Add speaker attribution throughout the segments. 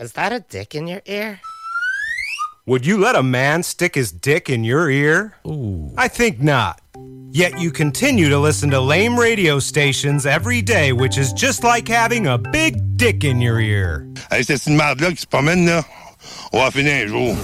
Speaker 1: Is that a dick in your ear?
Speaker 2: Would you let a man stick his dick in your ear? Ooh. I think not. Yet you continue to listen to lame radio stations every day, which is just like having a big dick in your ear.
Speaker 3: Hey, c'est une merde-là qui se promène, là. On va finir un jour.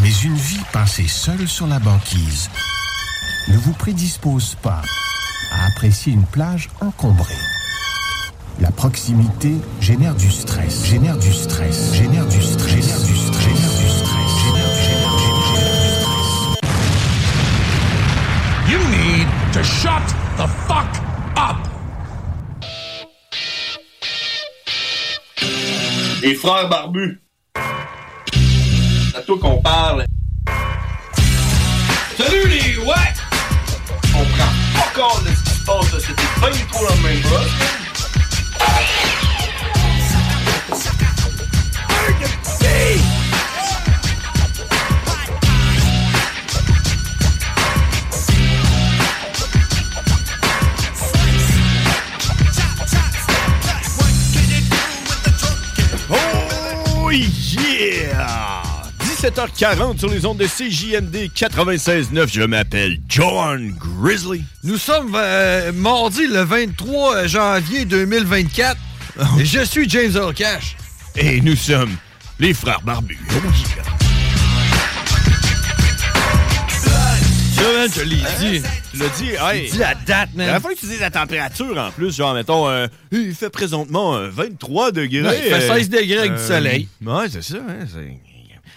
Speaker 4: Mais une vie passée seule sur la banquise ne vous prédispose pas à apprécier une plage encombrée. La proximité génère du stress, génère du stress, génère du stress, génère du stress, génère du stress, génère du génère- génère- génère du stress.
Speaker 5: You need to shut the fuck up.
Speaker 6: Les frères barbus. C'est à toi qu'on parle. Salut les what? On prend pas compte de ce qui se passe, là. C'était pas du tout la même chose.
Speaker 7: Oh yeah! 17h40 sur les ondes de CJMD 96.9. Je m'appelle John Grizzly.
Speaker 8: Nous sommes euh, mardi le 23 janvier 2024. Et je suis James Earl Cash.
Speaker 7: Et nous sommes les frères barbus. Là, man, je l'ai dit. Tu l'as dit, hey.
Speaker 8: Dis la date, man.
Speaker 7: Il aurait fallu que tu dises la température en plus. Genre, mettons, euh, il fait présentement euh, 23 degrés.
Speaker 8: Ouais, il fait
Speaker 7: euh,
Speaker 8: 16 degrés avec du
Speaker 7: euh,
Speaker 8: soleil.
Speaker 7: Ouais, c'est ça. hein, c'est-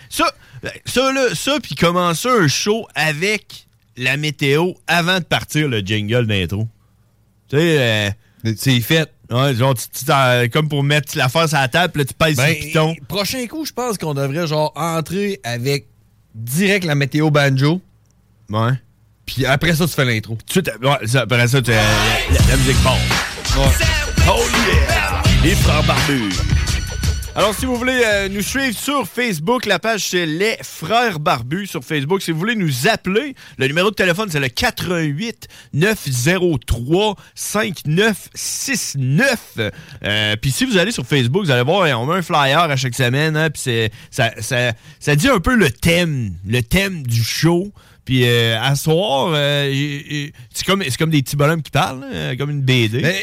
Speaker 7: ça, ben, ça, là, ça, puis commencer un show avec la météo avant de partir le jingle d'intro. Tu sais, c'est fait. Ouais, genre, tu- tu t'en- comme pour mettre l'affaire sur la table, puis là, tu pèses
Speaker 8: Ben,
Speaker 7: sur le piton.
Speaker 8: Prochain coup, je pense qu'on devrait genre entrer avec direct la météo banjo.
Speaker 7: Ouais.
Speaker 8: Puis après ça, tu fais l'intro.
Speaker 7: Tu ouais, ça, après ça, tu la, la- la musique part. Oh yeah! Les frères barbus. Alors, si vous voulez euh, nous suivre sur Facebook, la page c'est Les Frères Barbus sur Facebook. Si vous voulez nous appeler, le numéro de téléphone c'est le 88 903 5969. Euh, puis si vous allez sur Facebook, vous allez voir, on met un flyer à chaque semaine. hein, puis c'est- ça, ça, ça dit un peu le thème, le thème du show. Puis euh, à soir, euh, y- y- c'est comme, c'est comme des petits bonhommes qui parlent, hein, comme une BD.
Speaker 8: Mais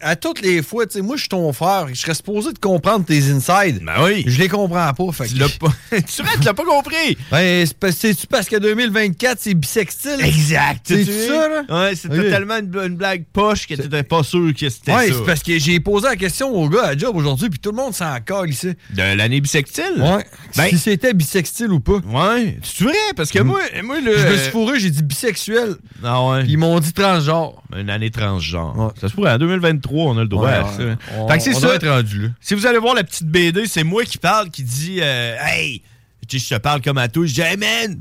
Speaker 8: à toutes les fois, tu sais, moi, je suis ton frère. Je serais supposé de comprendre tes insides.
Speaker 7: Ben oui.
Speaker 8: Je les comprends pas. Fait tu l'as
Speaker 7: pas. tu l'as pas compris.
Speaker 8: Ben, c'est parce- c'est-tu parce que 2024, c'est bisextile?
Speaker 7: Exact.
Speaker 8: C'est
Speaker 7: Tu-
Speaker 8: ça, là?
Speaker 7: Ouais, c'est
Speaker 8: Ok.
Speaker 7: totalement une, une blague poche que t'étais pas sûr que c'était
Speaker 8: Ouais,
Speaker 7: ça.
Speaker 8: c'est parce que j'ai posé la question au gars à job aujourd'hui, puis tout le monde s'en colle ici.
Speaker 7: De l'année bisextile?
Speaker 8: Ouais. si c'était bisextile ou pas. Mm.
Speaker 7: Ouais. C'est vrai, parce que moi, moi le.
Speaker 8: Je me suis fourré, j'ai dit bisexuel.
Speaker 7: Ah ouais.
Speaker 8: Ils m'ont dit transgenre.
Speaker 7: Une année transgenre. Ça se pourrait, en 2023, on a le droit
Speaker 8: Ouais,
Speaker 7: à
Speaker 8: ouais.
Speaker 7: ça.
Speaker 8: On-
Speaker 7: Fait que c'est
Speaker 8: on
Speaker 7: ça.
Speaker 8: doit être rendu là.
Speaker 7: Si vous allez voir la petite BD, c'est moi qui parle, qui dit euh, Hey, tu sais, je te parle comme à tous. Je dis Hey man,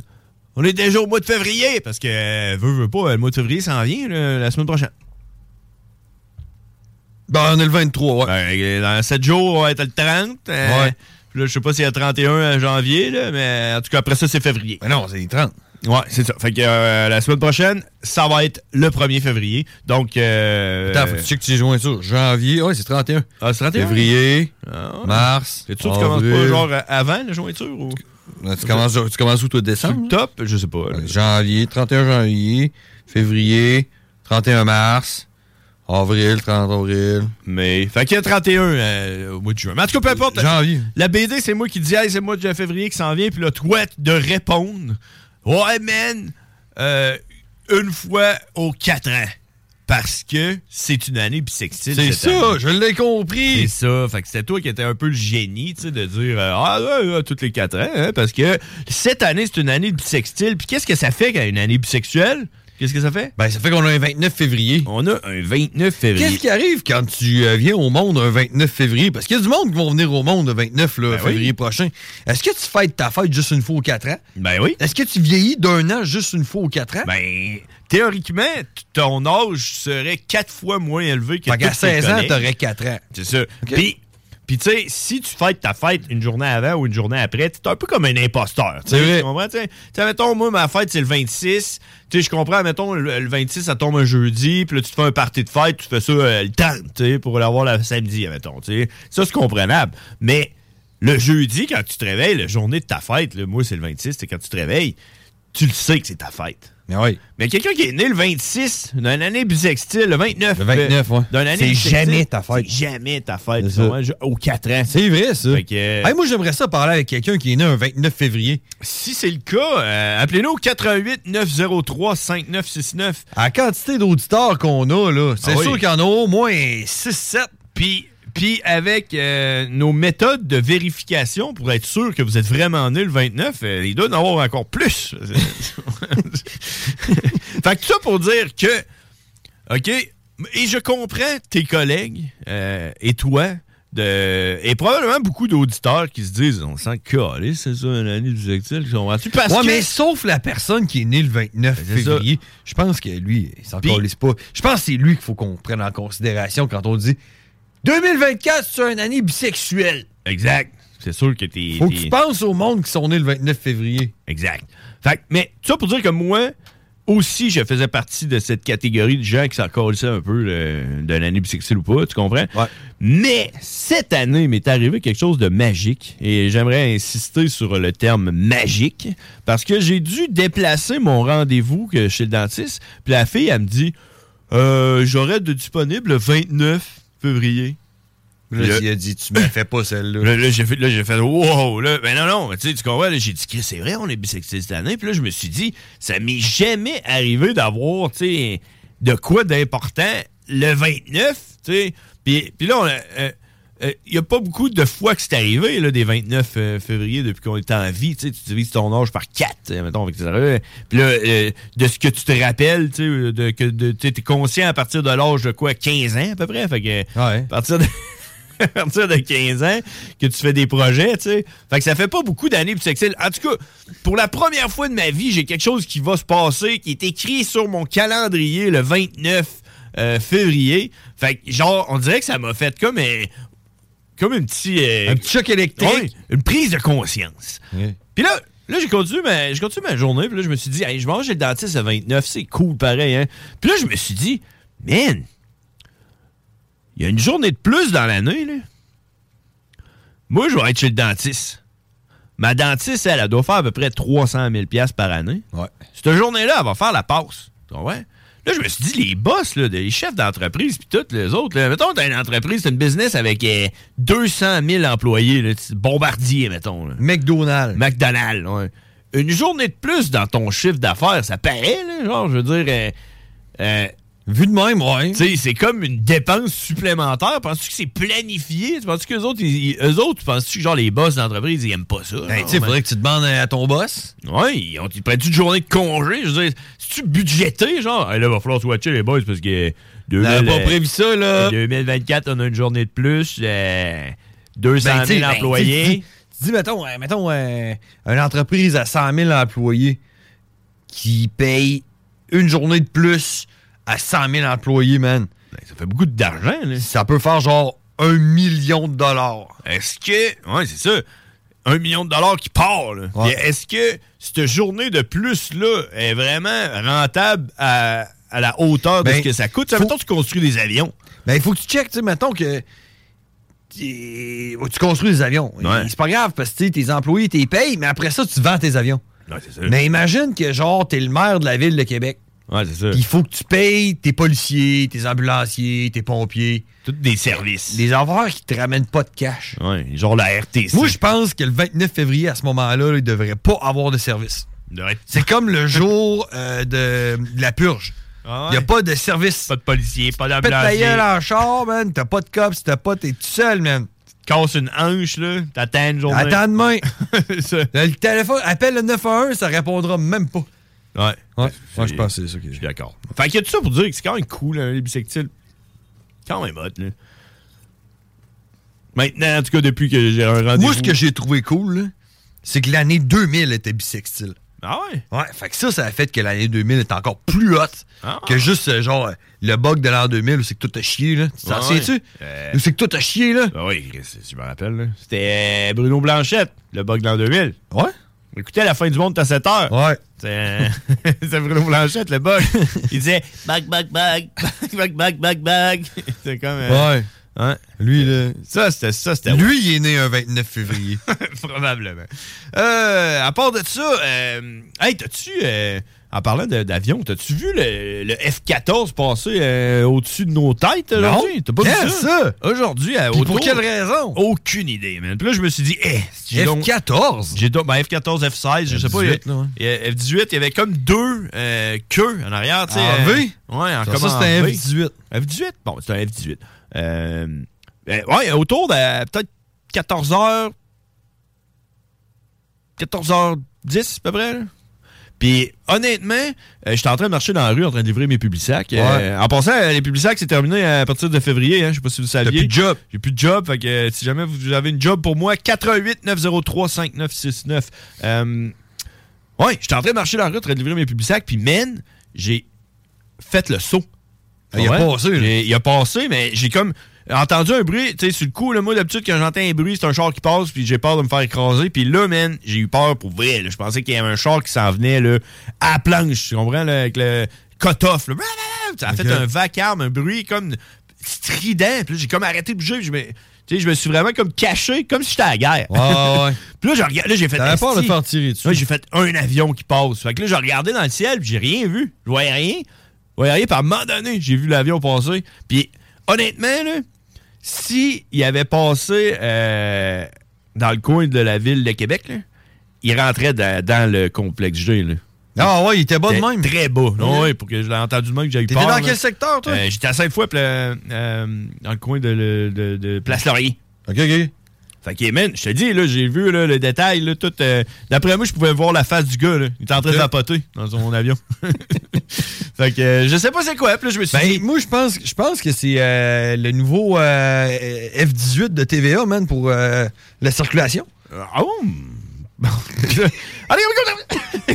Speaker 7: on est déjà au mois de février. Parce que, euh, veux, veux pas, le mois de février s'en vient là, la semaine prochaine.
Speaker 8: Ben, on est le 23, ouais.
Speaker 7: dans 7 jours, on va être le 30. euh,
Speaker 8: Ouais.
Speaker 7: puis Là, je sais pas s'il y a 31 janvier, là, mais en tout cas, après ça, c'est février.
Speaker 8: Ben non, c'est 30.
Speaker 7: Ouais, c'est ça. Fait que euh, la semaine prochaine, ça va être le 1er février. Donc. Euh...
Speaker 8: Attends, faut que tu sais que tu es joint ça. Janvier, ouais, c'est 31.
Speaker 7: Ah, c'est 31?
Speaker 8: Février,
Speaker 7: Ah, ouais.
Speaker 8: mars.
Speaker 7: T'es sûr que tu commences pas
Speaker 8: avril. Ah,
Speaker 7: genre euh, avant la jointure ou.
Speaker 8: Tu commences, tu commences où, toi, décembre? Euh,
Speaker 7: le top, je sais pas.
Speaker 8: Janvier, 31 janvier, février, 31 mars, avril, 30 avril.
Speaker 7: Mais, fait qu'il y a 31 euh, au mois de juin. Mais en tout cas, peu importe.
Speaker 8: Janvier.
Speaker 7: La BD, c'est moi qui dis, hey, c'est moi de février qui s'en vient, puis là, toi, de répondre. Ouais, man, euh, une fois aux quatre ans. Parce que c'est une année bisextile.
Speaker 8: C'est ça,
Speaker 7: cette année.
Speaker 8: je l'ai compris.
Speaker 7: C'est ça. Fait que c'était toi qui étais un peu le génie, tu sais, de dire euh, Ah, ouais, ouais, toutes les quatre ans, hein, parce que cette année, c'est une année bisextile. Puis qu'est-ce que ça fait quand une année bisexuelle Qu'est-ce que ça fait
Speaker 8: Ben, ça fait qu'on a un 29 février.
Speaker 7: On a un 29 février.
Speaker 8: Qu'est-ce qui arrive quand tu euh, viens au monde un 29 février? Parce qu'il y a du monde qui vont venir au monde le 29 là,
Speaker 7: Ben oui.
Speaker 8: février prochain. Est-ce que tu fêtes ta fête juste une fois aux 4 ans?
Speaker 7: Ben oui.
Speaker 8: Est-ce que tu vieillis d'un an juste une fois aux 4 ans?
Speaker 7: Ben, théoriquement, t- ton âge serait quatre fois moins élevé que
Speaker 8: Fait qu'à
Speaker 7: tous tes
Speaker 8: 16 ans,
Speaker 7: collègues.
Speaker 8: t'aurais 4 ans.
Speaker 7: C'est ça. Puis, puis tu sais, si tu fêtes ta fête une journée avant ou une journée après, t'es un peu comme un imposteur. tu sais,
Speaker 8: C'est vrai.
Speaker 7: Tu comprends? Tu sais, Tu sais, mettons, moi, ma fête, c'est le 26. Tu sais, je comprends, mettons, le le 26, ça tombe un jeudi, puis là, tu te fais un party de fête, tu fais ça euh, le temps, tu sais, pour l'avoir le samedi, mettons. Tu sais, ça, c'est comprenable. Mais le jeudi, quand tu te réveilles, la journée de ta fête, là, moi, c'est le 26, c'est quand tu te réveilles, tu le sais que c'est ta fête.
Speaker 8: Mais oui.
Speaker 7: Mais quelqu'un qui est né le 26, d'une année bisextile, le 29.
Speaker 8: Le 29, ouais.
Speaker 7: d'une année
Speaker 8: C'est
Speaker 7: bissextile,
Speaker 8: jamais ta fête.
Speaker 7: C'est jamais ta fête.
Speaker 8: C'est ça.
Speaker 7: Ouais, je- oh, Aux 4 ans.
Speaker 8: C'est vrai, ça.
Speaker 7: Fait que- euh,
Speaker 8: Hey, moi, j'aimerais ça parler avec quelqu'un qui est né un 29 février.
Speaker 7: Si c'est le cas, euh, appelez-nous au 88 903 5969.
Speaker 8: À la quantité d'auditeurs qu'on a, là, c'est
Speaker 7: Ah oui.
Speaker 8: sûr qu'il y en a au moins 6-7.
Speaker 7: Puis, puis avec euh, nos méthodes de vérification pour être sûr que vous êtes vraiment né le 29, euh, il doit en avoir encore plus. fait que tout ça pour dire que, OK, et je comprends tes collègues euh, et toi, de, et probablement beaucoup d'auditeurs qui se disent on sent calé, c'est ça, une année bisexuelle, qui sont tu parce
Speaker 8: ouais,
Speaker 7: que.
Speaker 8: mais sauf la personne qui est née le 29
Speaker 7: c'est ça.
Speaker 8: février. Je pense que lui, il s'en
Speaker 7: Puis-
Speaker 8: calisse pas. Je pense que c'est lui qu'il faut qu'on prenne en considération quand on dit 2024, c'est une année bisexuelle.
Speaker 7: Exact. C'est sûr que t'es.
Speaker 8: Faut que
Speaker 7: t'es-
Speaker 8: tu penses au monde qui sont nés le 29 février.
Speaker 7: Exact. Fait que- mais tout ça pour dire que moi, aussi, je faisais partie de cette catégorie de gens qui s'en ça un peu le- de l'année bisexuelle ou pas, tu comprends? Mais cette année, il m'est arrivé quelque chose de magique et j'aimerais insister sur le terme magique parce que j'ai dû déplacer mon rendez-vous que- chez le dentiste. Puis la fille, elle me dit Euh, J'aurai de disponible le 29 février.
Speaker 8: Là,
Speaker 7: Le-
Speaker 8: il a dit, tu me fais pas celle-là.
Speaker 7: Là, là, j'ai fait, là, j'ai fait, wow, là, ben non, non, tu sais, tu comprends, là, j'ai dit, Chris, c'est vrai, on est bisexuel cette année, puis là, je me suis dit, ça m'est jamais arrivé d'avoir, tu sais, de quoi d'important le 29, tu sais, puis, puis là, on a, euh, euh, il n'y a pas beaucoup de fois que c'est arrivé, là, des 29 euh, février, depuis qu'on est en vie. Tu sais, tu divises ton âge par 4, mettons, avec tes erreurs. Puis là, euh, de ce que tu te rappelles, tu sais, de, que de, tu es conscient à partir de l'âge de quoi 15 ans, à peu près. Fait que,
Speaker 8: Ouais.
Speaker 7: à partir de. à partir de 15 ans que tu fais des projets, tu sais. Fait que ça fait pas beaucoup d'années bisexuelles. En tout cas, pour la première fois de ma vie, j'ai quelque chose qui va se passer, qui est écrit sur mon calendrier le 29 euh, février. Fait que, genre, on dirait que ça m'a fait comme euh, comme une petite... euh,
Speaker 8: Un petit choc électrique.
Speaker 7: ouais, une prise de conscience.
Speaker 8: Ouais.
Speaker 7: Puis là, là j'ai continué, ma, j'ai continué ma journée. Puis là, je me suis dit, Hey, je mange chez le dentiste à 29, c'est cool pareil. Hein? Puis là, je me suis dit, man, il y a une journée de plus dans l'année. Là. Moi, je vais être chez le dentiste. Ma dentiste, elle, elle doit faire à peu près 300 000 piastres par année.
Speaker 8: Ouais.
Speaker 7: Cette journée-là, elle va faire la passe. Tu comprends? Là, je me suis dit, les boss, là, les chefs d'entreprise, puis toutes les autres, là, mettons, t'as une entreprise, t'as une business avec euh, 200 000 employés, là, tu- bombardier, mettons. là.
Speaker 8: McDonald's.
Speaker 7: McDonald's, ouais. Une journée de plus dans ton chiffre d'affaires, ça paraît, là, genre, je veux dire, euh, euh,
Speaker 8: Vu de même, ouais.
Speaker 7: tu sais, c'est comme une dépense supplémentaire. Penses-tu que c'est planifié? Tu penses-tu qu'eux autres, ils- ils- eux autres, penses-tu que genre les boss d'entreprise, ils aiment pas ça?
Speaker 8: Ben,
Speaker 7: genre,
Speaker 8: tu sais,
Speaker 7: man?
Speaker 8: faudrait que tu demandes à ton boss.
Speaker 7: Ouais, ils, ont, ils prennent-tu une journée de congé? Je veux dire, si tu budgété, genre, Hey, là, va falloir swatcher les boys parce que.
Speaker 8: On
Speaker 7: 2000,
Speaker 8: n'avait pas
Speaker 7: euh,
Speaker 8: prévu ça, là.
Speaker 7: 2024, on a une journée de plus. euh, 200
Speaker 8: Ben, tu
Speaker 7: 000
Speaker 8: sais, ben,
Speaker 7: employés.
Speaker 8: tu- tu- Tu dis, mettons, euh, mettons euh, une entreprise à 100 000 employés qui paye une journée de plus à 100 000 employés, man.
Speaker 7: Ben, ça fait beaucoup d'argent, là.
Speaker 8: Ça peut faire genre un million de dollars.
Speaker 7: Est-ce que. Ouais, c'est ça. un million de dollars qui part. là. Puis Est-ce que cette journée de plus-là est vraiment rentable à, à la hauteur de
Speaker 8: Ben,
Speaker 7: ce que ça coûte? Ça, mettons, tu construis des avions.
Speaker 8: Ben, il faut que tu checkes, tu sais, mettons que. Tu tu construis des avions. Et C'est pas grave parce que tu sais, tes employés, t'es payes, mais après ça, tu vends tes avions. Mais imagine que, genre, t'es le maire de la ville de Québec.
Speaker 7: Ouais, c'est ça.
Speaker 8: Puis Il faut que tu payes tes policiers, tes ambulanciers, tes pompiers.
Speaker 7: Toutes des services.
Speaker 8: Des affaires qui te ramènent pas de cash.
Speaker 7: Ouais, genre la RTC.
Speaker 8: Moi, je pense que le 29 février, à ce moment-là, là, il devrait pas avoir de service. C'est comme le jour euh, de, de la purge. Il
Speaker 7: Ah ouais?
Speaker 8: n'y a pas de service. Pas de policier, pas Tu pètes ta
Speaker 7: d'ambulancier.
Speaker 8: gueule en char, man. T'as pas de cops, t'as pas... T'es tout seul, man.
Speaker 7: Tu casses une hanche, là. T'attends une journée.
Speaker 8: Attends demain. le téléphone, appelle le 911, ça répondra même pas.
Speaker 7: Ouais.
Speaker 8: Ouais,
Speaker 7: je pense
Speaker 8: que c'est ça que Je suis
Speaker 7: d'accord. Fait qu'il y a tout ça pour dire que c'est quand même cool, hein, les bisectiles. Quand même hot, là. Maintenant, en tout cas, depuis que j'ai un rendez-vous.
Speaker 8: Moi, ce que j'ai trouvé cool, là, c'est que l'année 2000 était bisextile.
Speaker 7: Ah ouais?
Speaker 8: Ouais, fait que ça, ça a fait que l'année 2000 est encore plus haute
Speaker 7: Ah.
Speaker 8: que juste, euh, genre, euh, le bug de l'an 2000 où c'est que tout a chié, là. Tu t'en
Speaker 7: Ouais,
Speaker 8: souviens-tu?
Speaker 7: ouais. Euh. Ah
Speaker 8: Où c'est que tout a chié, là?
Speaker 7: oui, je me rappelle, là. C'était euh, Bruno Blanchette, le bug dans 2000. Ouais? Écoutez, la fin du monde, t'as 7 heures.
Speaker 8: Ouais.
Speaker 7: C'est c'est Bruno Blanchette, le bug. Il disait bug, bug, bug, bug, bug, bug, bug. C'est comme. euh,
Speaker 8: Ouais. Lui, là.
Speaker 7: Ça, c'était ça, c'était.
Speaker 8: Lui, il est né un 29 février.
Speaker 7: Probablement. Euh, à part de ça, euh, hey, t'as-tu, euh, en parlant de- d'avion, t'as-tu vu le, le F-14 passer euh, au-dessus de nos têtes
Speaker 8: Non.
Speaker 7: aujourd'hui? T'as pas
Speaker 8: Quand
Speaker 7: vu ça? Aujourd'hui, à
Speaker 8: Puis
Speaker 7: autour-
Speaker 8: pour quelle raison?
Speaker 7: Aucune idée, man. Puis là, je me suis dit, eh, j'ai donc-
Speaker 8: F14?
Speaker 7: J'ai donc- ben, F14, F16, je sais pas. il y a-
Speaker 8: F18, là, ouais.
Speaker 7: il y a- F18, il y avait comme deux euh, queues en arrière, tu sais.
Speaker 8: En V?
Speaker 7: euh, Ouais, en
Speaker 8: Ça,
Speaker 7: comme
Speaker 8: ça,
Speaker 7: en
Speaker 8: c'était
Speaker 7: V.
Speaker 8: F18.
Speaker 7: F18? Bon, c'est un F18. Euh, euh, ouais, autour de euh, peut-être 14 h 14h10 à peu près. là. Puis honnêtement, euh, j'étais en train de marcher dans la rue en train de livrer mes publics sacs.
Speaker 8: Ouais.
Speaker 7: en passant, euh, les publics sacs c'est terminé à partir de février. Hein, je sais pas si vous le saviez. J'ai
Speaker 8: plus de job.
Speaker 7: J'ai plus de job. Fait que euh, si jamais vous avez une job pour moi, 88 903 5969. Euh, ouais, j'étais en train de marcher dans la rue en train de livrer mes publics sacs. Puis man, j'ai fait le saut.
Speaker 8: Ah, il a passé, là.
Speaker 7: J'ai- Il a passé, mais j'ai comme entendu un bruit. Tu sais, sur le coup, là, moi, d'habitude, quand j'entends un bruit, c'est un char qui passe, puis j'ai peur de me faire écraser. Puis là, man, j'ai eu peur pour vrai. là. Je pensais qu'il y avait un char qui s'en venait là, à la planche. Tu comprends? là, avec le cut-off. là. Ça a fait un vacarme, un bruit comme strident. Puis là, j'ai comme arrêté de bouger. puis je me... Tu sais, je me suis vraiment comme caché, comme si j'étais à la guerre.
Speaker 8: Ouais, ouais.
Speaker 7: puis là, j'ai regardé- là, j'ai fait...
Speaker 8: T'avais peur de
Speaker 7: Esti.
Speaker 8: te faire tirer dessus.
Speaker 7: Ouais, j'ai fait un avion qui passe. Fait que là, j'ai regardé dans le ciel, puis j'ai rien vu. Je voyais rien. Je voyais rien, puis à un moment donné, j'ai vu l'avion passer. Puis honnêtement, là, s'il avait passé euh, dans le coin de la ville de Québec, là, il rentrait dans, dans le complexe G. Là.
Speaker 8: Ah ouais, il était bas de
Speaker 7: C'était
Speaker 8: même.
Speaker 7: Très bas. Non,
Speaker 8: Ouais.
Speaker 7: ouais, pour que je l'ai entendu de même que j'ai eu
Speaker 8: T'étais
Speaker 7: peur.
Speaker 8: dans
Speaker 7: là.
Speaker 8: quel secteur, toi?
Speaker 7: Euh, J'étais à sainte fois dans le coin de, le- de- de Place Laurier.
Speaker 8: OK, OK.
Speaker 7: Fait que, man, je te dis, là, j'ai vu là, le détail, là, tout. euh, D'après moi, je pouvais voir la face du gars, là. Il était en train de vapoter dans son avion. fait que, euh, je sais pas c'est quoi, puis là, je me suis
Speaker 8: Ben,
Speaker 7: dit.
Speaker 8: moi, je pense, je pense que c'est euh, le nouveau euh, F18 de TVA, man, pour euh, la circulation.
Speaker 7: Ah Allez, on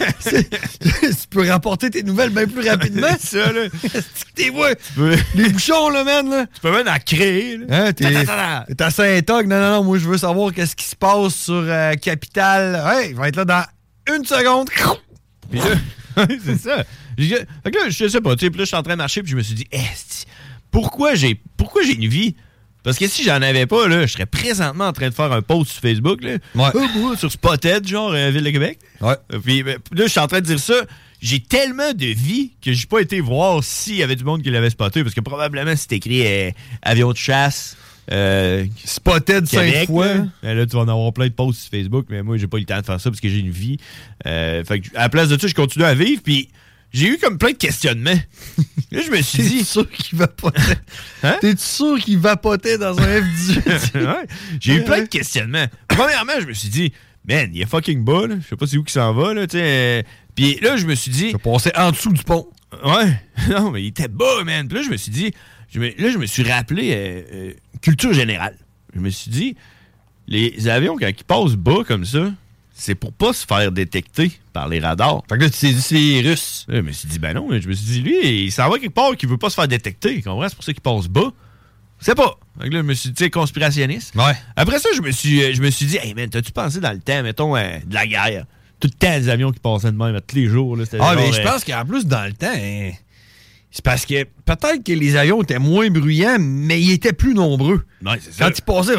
Speaker 8: tu peux rapporter tes nouvelles bien plus rapidement.
Speaker 7: ça, là.
Speaker 8: T'es ouais, les bouchons, là, man, là.
Speaker 7: Tu peux même en créer, là.
Speaker 8: Hein, t'es
Speaker 7: Ta-ta-ta-ta.
Speaker 8: t'es à Saint-Og. Non, non, non, moi, je veux savoir qu'est-ce qui se passe sur euh, Capital. Hey, il va être là dans une seconde.
Speaker 7: Puis là, c'est ça. J'ai- Fait que là, je sais pas, tu sais, puis là, je suis en train de marcher, puis je me suis dit, Esti, pourquoi j'ai pourquoi j'ai une vie? Parce que si j'en avais pas, là, je serais présentement en train de faire un post sur Facebook, là. Euh, moi, sur Spotted, genre, euh, Ville de Québec. Euh, Puis ben, là, je suis en train de dire ça. J'ai tellement de vie que j'ai pas été voir s'il y avait du monde qui l'avait spoté, parce que probablement, c'est écrit euh, avion de chasse. Euh,
Speaker 8: Spotted cinq
Speaker 7: Québec,
Speaker 8: fois.
Speaker 7: Là. Ben là, tu vas en avoir plein de posts sur Facebook, mais moi, j'ai pas eu le temps de faire ça parce que j'ai une vie. Euh, fait que, à la place de ça, je continue à vivre, puis j'ai eu comme plein de questionnements. là, je me suis dit.
Speaker 8: sûr qu'il vapotait.
Speaker 7: Hein?
Speaker 8: T'es sûr qu'il vapotait dans un F18?
Speaker 7: Ouais. J'ai eu plein de questionnements. Premièrement, je me suis dit, man, il est fucking bas, là. Je sais pas c'est où qui s'en va, là, tu sais. euh. Puis là, je me suis dit.
Speaker 8: passé en dessous du pont.
Speaker 7: Ouais. Non, mais il était bas, man. Puis là, je me suis dit. je me- là, je me suis rappelé euh, euh, culture générale. Je me suis dit, les avions, quand ils passent bas comme ça, c'est pour pas se faire détecter par les radars.
Speaker 8: Fait que là, tu t'es dit, c'est les Russes.
Speaker 7: Là, je me suis dit, ben non, là, je me suis dit, lui, il s'en va quelque part qu'il veut pas se faire détecter. tu comprends? C'est pour ça qu'il passe bas. sais pas. Fait que là, je me suis dit, tu sais, conspirationniste. Après ça, je me suis, euh, je me suis dit, hey man, t'as-tu pensé dans le temps, mettons, euh, de la guerre? Tout le temps, les avions qui passaient de même, à tous les jours. Là, c'était
Speaker 8: Ah,
Speaker 7: genre,
Speaker 8: mais je
Speaker 7: euh,
Speaker 8: pense qu'en plus, dans le temps, hein, c'est parce que peut-être que les avions étaient moins bruyants, mais ils étaient plus nombreux.
Speaker 7: ça.
Speaker 8: Quand ils passaient.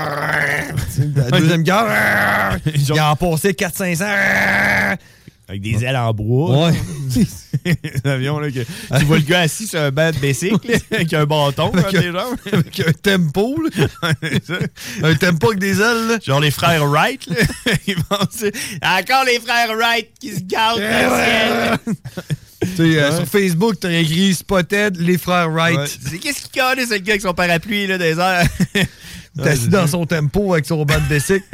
Speaker 8: La deuxième guerre, ils en passaient 400-500.
Speaker 7: euh, Avec des ailes en bois.
Speaker 8: Ouais.
Speaker 7: L'avion, là, que tu vois le gars assis sur un banc de bicycle, là, avec un bâton,
Speaker 8: Avec
Speaker 7: là,
Speaker 8: un-
Speaker 7: des jambes.
Speaker 8: avec un tempo, Un tempo avec des ailes,
Speaker 7: Genre les frères Wright, là. Ils vont dire, Encore les frères Wright qui se gardent le ciel.
Speaker 8: Tu sais, euh, Sur Facebook, t'as écrit Spotted, les frères Wright.
Speaker 7: Ouais. C'est- Qu'est-ce qu'il connaît, ce gars, avec son parapluie, là, des airs?
Speaker 8: T'es assis dans son tempo avec son banc de bicycle.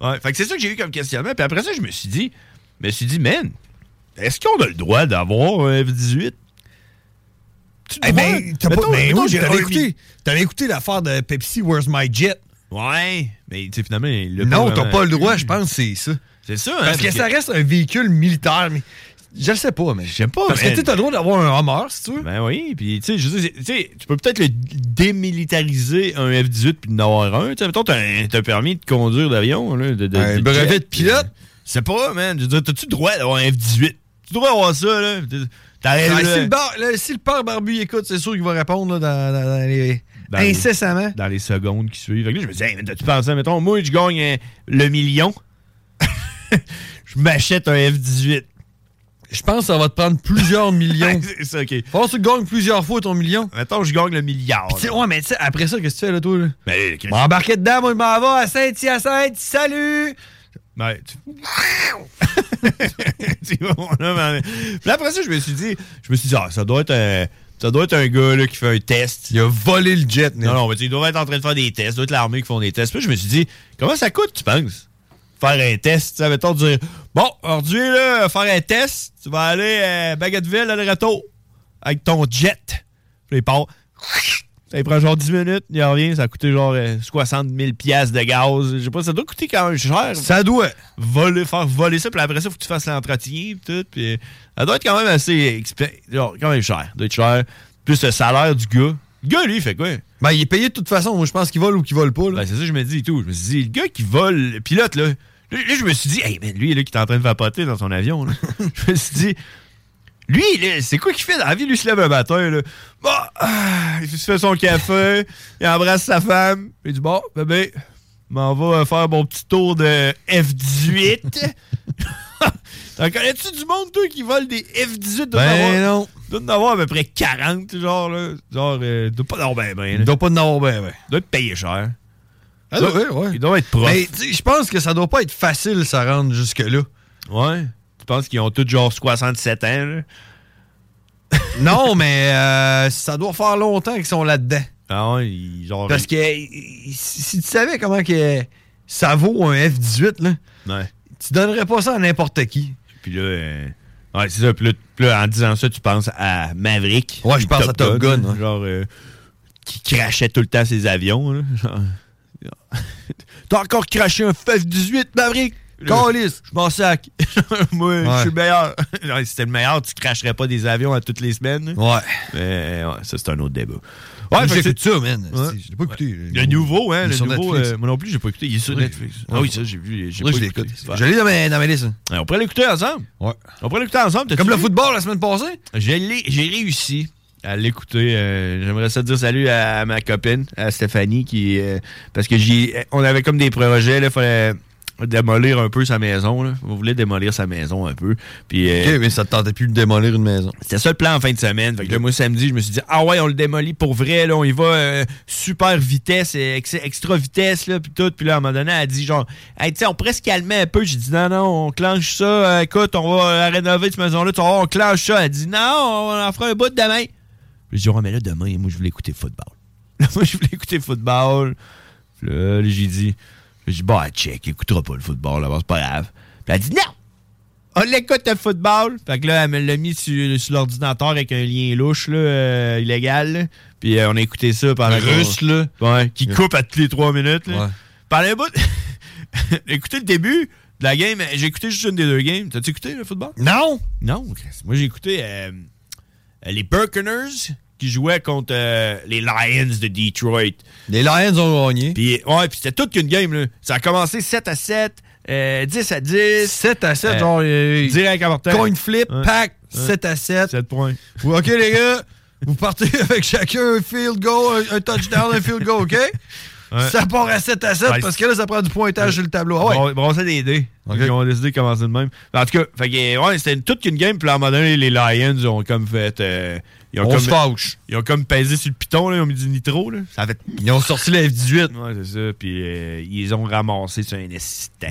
Speaker 7: Ouais, fait que c'est ça que j'ai eu comme questionnement. Puis après ça, je me suis dit, je me suis dit, man, est-ce qu'on a le droit d'avoir un F-18? Tu
Speaker 8: Eh
Speaker 7: dois-
Speaker 8: ben, t'as pas-
Speaker 7: mettons-
Speaker 8: ben
Speaker 7: mettons,
Speaker 8: oui,
Speaker 7: j'ai
Speaker 8: t'avais
Speaker 7: un-
Speaker 8: écouté, t'avais écouté l'affaire de Pepsi, Where's My Jet?
Speaker 7: Ouais, mais tu sais, finalement, il l'a
Speaker 8: Non, t'as
Speaker 7: vraiment-
Speaker 8: pas le droit, je pense, c'est ça.
Speaker 7: C'est ça, hein,
Speaker 8: Parce que
Speaker 7: parce
Speaker 8: ça
Speaker 7: que-
Speaker 8: reste un véhicule militaire, mais je le sais pas, mais. Je sais
Speaker 7: pas,
Speaker 8: Parce que
Speaker 7: man.
Speaker 8: tu sais, t'as le droit d'avoir un Hummer, si tu veux.
Speaker 7: Ben oui, puis tu sais, je veux dire, tu sais, tu peux peut-être le démilitariser un F-18 puis en avoir un. Tu sais, mettons, t'as un, t'as un permis de conduire d'avion. là, De, de-
Speaker 8: Un
Speaker 7: de
Speaker 8: brevet
Speaker 7: jet,
Speaker 8: de pilote.
Speaker 7: Je sais pas, man. Je veux dire, t'as-tu le droit d'avoir un F-18? Tu dois avoir ça, là. T'arrives,
Speaker 8: Ah,
Speaker 7: là,
Speaker 8: si, le bar- là, si le père Barbu il écoute, c'est sûr qu'il va répondre là, dans, dans- dans les-
Speaker 7: Dans les-
Speaker 8: incessamment.
Speaker 7: dans les secondes qui suivent. Fait que là, je me dis, hey, mais t'as-tu pensé, mettons, moi, je gagne euh, le million. je m'achète un F-18.
Speaker 8: Je pense que ça va te prendre plusieurs millions.
Speaker 7: c'est ça, OK.
Speaker 8: Faut que tu gagnes plusieurs fois ton million.
Speaker 7: Mettons, je gagne le milliard.
Speaker 8: Puis tu sais, ouais, mais tu sais, après ça, qu'est-ce que tu fais, là, toi? Là?
Speaker 7: Ben,
Speaker 8: Je vais embarquer dedans, moi, je m'en vais à Saint-Hyacinthe. Salut!
Speaker 7: Ouais, ben, tu- Tu vois, mon homme en- Puis après ça, je me suis dit, je me suis dit, ah, ça doit être un. Ça doit être un gars là, qui fait un test. Il
Speaker 8: a volé le jet.
Speaker 7: Non, non, mais tu sais, il doit être en train de faire des tests. Ça doit être l'armée qui font des tests. Puis là, je me suis dit, comment ça coûte, tu penses? Faire un test. Tu sais, mettons, dire, bon, aujourd'hui, là, faire un test, tu vas aller à Bagotville, à retour avec ton jet. Puis là, il part. Ça il prend genre 10 minutes, il revient, ça a coûté genre euh, 60 000 piastres de gaz. Je sais pas, ça doit coûter quand même cher.
Speaker 8: Ça doit.
Speaker 7: Voler, faire voler ça, puis après ça, faut que tu fasses l'entretien, puis tout. Puis, euh, ça doit être quand même assez. expé- Genre, quand même cher. doit être cher. Plus le salaire du gars. Le gars, lui, il fait quoi?
Speaker 8: Ben, il est payé de toute façon. Moi, je pense qu'il vole ou qu'il vole pas.
Speaker 7: Ben, c'est ça que je me dis et tout. Je me suis dit, le gars qui vole, le pilote, là. Là, là, je me suis dit, hey, man, lui, là, qui est en train de vapoter dans son avion, là. je me suis dit, lui, là, c'est quoi qu'il fait dans la vie? Lui, il se lève le matin, là. Bon, ah, il se fait son café, il embrasse sa femme, il dit, bon, bébé, m'en va faire mon petit tour de F-18. T'en connais-tu du monde, toi, qui vole des F-18 de
Speaker 8: Ben non.
Speaker 7: Doit en avoir à peu près 40, genre, là. Genre, euh, doit pas en avoir ben, ben. là.
Speaker 8: doit pas en avoir ben, ben.
Speaker 7: Doit être payé cher.
Speaker 8: Ah,
Speaker 7: doit-
Speaker 8: ouais, ouais.
Speaker 7: Il doit être prof.
Speaker 8: Mais tu sais, je pense que ça doit pas être facile, ça rendre jusque-là.
Speaker 7: Ouais. Tu penses qu'ils ont tous genre 67 ans, là?
Speaker 8: non, mais euh, ça doit faire longtemps qu'ils sont là-dedans.
Speaker 7: Ah ouais, ils- genre.
Speaker 8: Parce que i- i- si tu savais comment que ça vaut un F-18, là,
Speaker 7: Ouais.
Speaker 8: tu donnerais pas ça à n'importe qui.
Speaker 7: Puis là. euh, Ouais, c'est ça. Puis là, t- puis là, en disant ça, tu penses à Maverick.
Speaker 8: Ouais, je
Speaker 7: puis
Speaker 8: pense à Top Gun, ouais.
Speaker 7: Genre. euh, qui crachait tout le temps ses avions, là. Genre. T'as encore craché un F-18, Maverick?
Speaker 8: Calisse,
Speaker 7: je m'en sac. Moi, je
Speaker 8: Ouais.
Speaker 7: suis le meilleur. Non, si c'était le meilleur, tu cracherais pas des avions à toutes les semaines.
Speaker 8: Ouais.
Speaker 7: Mais ouais, ça, c'est un autre débat.
Speaker 8: Ouais,
Speaker 7: fait que
Speaker 8: j'écoute
Speaker 7: c'est-
Speaker 8: ça, man.
Speaker 7: Ouais.
Speaker 8: Je l'ai pas écouté.
Speaker 7: Le nouveau, hein,
Speaker 8: Il est
Speaker 7: le
Speaker 8: sur
Speaker 7: nouveau.
Speaker 8: Netflix.
Speaker 7: euh, moi non plus, j'ai pas écouté. Il est sur Netflix. Ah oui, ça, j'ai vu. J'ai
Speaker 8: Faudrait
Speaker 7: pas
Speaker 8: que je
Speaker 7: écouté.
Speaker 8: l'écoute.
Speaker 7: Ouais.
Speaker 8: Je l'ai dans mes, dans mes listes. hein.
Speaker 7: Ouais, on pourrait l'écouter ensemble. On pourrait l'écouter ensemble.
Speaker 8: Comme le football la semaine passée.
Speaker 7: J'ai j'ai réussi à l'écouter. Euh, J'aimerais ça dire salut à, ma copine, à Stéphanie, qui euh, parce que j'ai, on avait comme des projets, là, fallait démolir un peu sa maison. Là. On voulait démolir sa maison un peu. Puis, euh,
Speaker 8: Ok, mais ça te tentait plus de démolir une maison.
Speaker 7: C'était ça le plan en fin de semaine. Fait que là, moi, samedi, je me suis dit, ah ouais, on le démolit pour vrai, là, on y va euh, super vitesse, euh, ex- extra vitesse, là, puis tout. Puis là, à un moment donné, elle dit genre, hey, tu sais, on pourrait se calmer un peu. J'ai dit, non, non, on clenche ça, Euh, écoute, on va euh, rénover cette maison-là, tu vas voir, on clenche ça. Elle dit, non, on en fera un bout demain. Puis j'ai dit, ouais, mais là, demain, moi, je voulais écouter football. Là, moi, je voulais écouter football. Puis là, là, j'ai dit, j'ai dit, bah, check, il écoutera pas le football, là, bon, c'est pas grave. Puis elle dit, non! On Ah, l'écoute le football. Fait que là, elle me l'a mis sur, sur l'ordinateur avec un lien louche, là, euh, illégal. là. Puis euh, on a écouté ça pendant. qu'on-
Speaker 8: Russe, là.
Speaker 7: Ouais, qui coupe à toutes les trois minutes, là.
Speaker 8: Ouais.
Speaker 7: Pendant un bout- écoutez le début de la game. J'ai écouté juste une des deux games. T'as-tu écouté le football?
Speaker 8: Non!
Speaker 7: Non, Chris. Moi, j'ai écouté euh, les Buccaneers qui qui jouait contre euh, les Lions de Detroit.
Speaker 8: Les Lions ont gagné.
Speaker 7: Puis, ouais, puis c'était toute qu'une game. Là. Ça a commencé 7 à 7, euh, 10 à 10.
Speaker 8: 7 à 7, genre, euh,
Speaker 7: direct à mortel.
Speaker 8: coin flip,
Speaker 7: Ouais.
Speaker 8: pack,
Speaker 7: Ouais.
Speaker 8: 7 à 7.
Speaker 7: 7 points.
Speaker 8: Ouais, OK, les gars, vous partez avec chacun un field goal, un, un touchdown, un field goal, OK?
Speaker 7: Ouais.
Speaker 8: Ça part à 7 à 7
Speaker 7: Ouais,
Speaker 8: parce que là, ça prend du pointage sur le tableau. Ah ouais.
Speaker 7: Bron- bronzer des dés. Ils ont décidé de commencer de même. En tout cas, fait que, ouais, c'était une- toute qu'une game. Puis là, à un moment donné, les Lions ont comme fait. euh, ils ont
Speaker 8: On
Speaker 7: comme,
Speaker 8: se fâche.
Speaker 7: Ils ont comme pesé sur le piton, là, ils ont mis du nitro. Là. Ça a fait...
Speaker 8: Ils ont sorti la F18.
Speaker 7: Ouais, c'est ça. Puis euh, ils ont ramassé sur un assistant.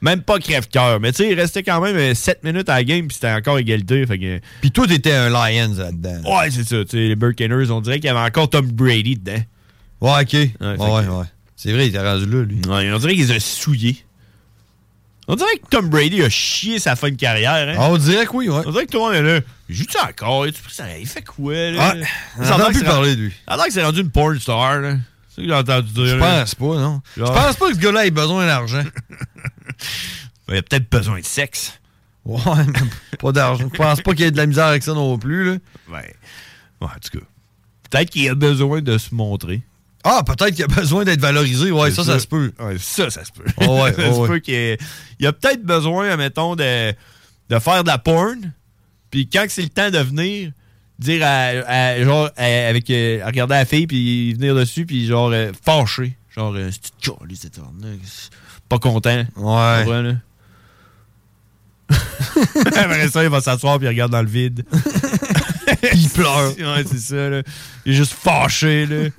Speaker 7: Même pas crève-cœur. Mais tu sais, il restait quand même 7 minutes à la game. Puis c'était encore égalité. Fait que.
Speaker 8: Puis tout était un Lions là-dedans.
Speaker 7: Ouais, c'est ça. Tu sais, les Burkiners, on dirait qu'il y avait encore Tom Brady dedans.
Speaker 8: Ouais, OK. Ouais,
Speaker 7: fait
Speaker 8: ouais, ouais. C'est vrai, il était rendu là, lui.
Speaker 7: Ouais, on dirait qu'ils ont souillé. On dirait que Tom Brady a chié sa fin de carrière. Hein?
Speaker 8: Ah, on dirait que oui, ouais.
Speaker 7: On dirait que tout le monde est là. Il joue-tu encore? Il, il fait quoi, là?
Speaker 8: Ah, on entend plus parler de lui.
Speaker 7: Ça a l'air que c'est rendu une porn star, là. C'est ça que j'ai entendu dire.
Speaker 8: Je
Speaker 7: là.
Speaker 8: pense pas, non. Je
Speaker 7: Genre-
Speaker 8: pense pas que ce gars-là ait besoin d'argent.
Speaker 7: Il a peut-être besoin de sexe.
Speaker 8: Ouais, mais pas d'argent. Je pense pas qu'il y ait de la misère avec ça non plus, là.
Speaker 7: Ouais. Ouais, en tout cas. Peut-être qu'il a besoin de se montrer.
Speaker 8: Ah, peut-être qu'il a besoin d'être valorisé. Ouais,
Speaker 7: C'est
Speaker 8: ça, ça se peut.
Speaker 7: Ouais, ça, ça se peut.
Speaker 8: Ah ouais,
Speaker 7: ça
Speaker 8: ah
Speaker 7: se
Speaker 8: ouais.
Speaker 7: peut qu'il ait- Il a peut-être besoin, admettons, de, de faire de la porn. Puis quand c'est le temps de venir, dire à, à- genre, à- avec, euh, à regarder la fille, puis venir dessus, puis genre, euh, fâché. Genre, euh, c'est une câlisse de tourne, là. pas content.
Speaker 8: Ouais.
Speaker 7: Comprends, là? Après ça, il va s'asseoir puis il regarde dans le vide.
Speaker 8: il pleure.
Speaker 7: Ouais, c'est ça, là. Il est juste fâché, là.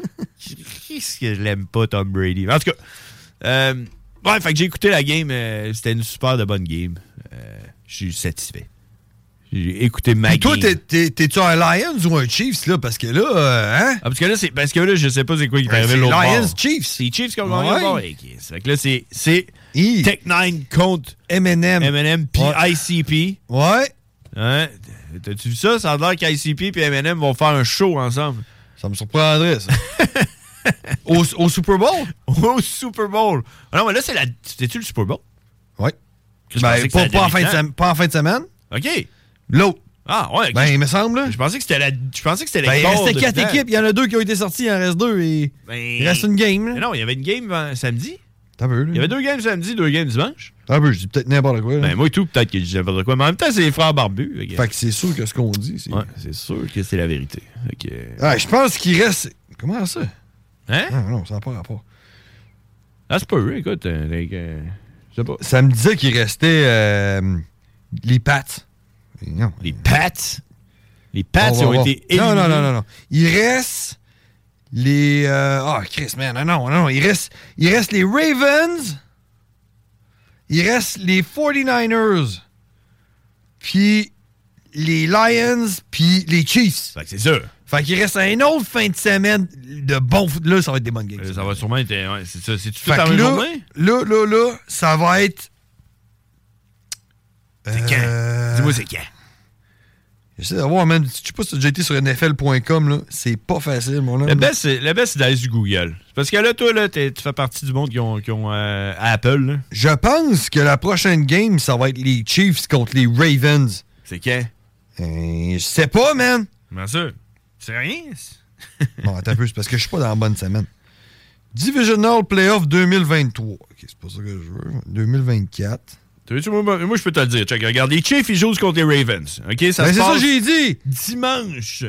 Speaker 7: Qu'est-ce que je l'aime pas, Tom Brady? En tout cas, euh, ouais, fait que j'ai écouté la game. euh, C'était une super de bonne game. Euh, je suis satisfait. J'ai écouté ma
Speaker 8: Puis toi,
Speaker 7: game.
Speaker 8: t'es- t'es- t'es-tu un Lions ou un Chiefs, là? Parce que là, euh, hein?
Speaker 7: Ah, parce que là, c'est parce que là, je sais pas c'est quoi qui est arrivé
Speaker 8: Ben, c'est
Speaker 7: l'autre
Speaker 8: Lions,
Speaker 7: bord.
Speaker 8: Chiefs.
Speaker 7: C'est Chiefs qui ont
Speaker 8: Ouais.
Speaker 7: gagné. Ouais. Fait que là, c'est c'est Tech Nine contre
Speaker 8: M&M.
Speaker 7: M&M puis
Speaker 8: Ouais.
Speaker 7: ICP.
Speaker 8: Ouais.
Speaker 7: Hein? T'as-tu vu ça? Ça a l'air qu'ICP puis M&M vont faire un show ensemble.
Speaker 8: Ça me surprendrait, ça. au, au Super Bowl?
Speaker 7: Au Super Bowl. Ah non, mais là, c'est la. C'était-tu le Super Bowl?
Speaker 8: Oui.
Speaker 7: Je pensais
Speaker 8: Ben,
Speaker 7: que c'était
Speaker 8: pas, pas en fin de
Speaker 7: la
Speaker 8: sem- pas en fin de semaine.
Speaker 7: OK.
Speaker 8: L'autre.
Speaker 7: Ah, ouais. ok.
Speaker 8: Ben, il me semble, là.
Speaker 7: Je pensais que c'était la. Je pensais que c'était
Speaker 8: Ben,
Speaker 7: les
Speaker 8: il restait
Speaker 7: cordes
Speaker 8: quatre
Speaker 7: dedans.
Speaker 8: équipes. Il y en a deux qui ont été sorties. Il en reste deux. Et...
Speaker 7: Ben-
Speaker 8: Il reste une game, là.
Speaker 7: Mais non, il y avait une game euh, samedi.
Speaker 8: T'as vu, là.
Speaker 7: Il y avait deux games samedi, deux games dimanche.
Speaker 8: Ah, ben, je dis peut-être n'importe quoi. là.
Speaker 7: Ben, moi et tout, peut-être que je disais n'importe quoi. Mais en même temps, c'est les frères barbus. fait que-
Speaker 8: fait que c'est sûr que ce qu'on dit, c'est.
Speaker 7: Ouais, c'est sûr que c'est la vérité. Fait que- euh,
Speaker 8: Ah, je pense qu'il reste. Comment ça?
Speaker 7: Hein?
Speaker 8: Non, non, ça n'a pas rapport.
Speaker 7: Ah, c'est pas eux, écoute. euh, fait que, euh, je sais pas.
Speaker 8: Ça me disait qu'il restait euh, les pattes. Non.
Speaker 7: Les Pats. Les
Speaker 8: On
Speaker 7: Pats
Speaker 8: va
Speaker 7: ont
Speaker 8: voir.
Speaker 7: été
Speaker 8: Non,
Speaker 7: éliminés.
Speaker 8: non, non, non, non. Il reste les. euh, Ah, Chris, man. Non, non, non. Il reste, il reste les Ravens. Il reste les 49ers. Puis les Lions. Puis les Chiefs.
Speaker 7: Fait que c'est sûr.
Speaker 8: Fait qu'il reste un autre fin de semaine de bon foot. Là, ça va être des bonnes games.
Speaker 7: Euh, Ça va sûrement être. ouais, c'est ça. C'est-tu tout
Speaker 8: Fait
Speaker 7: en
Speaker 8: que
Speaker 7: même
Speaker 8: là,
Speaker 7: journée?
Speaker 8: là, là, là, ça va être.
Speaker 7: C'est quand? Dis-moi, c'est quand?
Speaker 8: euh, J'essaie d'avoir, man. Je sais pas si t'as déjà été sur NFL.com, là. C'est pas facile, mon homme.
Speaker 7: Le best, c'est le best, c'est d'aller sur Google. C'est Parce que là, toi, là, t'es- tu fais partie du monde qui ont, qui ont, euh, Apple. là.
Speaker 8: Je pense que la prochaine game, ça va être les Chiefs contre les Ravens.
Speaker 7: C'est quand?
Speaker 8: Euh, je sais pas, man.
Speaker 7: Bien sûr. C'est rien? c'est-
Speaker 8: Bon, attends un peu, c'est parce que je suis pas dans la bonne semaine. Divisional Playoff 2023. Ok, c'est pas ça que je veux. 2024.
Speaker 7: T'as vu, tu- moi, moi, je peux te le dire. Check, regarde, les Chiefs, ils jouent contre les Ravens. OK, ça
Speaker 8: Ben, c'est
Speaker 7: se
Speaker 8: ça
Speaker 7: passe
Speaker 8: que j'ai dit.
Speaker 7: dimanche.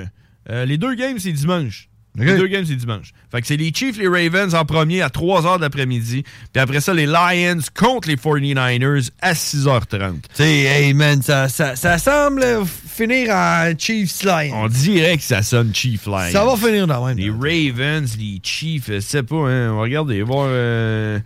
Speaker 7: Euh, les deux games, c'est dimanche. Les
Speaker 8: Ok.
Speaker 7: deux games, c'est dimanche. Fait que c'est les Chiefs, les Ravens en premier à 3h de l'après-midi. Puis après ça, les Lions contre les 49ers à 6h30.
Speaker 8: Tu sais, hey, man, ça, ça, ça semble euh, finir en Chiefs line.
Speaker 7: On dirait que ça sonne Chief Lions.
Speaker 8: Ça va finir dans même.
Speaker 7: Les Ravens, les Chiefs, je sais pas, hein, on va regarder, voir. euh,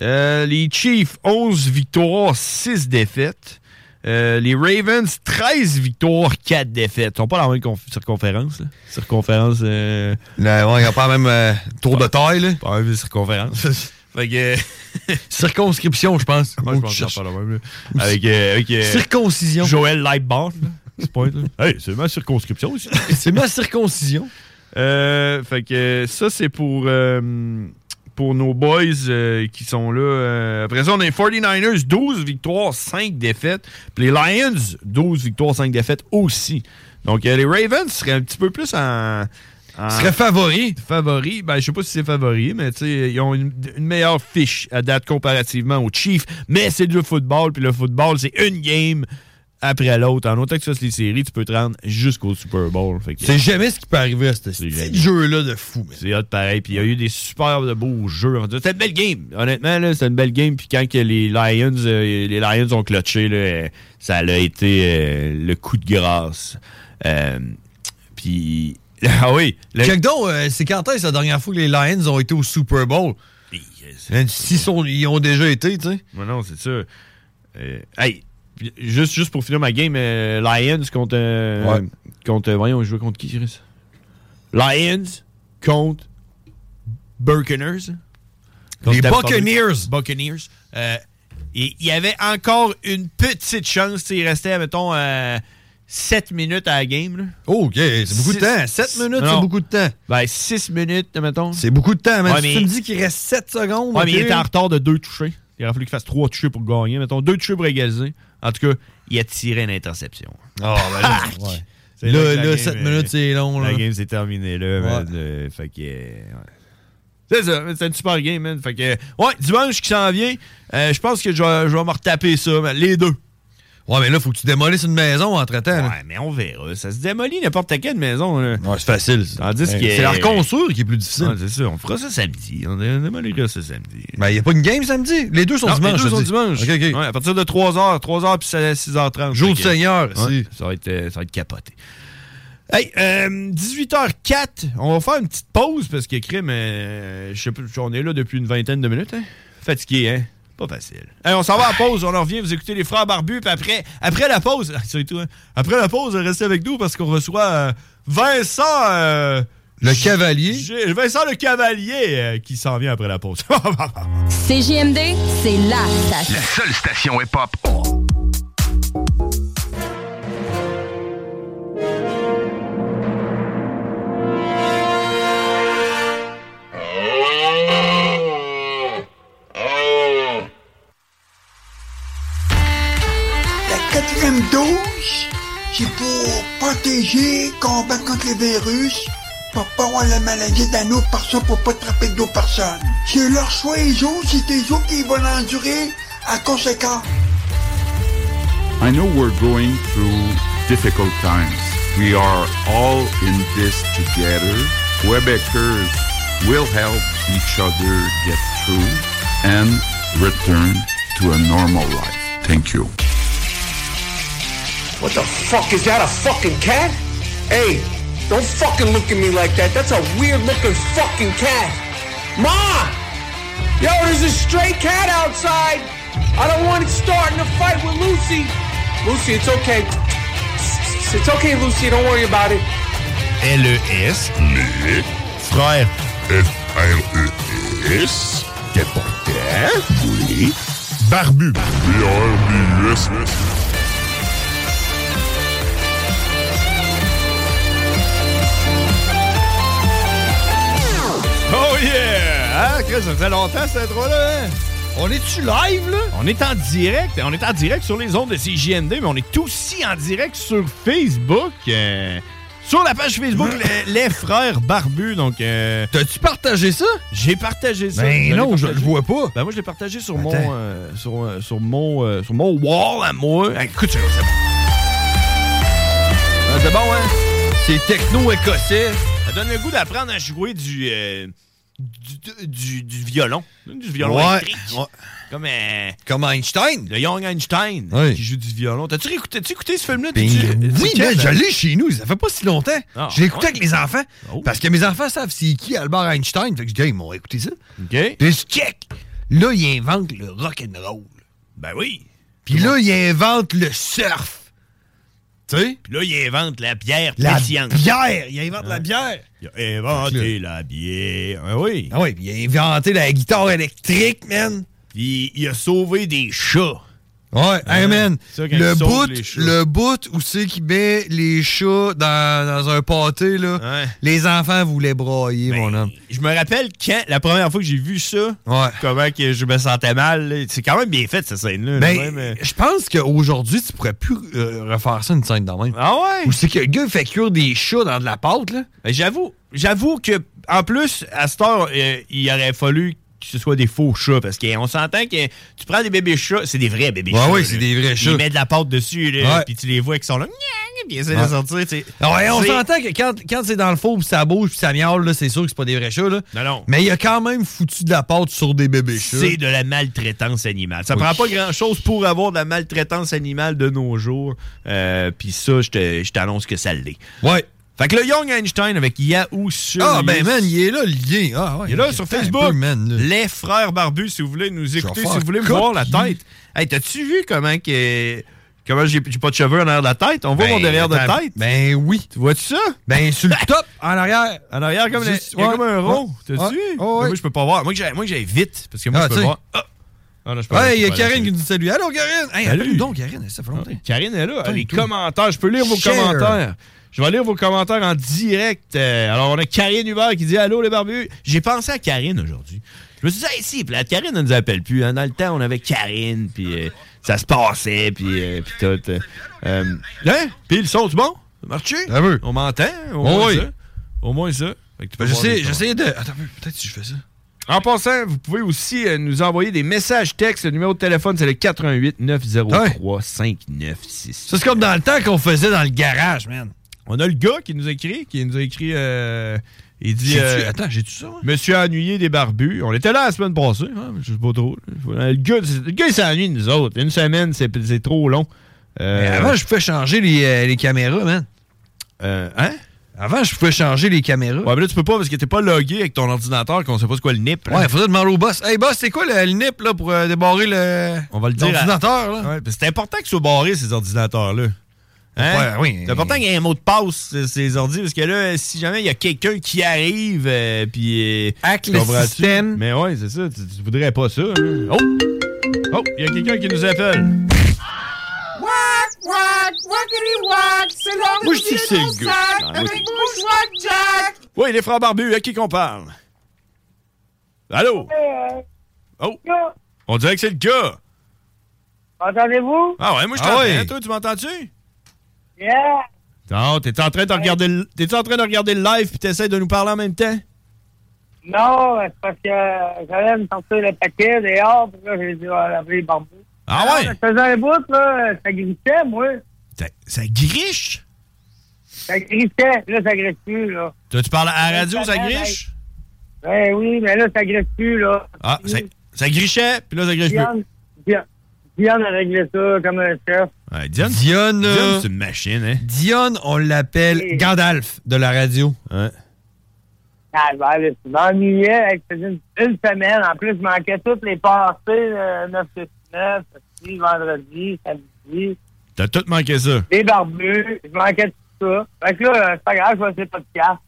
Speaker 7: euh, les Chiefs, 11 victoires, 6 défaites. Euh, les Ravens, 13 victoires, 4 défaites. Ils sont pas dans la même conf- circonférence. là. Circonférence. euh,
Speaker 8: Là, ouais, y a pas même euh, tour de taille, là.
Speaker 7: pas la même circonférence. fait que.
Speaker 8: Circonscription, je pense.
Speaker 7: Moi,
Speaker 8: Faut
Speaker 7: je
Speaker 8: que
Speaker 7: pense
Speaker 8: tu
Speaker 7: que
Speaker 8: cherches.
Speaker 7: c'est pas la même, là. Avec, euh, avec, euh,
Speaker 8: Circoncision.
Speaker 7: Joël Lightbound, là, qui se pointe, là. Hey, c'est ma circonscription aussi.
Speaker 8: C'est ma circoncision.
Speaker 7: Euh, fait que ça, c'est pour, euh, pour nos boys euh, qui sont là. Euh, après ça, on a les 49ers, 12 victoires, 5 défaites. Puis les Lions, 12 victoires, 5 défaites aussi. Donc, euh, les Ravens seraient un petit peu plus en. en-
Speaker 8: Seraient favoris.
Speaker 7: Favoris. Ben, je sais pas si c'est favori, mais tu sais, ils ont une, une meilleure fiche à date comparativement aux Chiefs. Mais c'est du football, puis le football, c'est une game après l'autre. En autant que tu fasses les séries, tu peux te rendre jusqu'au Super Bowl. Fait que-
Speaker 8: C'est jamais ce qui peut arriver à ce
Speaker 7: C'est
Speaker 8: style
Speaker 7: jamais.
Speaker 8: de jeu-là de fou.
Speaker 7: C'est hot pareil. Puis il y a eu des super de beaux jeux. C'était une belle game. Honnêtement, là, c'était une belle game. Puis quand que les Lions euh, les Lions ont clutché, là, euh, ça a été euh, le coup de grâce. Euh, puis. Ah oui. le-
Speaker 8: Check donc, euh, c'est quand est-ce la dernière fois que les Lions ont été au Super Bowl? Même s'ils sont- ils ont déjà été, tu sais.
Speaker 7: Ouais, non, c'est sûr. Euh, hey, puis juste, juste pour finir ma game, euh, Lions contre. euh,
Speaker 8: Ouais.
Speaker 7: contre euh, voyons, je joue contre qui, Chris? Lions contre Buccaneers.
Speaker 8: Les
Speaker 7: Tampa Bay.
Speaker 8: Buccaneers.
Speaker 7: Buccaneers. Euh, Il il y avait encore une petite chance. tu sais, Il restait, mettons, 7 minutes à la game. là.
Speaker 8: Oh, OK, c'est beaucoup de
Speaker 7: Six-
Speaker 8: temps. 7 minutes,
Speaker 7: Non.
Speaker 8: c'est beaucoup de temps.
Speaker 7: Ben, 6 minutes, mettons.
Speaker 8: C'est beaucoup de temps, man.
Speaker 7: Ouais,
Speaker 8: Si
Speaker 7: mais-
Speaker 8: tu me dis qu'il reste 7 secondes.
Speaker 7: Ouais, mais il
Speaker 8: ok?
Speaker 7: était en retard de deux touchés. Il aurait fallu qu'il fasse trois touchés pour gagner. Mettons, deux touchés pour égaliser. En tout cas, il a tiré une interception.
Speaker 8: Ah, ben là, ouais.
Speaker 7: C'est
Speaker 8: Là,
Speaker 7: que la
Speaker 8: là,
Speaker 7: game,
Speaker 8: sept
Speaker 7: euh,
Speaker 8: minutes, c'est long,
Speaker 7: La
Speaker 8: là.
Speaker 7: game, c'est terminé, là. man. Euh, fait que. euh, ouais. C'est ça, mais c'est une super game, man. Fait que. euh, Ouais, dimanche qui s'en vient, euh, je pense que je vais, je vais me retaper ça, man. les deux.
Speaker 8: Ouais, mais là, faut que tu démolisses une maison entre-temps. Ouais,
Speaker 7: mais on verra. Ça se démolit n'importe quelle maison, là.
Speaker 8: Ouais, c'est facile. ça.
Speaker 7: Tandis
Speaker 8: Ouais.
Speaker 7: que-
Speaker 8: C'est la reconstruire qui est plus difficile.
Speaker 7: Ouais, c'est ça, on fera ça samedi. On dé- démolira ça samedi.
Speaker 8: Ben, il n'y a pas une game samedi. Les deux sont
Speaker 7: Non,
Speaker 8: dimanche.
Speaker 7: Les deux
Speaker 8: je
Speaker 7: sont
Speaker 8: dis.
Speaker 7: dimanche.
Speaker 8: OK, OK.
Speaker 7: Ouais, à partir de 3h, 3h puis c'est à 6h30.
Speaker 8: Jour
Speaker 7: Fait
Speaker 8: du
Speaker 7: que-
Speaker 8: Seigneur,
Speaker 7: Ouais,
Speaker 8: si.
Speaker 7: ça, va être, euh, ça va être capoté. Hey, euh, 18h04, on va faire une petite pause parce que crime, euh, je sais pas, on est là depuis une vingtaine de minutes. Hein? Fatigué, hein? Pas facile. Hey, on s'en va à la pause, on en revient, vous écoutez les frères barbus, puis après, après la pause, c'est tout, hein? après la pause, restez avec nous parce qu'on reçoit euh, Vincent... euh,
Speaker 8: le cavalier.
Speaker 7: Vincent le cavalier euh, qui s'en vient après la pause.
Speaker 9: CJMD, c'est la station.
Speaker 7: seule station hip-hop
Speaker 10: Oh!
Speaker 11: La quatrième dose, c'est pour protéger, combattre contre les virus, pour pas avoir la maladie d'un autre personne, pour pas attraper d'autres personnes. C'est leur choix, les autres, c'est les autres qui vont l'endurer à conséquent.
Speaker 12: I know we're going through difficult times. We are all in this together. Quebecers will help each other get through and return to a normal life. Thank you.
Speaker 1: What the fuck is that? A fucking cat? Hey, don't fucking look at me like that. That's a weird looking fucking cat. Ma! Yo, there's a stray cat outside. I don't want it starting a fight with Lucy. Lucy, it's okay. It's okay, Lucy. Don't worry about it.
Speaker 7: L-E-S.
Speaker 13: Les
Speaker 7: frères.
Speaker 13: F-R-E-S. Quel bordel? Oui. Barbu. B-R-B-U-S.
Speaker 7: Oh yeah! Hein, Chris, ça fait longtemps cette intro-là, hein? On est-tu live, là? On est en direct. hein? On est en direct sur les ondes de CJMD, mais on est aussi en direct sur Facebook. euh, sur la page Facebook, les, Les Frères Barbus. Donc, euh,
Speaker 8: T'as-tu partagé ça?
Speaker 7: J'ai partagé ça.
Speaker 8: Ben
Speaker 7: Vous
Speaker 8: non,
Speaker 7: l'avez
Speaker 8: je
Speaker 7: partagé?
Speaker 8: le vois pas.
Speaker 7: Ben moi, je l'ai partagé sur mon,
Speaker 8: Attends.
Speaker 7: euh, sur, euh, sur mon, euh, sur mon wall à moi. Ah, Écoute, c'est c'est bon. Ah, c'est bon, hein? C'est techno-écossais. Ça donne le goût d'apprendre à jouer du, euh, du, du, du violon. Du violon
Speaker 8: Ouais.
Speaker 7: électrique. Comme, euh, Comme Einstein. Le Young Einstein
Speaker 8: Oui.
Speaker 7: qui joue du violon. T'as-tu écouté, écouté ce film-là?
Speaker 8: Ben,
Speaker 7: T'as-tu- euh,
Speaker 8: oui,
Speaker 7: t'as-tu-
Speaker 8: mais je l'ai chez nous. Ça fait pas si longtemps.
Speaker 7: hein? Ah,
Speaker 8: je l'écoutais
Speaker 7: ouais. Ah
Speaker 8: avec mes enfants. Parce que mes enfants savent c'est qui Albert Einstein. Fait que je dis, hey, ils m'ont écouté ça. Puis
Speaker 7: OK.
Speaker 8: je check. Là, ils inventent le rock'n'roll.
Speaker 7: Ben oui.
Speaker 8: Puis là, ils inventent le surf. Tu sais?
Speaker 7: Puis là, il invente la Ah. bière
Speaker 8: La
Speaker 7: pétillante.
Speaker 8: bière! Il invente la bière!
Speaker 7: Il a inventé la bière. Ah oui.
Speaker 8: Ah oui, puis il a inventé la guitare électrique, man.
Speaker 7: Puis il a sauvé des chats.
Speaker 8: Ouais, hey man,
Speaker 14: Ça, quand
Speaker 8: le
Speaker 14: il sauve
Speaker 8: bout,
Speaker 14: les chats.
Speaker 8: le bout où c'est qu'il met les chats dans, dans un pâté, là, les enfants voulaient broyer, mon homme.
Speaker 7: Ben, Je me rappelle quand, la première fois que j'ai vu ça, comment que je me sentais mal. là. C'est quand même bien fait, cette scène-là.
Speaker 8: Ben,
Speaker 7: là, même, euh.
Speaker 8: je pense qu'aujourd'hui, tu pourrais plus euh, refaire ça une scène de même. Ah ouais? Ou c'est que le gars il fait cuire des chats dans de la pâte, là.
Speaker 7: Ben, J'avoue, j'avoue que en plus, à cette heure, euh, il aurait fallu que ce soit des faux chats parce qu'on s'entend que tu prends des bébés chats, c'est des vrais bébés
Speaker 8: Ouais,
Speaker 7: chats.
Speaker 8: ouais,
Speaker 7: là.
Speaker 8: c'est des vrais chats.
Speaker 7: Ils mettent de la pâte dessus, là,
Speaker 8: Ouais.
Speaker 7: puis tu les vois qui sont là, gnaang, puis ils essaient de
Speaker 8: Ouais.
Speaker 7: sortir. tu sais.
Speaker 8: Ah Ouais, on
Speaker 7: C'est-
Speaker 8: s'entend que quand, quand c'est dans le four, puis ça bouge, puis ça miaule, là, c'est sûr que c'est pas des vrais chats, là.
Speaker 7: Non, non.
Speaker 8: Mais il a quand même foutu de la pâte sur des bébés chats.
Speaker 7: C'est de la maltraitance animale. Ça
Speaker 8: Oui.
Speaker 7: prend pas grand-chose pour avoir de la maltraitance animale de nos jours. Euh, Puis ça, je te- je t'annonce que ça l'est.
Speaker 8: Ouais.
Speaker 7: Fait que le Young Einstein avec Yahoo sur
Speaker 8: Ah, ben, man, il est là, lié. Ah, ouais,
Speaker 7: Il est là sur
Speaker 8: Putain,
Speaker 7: Facebook.
Speaker 8: un peu, man, là.
Speaker 7: Les frères barbus, si vous voulez nous écouter,
Speaker 8: faire
Speaker 7: si vous voulez me
Speaker 8: copier.
Speaker 7: voir la tête. Hey, t'as-tu vu comment que. Comment j'ai j'ai pas de cheveux en arrière de la tête? On voit
Speaker 8: Ben,
Speaker 7: mon derrière de
Speaker 8: attends,
Speaker 7: tête.
Speaker 8: Ben oui.
Speaker 7: Tu vois-tu ça?
Speaker 8: Ben, sur le top, en arrière.
Speaker 7: En arrière, comme,
Speaker 8: Juste-
Speaker 7: le- il y a
Speaker 8: ouais,
Speaker 7: comme un rond.
Speaker 8: ouais,
Speaker 7: T'as-tu?
Speaker 8: ouais,
Speaker 7: vu?
Speaker 8: ouais, ouais.
Speaker 7: Moi, je peux pas voir. Moi, que j'aille- moi, que j'aille vite. Parce que moi,
Speaker 8: Ah,
Speaker 7: je
Speaker 8: tu
Speaker 7: peux
Speaker 8: sais.
Speaker 7: voir. Ah! Ah, non, je peux pas- je
Speaker 8: Ouais, il y
Speaker 7: peux
Speaker 8: a
Speaker 7: pas la
Speaker 8: Karine
Speaker 7: suivre.
Speaker 8: qui nous salue. Allô, Karine! Hey,
Speaker 7: Salut.
Speaker 8: appelle-nous donc, Karine, ça fait longtemps.
Speaker 7: Ah. Karine est là.
Speaker 8: Attends,
Speaker 7: les
Speaker 8: toi.
Speaker 7: commentaires. Je peux lire vos
Speaker 8: Share.
Speaker 7: commentaires. Je vais lire vos commentaires en direct. Euh, alors, on a Karine Hubert qui dit Allô, les barbus. J'ai pensé à Karine aujourd'hui. Je me suis dit, hey, si, plate, Karine ne nous appelle plus. hein. Dans le temps, on avait Karine, puis euh, ça se passait, puis euh, puis tout. euh, euh, hein? Puis le son, tu bon? Marché? On m'entend? hein? Au moins
Speaker 8: Oui.
Speaker 7: ça. Au moins ça. Fait que tu peux
Speaker 8: Ben, je
Speaker 7: voir
Speaker 8: sais-
Speaker 7: les commentaires.
Speaker 8: J'essayais de. Attends, un peu, peut-être si je fais ça.
Speaker 7: En passant, vous pouvez aussi euh, nous envoyer des messages textes. Le numéro de téléphone, c'est le 88 903 596. Ça,
Speaker 8: c'est comme dans le temps qu'on faisait dans le garage, man.
Speaker 7: On a le gars qui nous a écrit, qui nous a écrit. euh, il dit.
Speaker 8: J'ai-tu-
Speaker 7: euh,
Speaker 8: attends, j'ai-tu ça, moi?
Speaker 7: Monsieur ennuyé des barbus. On était là la semaine passée. hein, je sais pas trop. Le gars, le gars, il s'ennuie de nous autres. Une semaine, c'est c'est trop long. Euh,
Speaker 8: Mais avant, je pouvais changer les, euh, les caméras, man.
Speaker 7: hein?
Speaker 8: Avant, je pouvais changer les caméras.
Speaker 7: Ouais, mais là, tu peux pas parce que t'es pas logué avec ton ordinateur qu'on sait pas c'est quoi le NIP.
Speaker 8: Ouais, faudrait demander au boss. Hey, boss, c'est quoi le, le nip, là, pour euh, débarrer le.
Speaker 7: On va le dire. à-
Speaker 8: L'ordinateur, là.
Speaker 7: Ouais, parce que c'est important qu'ils soient barrés, ces ordinateurs-là. Hein?
Speaker 8: Ouais, oui.
Speaker 7: C'est important qu'il y ait un mot de passe, euh, ces ordi, parce que là, si jamais il y a quelqu'un qui arrive, euh, puis. euh,
Speaker 8: Hack
Speaker 7: tu
Speaker 8: le
Speaker 7: comprends-tu?
Speaker 8: système.
Speaker 7: Mais ouais, c'est ça. Tu, tu voudrais pas ça. hein. Oh! Oh, il y a quelqu'un qui nous appelle.
Speaker 10: What, what, what, what, c'est l'homme
Speaker 7: Moi, je dis que c'est le gars. Non, moi,
Speaker 10: avec Bourgeois Jack.
Speaker 7: Oui, les frères barbus, à qui qu'on parle? Allô? Oh! On dirait que c'est le gars!
Speaker 10: Entendez-vous?
Speaker 7: Ah ouais, moi je
Speaker 10: Ah
Speaker 7: t'entends.
Speaker 10: ouais.
Speaker 7: Toi, tu m'entends-tu?
Speaker 10: Yeah.
Speaker 7: Non, t'es en train de regarder le, t'es en train de regarder le live puis t'essaies de nous parler en même temps?
Speaker 10: Non, c'est parce que j'allais me sortir le paquet dehors, puis là, j'ai dit, ah, laver les bambous.
Speaker 7: Ah
Speaker 10: ouais? Ça faisait un bout, là, ça grissait, moi.
Speaker 7: Ça griche?
Speaker 10: Ça grissait, là, ça grisse plus, là.
Speaker 7: Toi, tu parles à la radio, ça griche?
Speaker 10: Ben oui, mais là, ça grisse plus, là.
Speaker 7: Ah, ça, ça grichait, puis là, ça griche
Speaker 10: Diane,
Speaker 7: plus.
Speaker 10: Diane, Diane a réglé ça comme un chef.
Speaker 7: Ouais, Diane,
Speaker 8: Diane, euh,
Speaker 7: Diane, c'est une machine, hein?
Speaker 8: Dionne, on l'appelle Gandalf de la radio.
Speaker 7: Ouais.
Speaker 10: Ah, ben, là, je m'ennuyais, avec une, une semaine. En plus, je manquais toutes les passées, euh, 9 6 9, vendredi, samedi.
Speaker 7: T'as tout manqué ça.
Speaker 10: Les barbus, je manquais de tout ça. Fait que là, euh, c'est pas grave, je vais essayer de podcast.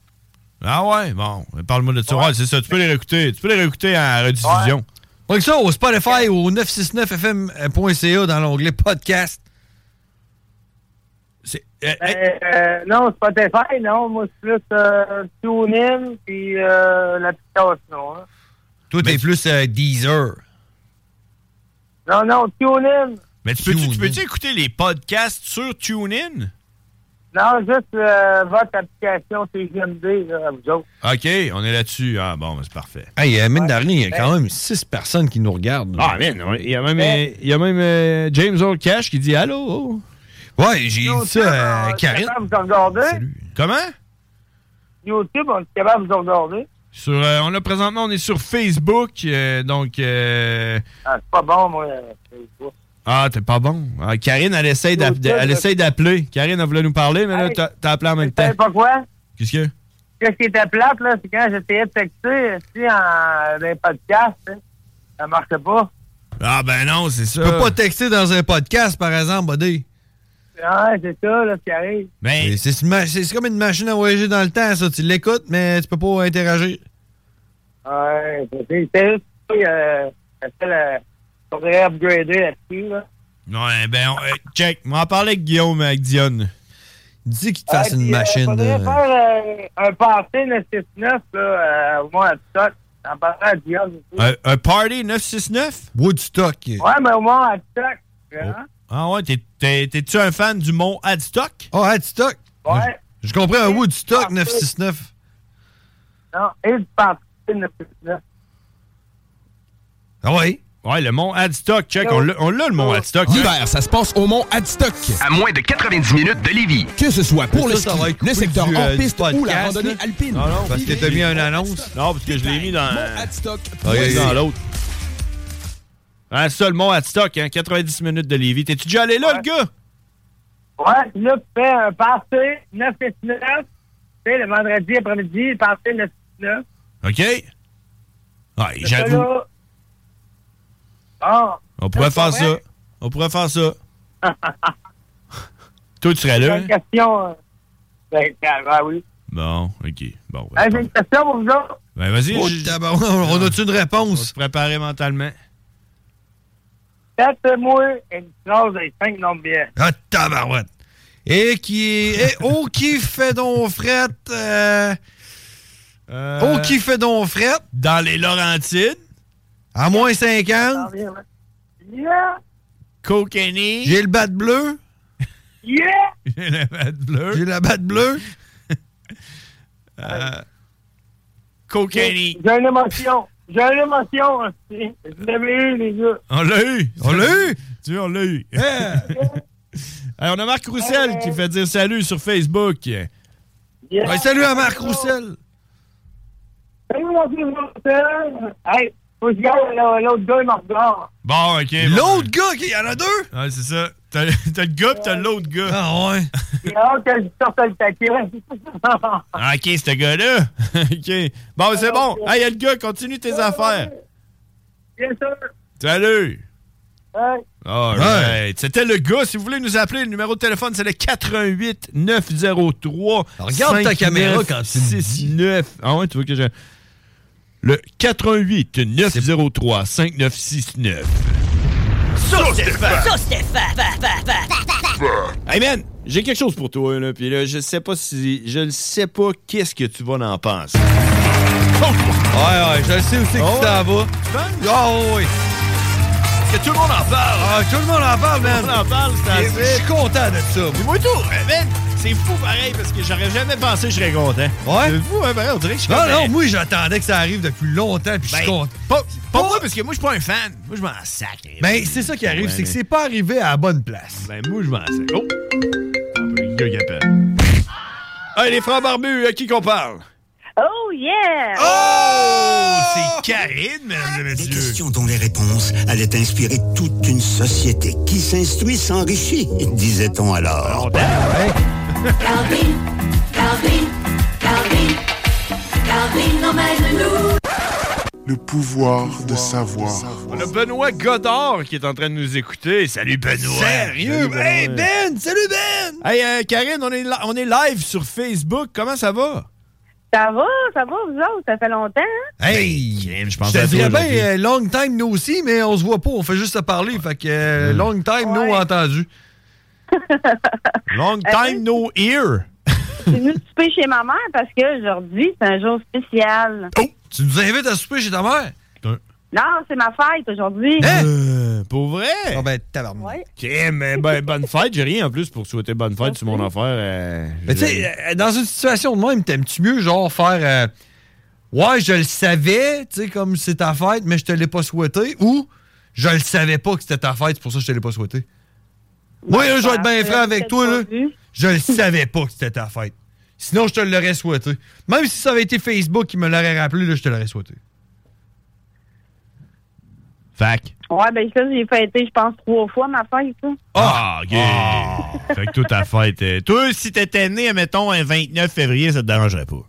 Speaker 7: Ah ouais, bon, parle-moi de ça. Ouais, c'est ça, tu peux les réécouter. Tu peux les réécouter en rediffusion.
Speaker 8: Pas que ça, au Spotify, au 969fm.ca dans l'onglet podcast.
Speaker 7: Eh,
Speaker 10: Ben, euh, non, Spotify, non. Moi, c'est plus euh, TuneIn puis euh, l'application. Hein.
Speaker 8: Toi, t'es plus euh, Deezer.
Speaker 10: Non, non, TuneIn.
Speaker 7: Mais tu peux-tu tu peux-tu écouter les podcasts sur TuneIn?
Speaker 10: Non, juste euh, votre application CGMD, là, à vous autres.
Speaker 7: OK, on est là-dessus. Ah bon, ben, c'est parfait.
Speaker 8: Hey, euh, mine de rien, il y a quand même six personnes qui nous regardent.
Speaker 7: Ah, man, ouais, il y a même, euh, il y a même euh, James Earl Cash qui dit Allô? oh.
Speaker 8: Ouais, j'ai dit ça à
Speaker 10: On est capable de vous regarder.
Speaker 7: Comment?
Speaker 10: YouTube, on est capable de vous regarder.
Speaker 7: Sur, euh, on a présentement, on est sur Facebook, euh, donc. euh,
Speaker 10: Ah, c'est pas bon, moi. euh, Facebook.
Speaker 7: Ah, t'es pas bon. Ah, Karine, elle essaye d'app-
Speaker 10: Yo,
Speaker 7: elle
Speaker 10: je-
Speaker 7: essaye d'appeler. Karine, elle voulait nous parler, mais là,
Speaker 10: Hey,
Speaker 7: t'as- t'as appelé en même
Speaker 10: Tu
Speaker 7: temps.
Speaker 10: savais pas quoi?
Speaker 7: Qu'est-ce que?
Speaker 10: Qu'est-ce qui était plate, là, c'est quand j'essayais de texter, tu sais, en, dans les podcasts, hein, ça marchait pas.
Speaker 7: Ah, ben non, c'est ça.
Speaker 8: Tu peux pas texter dans un podcast, par exemple, buddy.
Speaker 10: Ah, Ouais, c'est ça, là, ce qui arrive.
Speaker 8: Mais c'est une ma- c'est comme une machine à voyager dans le temps, ça. Tu l'écoutes, mais tu peux pas interagir.
Speaker 10: Ah, Ouais, c'est- c'est c'est juste, euh, ça fait la- faudrait euh, upgrader là-dessus, là.
Speaker 8: Ouais, ben, on- euh, check. M'en parlais avec Guillaume, avec Dionne. Dis qu'il te fasse une machine.
Speaker 10: Ah, euh, faudrait
Speaker 8: là.
Speaker 10: faire euh, un passé 969, là, euh, au moins à Titoc. En passant à Dion.
Speaker 7: Un, un party 969? Woodstock.
Speaker 10: Ouais, mais au moins à Titoc.
Speaker 8: Oh.
Speaker 10: hein?
Speaker 7: Ah ouais, t'es- t'es- t'es-tu un fan du mont Adstock?
Speaker 8: Ah, Adstock?
Speaker 10: Ouais.
Speaker 8: Je, je comprends un Woodstock 969.
Speaker 10: Non, et du passé 969.
Speaker 7: Ah ouais? Ouais, le mont Adstock, check. On l'a, on l'a, le mont Adstock.
Speaker 12: L'hiver, ça se passe au Mont Adstock.
Speaker 7: À moins de 90 minutes de Lévis.
Speaker 12: Que ce soit pour
Speaker 7: Ça,
Speaker 12: le
Speaker 7: ça
Speaker 12: ski,
Speaker 7: va être
Speaker 12: le
Speaker 7: coupé
Speaker 12: secteur
Speaker 7: du, euh,
Speaker 12: en
Speaker 7: du
Speaker 12: piste ou la
Speaker 7: podcast,
Speaker 12: randonnée
Speaker 7: là.
Speaker 12: alpine.
Speaker 7: Non, non, parce que t'as mis une
Speaker 8: annonce.
Speaker 7: Non, parce que je l'ai mis dans.
Speaker 12: Adstock.
Speaker 7: Ah, il est dans l'autre. Ah, ça, le mont Adstock, hein, 90 minutes de Lévis. T'es-tu déjà allé là, le gars?
Speaker 10: Ouais, là, tu fais un passé 969. Tu sais, le vendredi après-midi, passé 969.
Speaker 7: OK? Ah,
Speaker 10: C'est ça,
Speaker 7: j'avoue.
Speaker 10: là. Ah,
Speaker 7: On pourrait faire ça.
Speaker 10: correct.
Speaker 7: On pourrait faire ça. Toi, tu serais
Speaker 10: j'ai
Speaker 7: là. hein?
Speaker 10: une question. euh, Ben, ah, oui.
Speaker 7: Bon, OK. Bon, ouais.
Speaker 10: Ah, j'ai une question pour vous autres.
Speaker 7: Ben, vas-y.
Speaker 10: Oh,
Speaker 7: je-
Speaker 10: tabarnak,
Speaker 8: on a-tu une réponse?
Speaker 7: On va se préparer mentalement.
Speaker 10: Faites-moi une phrase avec cinq nombres bien.
Speaker 8: Ah, tabarouette. Et qui est. et oh, qui fait donc frette. euh,
Speaker 7: Euh,
Speaker 8: Oh, qui fait donc frette.
Speaker 7: Dans les Laurentides.
Speaker 8: À moins 50.
Speaker 10: Yeah!
Speaker 7: Kokanee.
Speaker 8: J'ai le bat bleu.
Speaker 10: Yeah!
Speaker 7: J'ai la batte bleue.
Speaker 8: J'ai la batte bleue.
Speaker 7: Euh,
Speaker 10: J'ai j'ai une émotion. J'ai une émotion aussi. Vous l'avez eu, les gars.
Speaker 7: on l'a eu. On l'a eu. Tu vois, on l'a eu. Hey, on a Marc Roussel qui fait dire salut sur Facebook.
Speaker 10: Yeah.
Speaker 7: Ouais, salut à Marc Roussel.
Speaker 10: Salut, mon petit Marcel. Hey, faut que je garde là, l'autre gars, il me regarde.
Speaker 7: Bon, OK.
Speaker 8: L'autre gars, il y en a deux.
Speaker 7: Ouais, c'est ça. T'as t'as le gars pis t'as l'autre gars.
Speaker 8: Ah ouais.
Speaker 10: J'ai hâte que je sorte le paquet.
Speaker 7: Ah, OK, ce gars-là. OK. Bon, c'est bon. Hey, y a le gars, continue tes affaires.
Speaker 10: Bien sûr. Hein?
Speaker 7: Salut.
Speaker 10: Hey.
Speaker 7: All right. C'était le gars. Si vous voulez nous appeler, le numéro de téléphone, c'est le 88 903
Speaker 8: Regarde ta caméra quand tu me
Speaker 7: 9 Ah ouais, tu veux que je... Le 88 903 5969.
Speaker 15: So
Speaker 7: Stéphane.
Speaker 16: Ça, Stéphane! Fa, fa, fa, fa, fa, fa.
Speaker 7: Hey man, j'ai quelque chose pour toi là, puis là, je sais pas si je ne sais pas qu'est-ce que tu vas en penser.
Speaker 8: Ouais, ouais, je le sais où c'est que tu t'en vas. Ah, ouais, ouais.
Speaker 7: Parce Oh. que tout le monde en parle.
Speaker 8: Ah, tout le monde en parle, man.
Speaker 7: Tout le monde en parle, c'est
Speaker 8: Et
Speaker 7: assez.
Speaker 8: Eh, Je suis content de ça.
Speaker 7: Mais moi tout, eh, man, c'est fou pareil parce que j'aurais jamais pensé que je serais content.
Speaker 8: Ouais?
Speaker 7: C'est fou, hein, pareil, on dirait que je suis
Speaker 8: Non,
Speaker 7: content.
Speaker 8: non, moi, j'attendais que ça arrive depuis longtemps, puis je suis
Speaker 7: Ben,
Speaker 8: content.
Speaker 7: Pas, pas moi parce que moi je suis pas un fan. Moi je m'en sac. hein.
Speaker 8: Ben, c'est ça qui arrive,
Speaker 7: Ouais,
Speaker 8: c'est que
Speaker 7: mais-
Speaker 8: c'est pas arrivé à la bonne place.
Speaker 7: Ben, moi, je m'en sais. Oh! Le gars qui appelle. Hey, les frères barbus, à qui qu'on parle?
Speaker 17: Oh, yeah!
Speaker 7: Oh! C'est Karine, mesdames et messieurs.
Speaker 4: question dont les réponses allaient inspirer toute une société qui s'instruit s'enrichit, disait-on alors.
Speaker 15: Calvin, Calvin, Calvin, Calvin emmène-nous.
Speaker 18: Le pouvoir, de savoir.
Speaker 7: On a Benoît Godard qui est en train de nous écouter. Salut, Benoît.
Speaker 8: Sérieux?
Speaker 7: Salut, Benoît.
Speaker 8: Hey, Ben! Salut, Ben!
Speaker 7: Hey, euh, Karine, on est, li- on est live sur Facebook. Comment ça va?
Speaker 17: Ça va, ça va, vous autres? Ça fait longtemps, hein?
Speaker 8: Hey!
Speaker 7: Ben, je
Speaker 8: Je te dirais bien euh, long time nous aussi, mais on se voit pas, on fait juste se parler. Fait que euh, long time nous entendu.
Speaker 7: long time no ear.
Speaker 17: Je suis venue souper chez ma mère parce qu'aujourd'hui, c'est un jour spécial.
Speaker 7: Oh!
Speaker 8: Tu nous invites à souper chez ta mère?
Speaker 17: Non, c'est ma fête aujourd'hui.
Speaker 7: Euh, pour vrai? Ah
Speaker 8: ben, tabarnak.
Speaker 17: Ouais.
Speaker 7: mais ben, bonne fête. J'ai rien en plus pour souhaiter bonne fête sur mon affaire. euh,
Speaker 8: Mais tu
Speaker 7: je-
Speaker 8: sais, euh, dans une situation de même, t'aimes-tu mieux genre faire euh, Ouais, je le savais, tu sais, comme c'est ta fête, mais je te l'ai pas souhaité, ou je le savais pas que c'était ta fête, c'est pour ça que je te l'ai pas souhaité. Moi, là, je vais être bien franc avec toi, là. Je le savais pas que c'était ta fête. Sinon, je te l'aurais souhaité. Même si ça avait été Facebook qui me l'aurait rappelé, là, je te l'aurais souhaité.
Speaker 7: Fac.
Speaker 17: Ouais, ben ça, j'ai fêté, je pense, trois fois ma fête, ça.
Speaker 7: Ah, ok. Fait que toute ta fête. euh, Toi, si t'étais né, mettons, un 29 février, ça te dérangerait pas.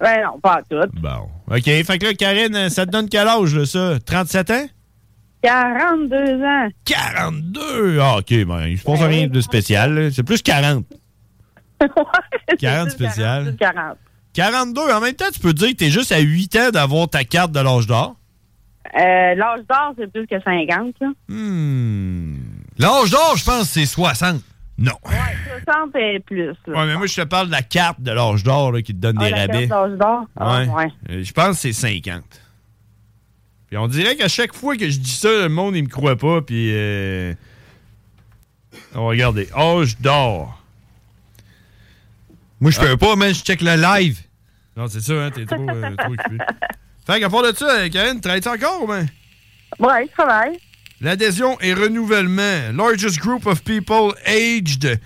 Speaker 17: Ben non, pas à tout.
Speaker 7: Bon. OK. Fait que là, Karine, euh, ça te donne quel âge, là, ça? 37 ans?
Speaker 17: 42 ans.
Speaker 7: 42! Ah, OK. Ben, je pense à rien de spécial. là. C'est plus 40. 40 spécial.
Speaker 17: 40.
Speaker 7: 42. En même temps, tu peux dire que t'es juste à 8 ans d'avoir ta carte de l'âge d'or.
Speaker 17: Euh, L'âge d'or, c'est plus que 50, là.
Speaker 7: Hmm.
Speaker 8: L'âge d'or, je pense, c'est 60.
Speaker 7: Non.
Speaker 17: 60 et plus. là.
Speaker 7: Ouais, mais moi, je te parle de la carte de l'âge d'or là, qui te donne
Speaker 17: Ah,
Speaker 7: des
Speaker 17: la
Speaker 7: rabais.
Speaker 17: carte d'âge d'or? Ah,
Speaker 7: Ouais.
Speaker 17: ouais.
Speaker 7: Euh, Je pense que c'est 50. Puis on dirait qu'à chaque fois que je dis ça, le monde, il me croit pas. Puis. euh, On va regarder. Âge d'or. Ah.
Speaker 8: Moi, je peux pas, mais je check le live.
Speaker 7: Non, c'est ça, hein, t'es trop, euh, trop occupé. Fait qu'à part de ça, euh, Karine, travailles-tu encore ou bien?
Speaker 17: Ouais, je travaille.
Speaker 7: L'adhésion et renouvellement. Largest group of people aged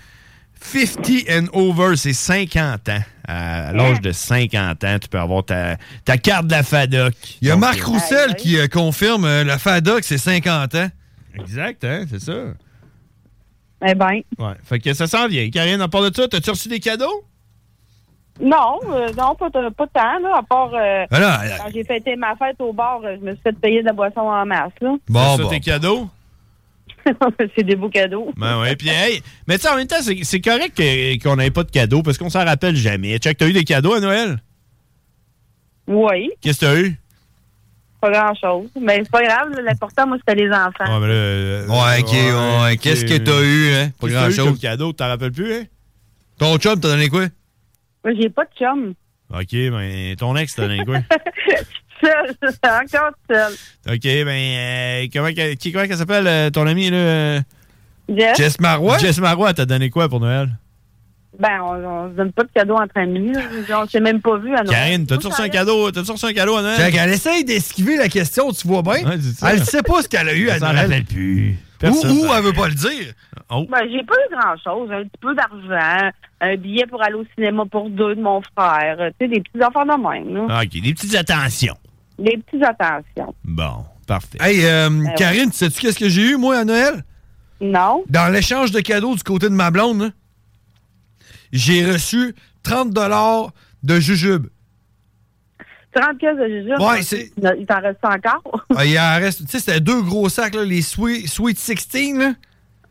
Speaker 7: 50 and over, c'est 50 ans. À l'âge de 50 ans, tu peux avoir ta, ta carte de la FADOC.
Speaker 8: Il y a
Speaker 7: Donc,
Speaker 8: Marc
Speaker 7: euh,
Speaker 8: Roussel qui euh, confirme euh, la FADOC, c'est 50 ans.
Speaker 7: Exact, hein, c'est ça.
Speaker 17: Eh ben,
Speaker 7: Ouais, fait que ça s'en vient. Karine, à part de ça, t'as-tu reçu des cadeaux?
Speaker 17: non, euh, non, pas, de- pas tant, là, à part euh,
Speaker 7: Ah là, là.
Speaker 17: quand j'ai fêté ma fête au bar, euh, je me suis fait payer de la boisson en masse, là.
Speaker 7: Bon, tes cadeaux?
Speaker 17: c'est des beaux cadeaux.
Speaker 7: Ben ouais, puis hey, mais tu sais, en même temps, c'est c'est correct que- qu'on n'ait pas de cadeaux parce qu'on s'en rappelle jamais. Check, t'as eu des cadeaux à Noël?
Speaker 17: Oui,
Speaker 7: Qu'est-ce que t'as eu?
Speaker 17: pas grand-chose. Mais c'est pas grave, là, l'important, moi, c'était les enfants.
Speaker 7: Ouais, mais là, euh, ouais,
Speaker 8: ok, ouais, qu'est-ce que t'as eu, hein? Pas
Speaker 7: Qu'est-ce que t'as eu
Speaker 8: grand-chose.
Speaker 7: comme cadeau, tu t'en rappelles plus, hein?
Speaker 8: Ton chum t'a donné quoi?
Speaker 17: Moi, j'ai pas de chum.
Speaker 7: OK, ben, ton ex t'a donné quoi?
Speaker 17: Seul, encore seul.
Speaker 7: OK, ben, euh, comment, que- qui, comment qu'elle s'appelle, euh, ton ami, là? euh?
Speaker 17: Jess?
Speaker 7: Jess Marois t'a donné quoi pour Noël?
Speaker 17: Ben, on, on se donne pas de cadeau entre amis, là. Je veux dire, On s'est même pas vu à Noël.
Speaker 7: Karine, t'as-tu reçu un cadeau? T'as-tu reçu un cadeau à Noël?
Speaker 8: Fait qu'elle essaye d'esquiver la question, tu vois bien.
Speaker 7: ça.
Speaker 8: elle sait pas ce qu'elle a eu à
Speaker 7: Elle s'en rappelle
Speaker 8: Noël.
Speaker 7: plus.
Speaker 8: Ou,
Speaker 7: Personne
Speaker 8: ou
Speaker 7: s'en- Oh,
Speaker 8: elle veut pas le dire.
Speaker 17: Ben, j'ai pas eu grand-chose. Un petit peu d'argent, un billet pour aller au cinéma pour deux de mon frère. euh, Tu sais, des petits enfants de même, là.
Speaker 8: Ah.
Speaker 7: OK, des petites attentions.
Speaker 17: Des petites attentions.
Speaker 7: Bon, parfait.
Speaker 8: Hey, euh,
Speaker 17: ouais.
Speaker 8: Karine, tu sais-tu qu'est-ce que j'ai eu, moi, à Noël?
Speaker 17: Non.
Speaker 8: Dans l'échange de cadeaux du côté de ma blonde, là, j'ai reçu 30 de jujube.
Speaker 17: 30 pièces de jujube.
Speaker 8: Ouais, c'est-
Speaker 17: Il t'en reste encore?
Speaker 8: Ah, Il en reste, tu sais, c'était deux gros sacs, là, les Sweet, Sweet 16, là.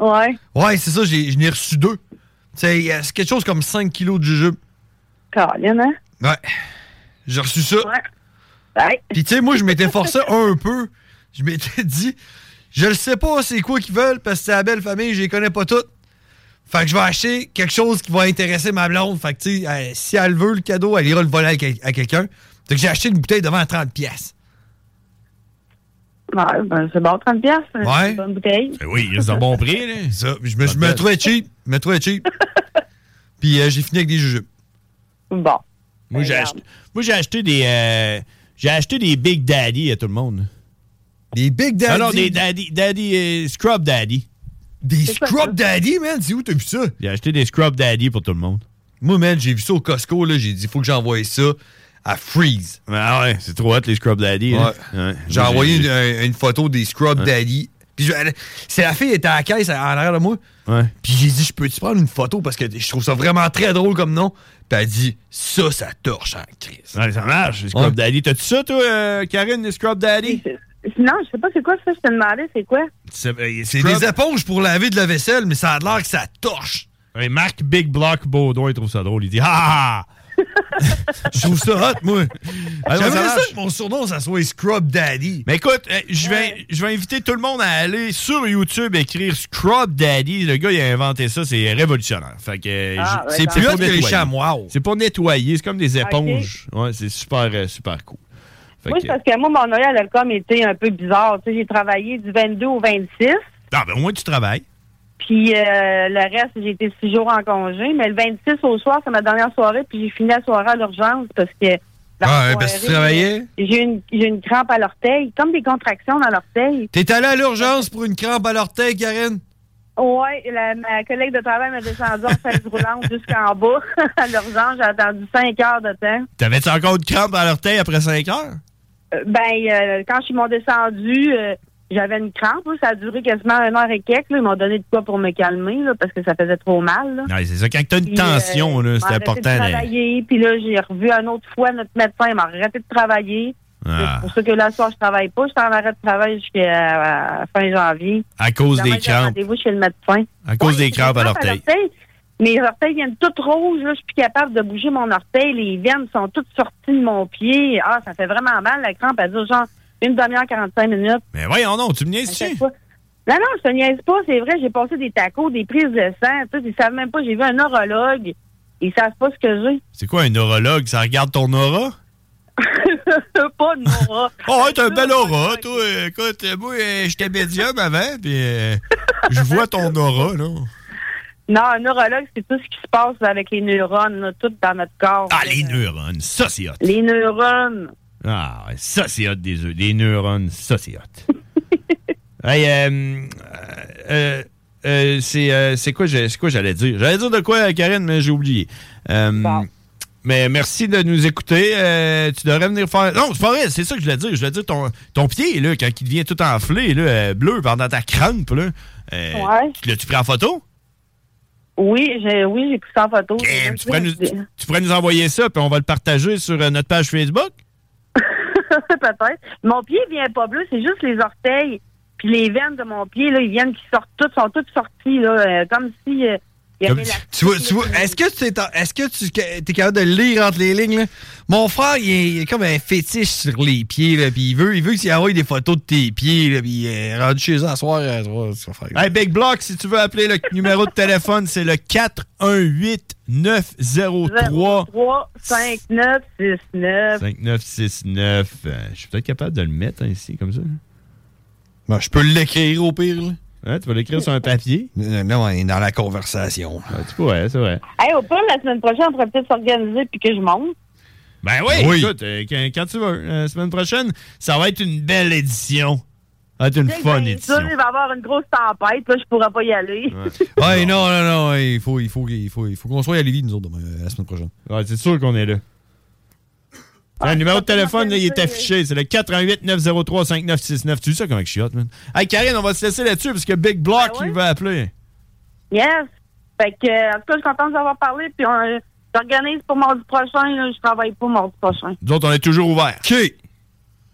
Speaker 17: Ouais.
Speaker 8: Ouais, c'est ça, j'ai- je n'ai reçu deux. Tu sais, il y a- c'est quelque chose comme 5 kilos de jujube.
Speaker 17: Colin, hein?
Speaker 8: Ouais. J'ai reçu ça.
Speaker 17: Ouais.
Speaker 8: Puis, tu sais, moi, je m'étais forcé un peu. Je m'étais dit, je le sais pas c'est quoi qu'ils veulent parce que c'est la belle famille, je les connais pas toutes. Fait que je vais acheter quelque chose qui va intéresser ma blonde. Fait que, tu sais, elle- si elle veut le cadeau, elle ira le voler à, quel- à quelqu'un. Fait que j'ai acheté une bouteille de vin à 30 pièces.
Speaker 17: Ouais, ben, c'est bon, 30 pièces. C'est
Speaker 8: Ouais.
Speaker 17: une bonne bouteille.
Speaker 7: Oui, c'est un bon prix, là.
Speaker 8: Ça, je me, je me trouvais cheap. Je me trouvais cheap. Puis euh, j'ai fini avec des jujubes.
Speaker 17: Bon.
Speaker 7: Moi, j'ai acheté, moi, j'ai acheté des. euh, j'ai acheté des Big Daddy à tout le monde. Ah
Speaker 8: Des Big Daddy?
Speaker 7: Non, non, des Daddy. Daddy euh, scrub Daddy.
Speaker 8: Des Scrub Daddy, man? C'est où t'as vu ça?
Speaker 7: J'ai acheté des Scrub Daddy pour tout le monde.
Speaker 8: Moi, man, j'ai vu ça au Costco, là. J'ai dit, faut que j'envoie ça à Freeze.
Speaker 7: Ah ouais, c'est trop hot, les Scrub Daddy. là.
Speaker 8: Ouais.
Speaker 7: Ouais.
Speaker 8: J'ai
Speaker 7: Moi,
Speaker 8: envoyé une, euh, un- une photo des Scrub
Speaker 7: Ouais.
Speaker 8: Daddy. Puis je- elle- c'est la fille qui était à la caisse en arrière de moi. Puis j'ai dit, je peux-tu prendre une photo parce que je trouve ça vraiment très drôle comme nom. Puis elle dit, ça, ça torche en crise.
Speaker 7: Ouais, ça marche, les Scrub
Speaker 8: Ouais.
Speaker 7: Daddy. T'as-tu ça, toi, euh, Karine, les Scrub Daddy?
Speaker 17: Sinon, je sais pas c'est quoi ça, je te demandais, c'est quoi?
Speaker 7: C'est euh,
Speaker 8: C'est des éponges pour laver de la vaisselle, mais ça a l'air que ça torche.
Speaker 7: Ouais, Marc Big Block Baudouin, il trouve ça drôle. Il dit Ah!
Speaker 8: Je trouve ça hot, moi.
Speaker 7: Ah non, ça
Speaker 8: J'aimerais ça
Speaker 7: marche.
Speaker 8: que mon surnom, ça soit Scrub Daddy.
Speaker 7: Mais écoute, euh, je vais, je vais inviter tout le monde à aller sur YouTube écrire Scrub Daddy. Le gars, il a inventé ça, c'est révolutionnaire. Fait que, euh,
Speaker 8: Ah,
Speaker 7: je-
Speaker 8: ouais, C'est plus
Speaker 7: pour
Speaker 8: hot que les
Speaker 7: nettoyer.
Speaker 8: chamois.
Speaker 7: C'est pour nettoyer, c'est comme des éponges. Ouais, c'est super, euh, super cool. Fait
Speaker 17: Moi,
Speaker 7: que-
Speaker 17: c'est parce que moi, mon Noël a comme été un peu bizarre. Tu sais, j'ai travaillé du 22 au 26.
Speaker 7: Ah, ben, au moins, tu travailles.
Speaker 17: Puis euh, le reste, j'ai été six jours en congé. Mais le 26 au soir, c'est ma dernière soirée. Puis j'ai fini la soirée à l'urgence parce que. dans
Speaker 8: Ah,
Speaker 17: la
Speaker 8: ouais, parce que tu
Speaker 17: soirée,
Speaker 8: travaillais?
Speaker 17: J'ai une, j'ai une crampe à l'orteil, comme des contractions dans l'orteil.
Speaker 8: T'es allé à l'urgence pour une crampe à l'orteil, Karine?
Speaker 17: Ouais, la- ma collègue de travail m'a descendu en chaise roulante jusqu'en bas. À l'urgence, j'ai attendu cinq heures de temps.
Speaker 7: T'avais-tu encore une crampe dans l'orteil après 5 heures?
Speaker 17: Euh, Ben, euh, quand ils m'ont descendu, euh, j'avais une crampe. là. Ça a duré quasiment une heure et quelques. là. Ils m'ont donné de quoi pour me calmer, là, parce que ça faisait trop mal. là.
Speaker 7: Non, c'est ça. Quand t'as une
Speaker 17: euh,
Speaker 7: tension, là, c'est important.
Speaker 17: J'ai
Speaker 7: là.
Speaker 17: travaillé, puis là, j'ai revu une autre fois notre médecin, il m'a arrêté de travailler.
Speaker 7: Ah,
Speaker 17: C'est pour ça que là, ce soir, je travaille pas. Je suis en arrêt de travail jusqu'à euh, fin janvier.
Speaker 7: à cause
Speaker 17: Demain,
Speaker 7: des
Speaker 17: j'ai
Speaker 7: crampes.
Speaker 17: rendez-vous chez le médecin.
Speaker 7: À cause des crampes à
Speaker 17: Crampe
Speaker 7: l'orteil.
Speaker 17: Mes orteils viennent toutes rouges. Là. Je suis plus capable de bouger mon orteil. Les veines sont toutes sorties de mon pied. Ah, ça fait vraiment mal. La crampe, elle dure genre une demi-heure, 45 minutes.
Speaker 7: Mais voyons, non, tu me
Speaker 17: À
Speaker 7: niaises-tu?
Speaker 17: chaque fois. Non, non, je te niaise pas, c'est vrai, j'ai passé des tacos, des prises de sang, tout, ils savent même pas, j'ai vu un horologue, ils savent pas ce que j'ai.
Speaker 7: C'est quoi un neurologue? Ça regarde ton aura?
Speaker 17: pas de aura.
Speaker 7: Oh, ouais, t'as un bel aura, toi. Écoute, euh, moi, euh, j'étais médium avant, puis euh, je vois ton aura, là.
Speaker 17: Non, un neurologue, c'est tout ce qui se passe avec les neurones, là, tout dans notre corps.
Speaker 7: Ah, les neurones, ça c'est hot.
Speaker 17: Les neurones.
Speaker 7: Ah, ouais, ça c'est hot des œufs. Les neurones, ça c'est hot. hey, euh, euh, euh, c'est, euh, c'est quoi, j'ai- c'est quoi j'allais dire? J'allais dire de quoi, Karine, mais j'ai oublié. Euh, Mais merci de nous écouter. Euh, tu devrais venir faire. Non, c'est pas vrai, c'est ça que je voulais dire. Je voulais dire ton, ton pied, là, quand il devient tout enflé, là, euh, bleu pendant ta crampe, là. euh,
Speaker 17: Ouais.
Speaker 7: tu L'as-tu pris en photo?
Speaker 17: Oui, j'ai oui, j'ai pris ça en photo.
Speaker 7: Tu pourrais, nous, tu, tu pourrais nous envoyer ça, puis on va le partager sur euh, notre page Facebook.
Speaker 17: Peut-être. Mon pied vient pas bleu, c'est juste les orteils puis les veines de mon pied là, ils viennent qui sortent toutes, sont toutes sorties là, euh, comme si euh, il y avait la-
Speaker 8: Tu vois, tu vois, est-ce que tu es, est-ce que tu es capable de lire entre les lignes? là? Mon frère, il est, il est comme un fétiche sur les pieds, là, puis il veut, il veut que tu envoies des photos de tes pieds, là, puis euh, rendu chez eux à soir, euh, tu vas- tu vas faire-
Speaker 7: Hey, Big Block, si tu veux appeler le numéro de téléphone, c'est le 418-903-5969.
Speaker 17: 3, 5, 9, 6, 9.
Speaker 7: Euh, je suis peut-être capable de le mettre hein, ici, comme ça.
Speaker 8: Ben, je peux l'écrire au pire. Là.
Speaker 7: tu vas l'écrire sur un papier?
Speaker 8: Là, on est dans la conversation.
Speaker 7: tu pourrais, c'est vrai.
Speaker 17: Hey, au pire, la semaine prochaine, on pourrait peut-être s'organiser puis que je monte.
Speaker 7: Ben oui, écoute, euh, quand, quand tu veux. La semaine prochaine, ça va être une belle édition. Ça va être une
Speaker 17: Tu sais,
Speaker 7: fun
Speaker 17: ben,
Speaker 7: édition.
Speaker 17: ça, il va y avoir une grosse tempête, là, je pourrais pas y aller.
Speaker 8: Ouais, non, non, non, ouais, il faut, il faut, il faut, il faut qu'on soit à Lévis, nous autres, demain, euh, la semaine prochaine.
Speaker 7: Ouais, c'est sûr qu'on est là. Le numéro de téléphone, là, il est affiché. C'est le 418-903-5969. Tu sais ça comment que je suis hot, man? Hey, Karine, on va se laisser là-dessus parce que Big Block, il veut appeler.
Speaker 17: Yes. Fait que, euh, en tout cas, je suis contente d'avoir parlé. Puis, euh, j'organise pour mardi prochain. Là, je travaille pas mardi prochain.
Speaker 7: Nous autres, on est toujours ouverts. OK.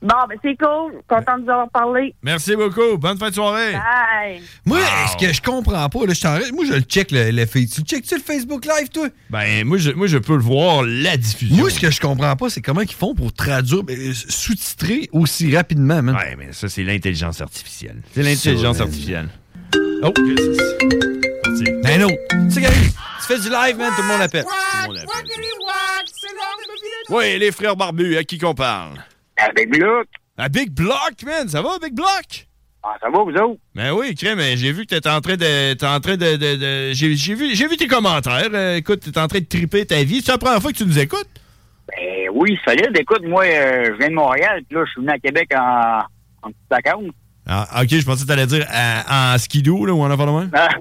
Speaker 17: Bon, ben, c'est cool. Contente de vous avoir parlé.
Speaker 7: Merci beaucoup. Bonne fin de soirée.
Speaker 17: Bye.
Speaker 8: Moi, est-ce que je comprends pas? Là, je t'en reste- Moi, je le check, le, le Facebook. Tu checkes-tu le Facebook Live, toi?
Speaker 7: Ben, moi je, moi, je peux le voir, la diffusion.
Speaker 8: Moi, ce que je comprends pas, c'est comment ils font pour traduire, ben, euh, sous-titrer aussi rapidement, man.
Speaker 7: Ouais, mais ça, c'est l'intelligence artificielle.
Speaker 8: Ça,
Speaker 7: C'est l'intelligence
Speaker 8: man.
Speaker 7: artificielle. Oh, Chris, c'est parti.
Speaker 8: Ben non! Tu sais, Gary, tu fais du live, man, tout le monde appelle.
Speaker 7: Oui, les frères barbus, à qui qu'on parle? À Big Block. À Big Block, man. Ça va, Big Block? Ah, ça va, vous autres? Ben oui, Crème, mais j'ai vu que t'es en train de. T'es en train de. de- de- j'ai, j'ai vu, j'ai vu tes commentaires. Euh, écoute, t'es en train de triper ta vie. C'est la première fois que tu nous écoutes?
Speaker 10: Ben oui, solide. Écoute, moi, euh, je viens de Montréal, puis là, je suis venu à Québec en, en petite vacances.
Speaker 7: Ah, ok, je pensais que t'allais dire à- en skidoo, là, ou en avant de
Speaker 10: Ah,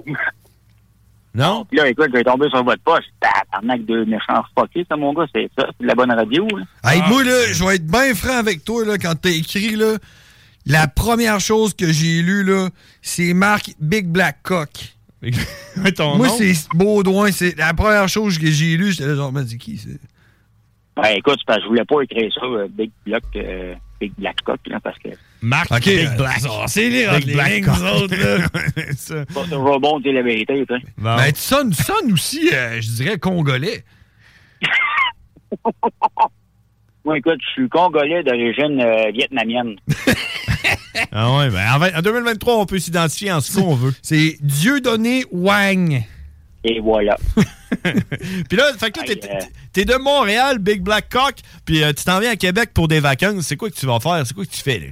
Speaker 7: Non?
Speaker 10: Puis là, écoute, je vais tomber sur votre poste. Tabarnak de méchants fuckés, ça, mon gars, c'est ça. C'est de la bonne radio, là.
Speaker 8: Hey,
Speaker 7: Ah.
Speaker 8: moi, là, je vais être bien franc avec toi, là, quand t'as écrit, là, la première chose que j'ai lue, là, c'est marque Big Black Cock.
Speaker 7: Ton
Speaker 8: moi,
Speaker 7: nom?
Speaker 8: c'est Baudouin. C'est la première chose que j'ai lue. J'étais là, genre, mais c'est qui, ça?
Speaker 10: Ben écoute, c'est parce que je voulais pas écrire ça, euh, Big Block, euh, Big Black Cock, là, parce que...
Speaker 7: Marc
Speaker 8: Ok, Big euh, Black. ça, c'est les Big les Black lignes, Cock. nous autres, là.
Speaker 10: c'est pas toujours bon de dire la vérité, tu sais.
Speaker 8: Ben, tu sonnes, tu sonnes aussi, euh, je dirais, congolais.
Speaker 10: Moi, écoute, je suis congolais d'origine euh, vietnamienne.
Speaker 7: Ah ouais, ben en, vingt- en 2023, on peut s'identifier en ce qu'on veut.
Speaker 8: C'est Dieu donné Wang.
Speaker 10: Et voilà. euh.
Speaker 7: Puis là, fait que là, t'es, t'es de Montréal, Big Black Cock, puis euh, tu t'en viens à Québec pour des vacances. C'est quoi que tu vas faire? C'est quoi que tu fais, là?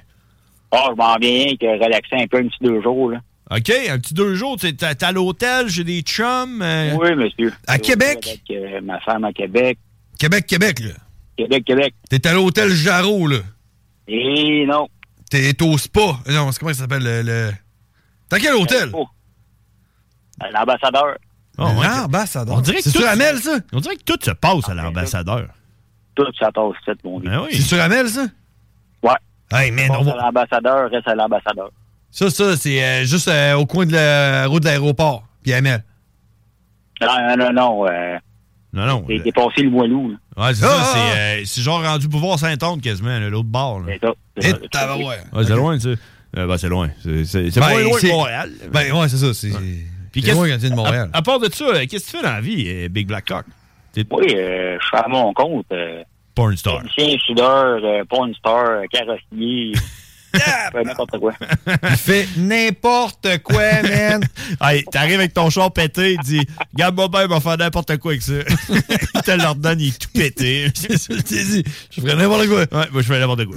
Speaker 10: Ah, je m'en viens que relaxer un peu un petit deux jours, là.
Speaker 7: OK, un petit deux jours, t'es, t'es- t'es à l'hôtel, j'ai des chums. euh,
Speaker 10: Oui, monsieur.
Speaker 7: À
Speaker 10: Je suis au
Speaker 7: Québec?
Speaker 10: Avec euh, ma femme à Québec.
Speaker 8: Québec, Québec, là.
Speaker 10: Québec, Québec.
Speaker 8: T'es à l'hôtel Jarreau, là.
Speaker 10: Et non.
Speaker 8: T'es au spa. Euh, Non, c'est comment ça s'appelle, le... le- T'as quel hôtel?
Speaker 10: Oh. À L'ambassadeur.
Speaker 8: L'ambassadeur.
Speaker 7: Oh, on dirait que
Speaker 8: C'est
Speaker 7: tout
Speaker 8: sur
Speaker 7: se-
Speaker 8: Amel, ça?
Speaker 7: On dirait que tout se passe à l'ambassadeur.
Speaker 10: Ah, ben Tout ça passe, c'est mon gars.
Speaker 8: Ah C'est sur Amel, ça?
Speaker 10: Ouais.
Speaker 8: Hey, man, on
Speaker 10: Passe à
Speaker 8: va...
Speaker 10: l'ambassadeur, reste à l'ambassadeur.
Speaker 8: Ça, ça, c'est euh, juste euh, au coin de la route de l'aéroport, puis Amel.
Speaker 10: Eh, Non, non, non, non. euh,
Speaker 7: Non, non.
Speaker 10: T'es t'es passé le moilou, là.
Speaker 7: Ouais, c'est
Speaker 8: Ah!
Speaker 7: ça, c'est, euh, c'est genre rendu pouvoir Saint-Anne quasiment, là, l'autre bord. là.
Speaker 10: C'est ça.
Speaker 7: Et Ouais, c'est loin, ça. Euh, ben, c'est loin. C'est, c'est, c'est
Speaker 8: Ben,
Speaker 7: moins loin que
Speaker 8: c'est-
Speaker 7: Montréal.
Speaker 8: Ben, ouais, c'est ça. C'est
Speaker 7: Puis
Speaker 8: c'est
Speaker 7: qu'est-ce-
Speaker 8: loin quand tu viens de Montréal.
Speaker 7: À, à part de ça, euh, qu'est-ce que tu fais dans la vie, euh, Big Black Cock? T'es
Speaker 10: Oui, euh, je suis à mon compte. Euh,
Speaker 7: porn star.
Speaker 10: Chien soudeur, euh, porn star, euh, carrossier. Ouais, n'importe quoi.
Speaker 8: Il fait n'importe quoi, man.
Speaker 7: Hey, t'arrives avec ton char pété, il dit Garde mon père, il va faire n'importe quoi avec ça. il te l'ordonne, il est tout pété. C'est ça, je t'ai dit. Je ferais n'importe quoi. Ouais, moi, je ferais n'importe quoi.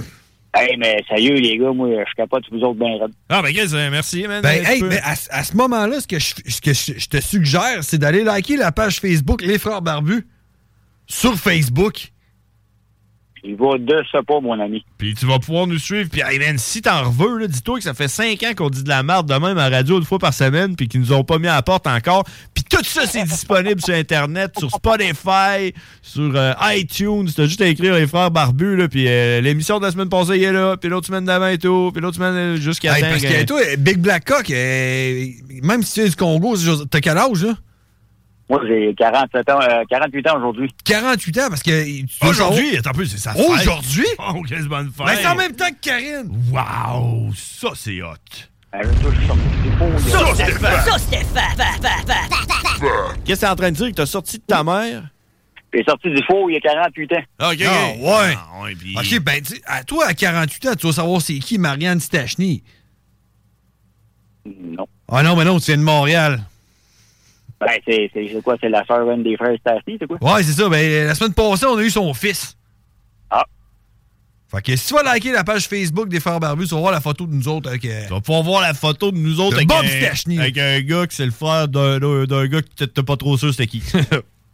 Speaker 10: Hey, mais sérieux, les gars, moi, je capote sur vous autres bien raide.
Speaker 7: Ah, ben, Chris, euh, merci, man.
Speaker 8: Ben,
Speaker 7: Tu
Speaker 8: hey,
Speaker 7: peux-
Speaker 8: mais à, à ce moment-là, ce que, je, ce que je- je te suggère, c'est d'aller liker la page Facebook Les Frères Barbus sur Facebook.
Speaker 10: Il va de ce pas, mon ami.
Speaker 7: Puis tu vas pouvoir nous suivre. Puis, hey, man, si t'en reveux, là, dis-toi que ça fait 5 ans qu'on dit de la merde de même à la radio une fois par semaine, puis qu'ils nous ont pas mis à la porte encore. Puis tout ça, c'est disponible sur Internet, sur Spotify, sur euh, iTunes. T'as juste à écrire les frères barbus, là. Puis euh, l'émission de la semaine passée, il est là. Puis l'autre semaine d'avant et tout. Puis l'autre semaine euh, jusqu'à
Speaker 8: Hey,
Speaker 7: temps
Speaker 8: parce que
Speaker 7: que-
Speaker 8: toi, Big Black Cock, euh, même si tu es du Congo, c'est juste- t'as quel âge, là?
Speaker 10: Moi, j'ai 47 ans, euh, 48 ans aujourd'hui.
Speaker 8: 48 ans, parce que... tu dois
Speaker 7: Aujourd'hui,
Speaker 8: savoir-
Speaker 7: attends un peu, c'est sa fête.
Speaker 8: Aujourd'hui?
Speaker 7: Oh, quelle bonne fête!
Speaker 8: Ben, c'est en même temps que Karine!
Speaker 7: Wow! Ça, c'est hot!
Speaker 9: Ça, c'était
Speaker 7: fat.
Speaker 9: Ça, c'était fat.
Speaker 7: Qu'est-ce que t'es en train de dire que t'as sorti de ta mère?
Speaker 10: J'ai sorti du four il y a 48 ans.
Speaker 7: OK,
Speaker 8: Ah, ouais.
Speaker 7: ouais, puis-
Speaker 8: OK, ben, tu- à toi, à 48 ans, tu vas savoir c'est qui Marianne Stachny.
Speaker 10: Non.
Speaker 8: Ah non, mais non, tu viens de Montréal.
Speaker 10: Ben, c'est c'est- c'est quoi? C'est la sœur une des frères Stassi, c'est quoi?
Speaker 8: Ouais, c'est ça. Ben, la semaine passée, on a eu son fils.
Speaker 10: Ah.
Speaker 8: Fait que si tu vas liker la page Facebook des Frères Barbus, tu vas voir la photo de nous autres avec... euh,
Speaker 7: Tu vas pouvoir voir la photo de nous autres
Speaker 8: De
Speaker 7: avec, euh,
Speaker 8: Bob
Speaker 7: un,
Speaker 8: Stachny.
Speaker 7: avec un gars que c'est le frère d'un d'un- d'un gars que t'es- t'es pas trop sûr c'était qui.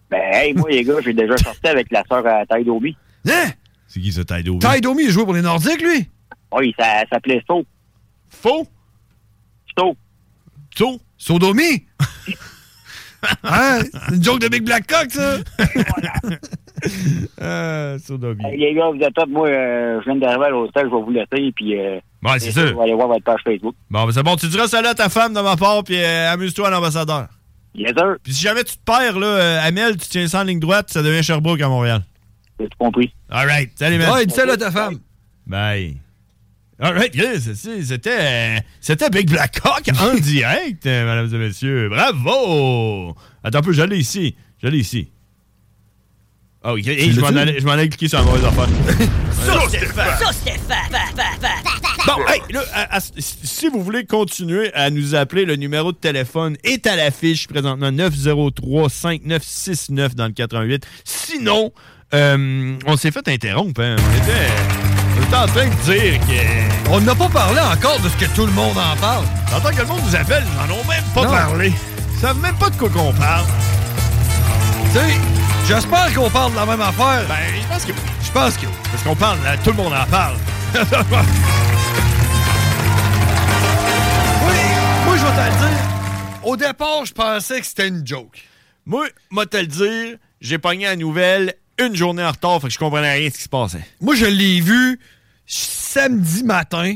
Speaker 10: Ben, hey, moi, les gars, j'ai déjà sorti avec la sœur euh, à taille d'Obi.
Speaker 8: Hein?
Speaker 7: c'est qui ce Taido?
Speaker 8: Ty Domi, il jouait pour les Nordiques, lui?
Speaker 10: Oui, ça ça s'appelait Saut.
Speaker 7: Faux?
Speaker 10: Saut.
Speaker 7: Saut?
Speaker 8: Sodomi? hein? C'est une joke de Big Black Cock, ça?
Speaker 7: Euh, Sodomi.
Speaker 10: Hey, Ben, les gars, vous êtes top. Moi, euh, je viens d'arriver à l'hôtel, je vais vous laisser, puis... Euh,
Speaker 7: Ouais, c'est
Speaker 10: et
Speaker 7: sûr.
Speaker 10: Je vais aller voir votre page Facebook.
Speaker 7: Bon, ben c'est bon, tu diras ça là à ta femme de ma part, puis euh, amuse-toi à l'ambassadeur.
Speaker 10: Yes, sir.
Speaker 7: Puis si jamais tu te perds, là, euh, Amel, tu tiens ça en ligne droite, ça devient Sherbrooke à Montréal.
Speaker 10: J'ai tout compris.
Speaker 7: All right, salut, man.
Speaker 8: Ouais, dis ça là à ta femme.
Speaker 7: Bye. All right, yes, c'est- c'était euh, c'était Big Black Hawk en direct, euh, mesdames et messieurs. Bravo! Attends un peu, j'allais ici. J'allais ici. Oh, ok, hey, je m'en allais, je m'en allais cliquer sur la mauvaise affaire.
Speaker 9: Ça, c'était fat. Ça, c'était fat.
Speaker 7: Bon, hey, là, à- à- si vous voulez continuer à nous appeler, le numéro de téléphone est à l'affiche présentement 903-5969 dans le 88. Sinon, euh, on s'est fait interrompre. hein. On était, on était en train de dire que...
Speaker 8: On n'a pas parlé encore de ce que tout le monde en parle.
Speaker 7: J'entends que le monde nous appelle, ils n'en ont même pas
Speaker 8: Non.
Speaker 7: parlé. Ils savent même pas de quoi qu'on parle.
Speaker 8: Tu sais, j'espère qu'on parle de la même affaire.
Speaker 7: Ben, je pense que oui.
Speaker 8: Je pense que oui.
Speaker 7: Parce qu'on parle, là, tout le monde en parle.
Speaker 8: Moi, je vais te le dire. Au départ, je pensais que c'était une joke.
Speaker 7: Moi, moi te le dire, j'ai pogné la nouvelle une journée en retard, fait que je comprenais rien de ce qui se passait.
Speaker 8: Moi, je l'ai vu samedi matin.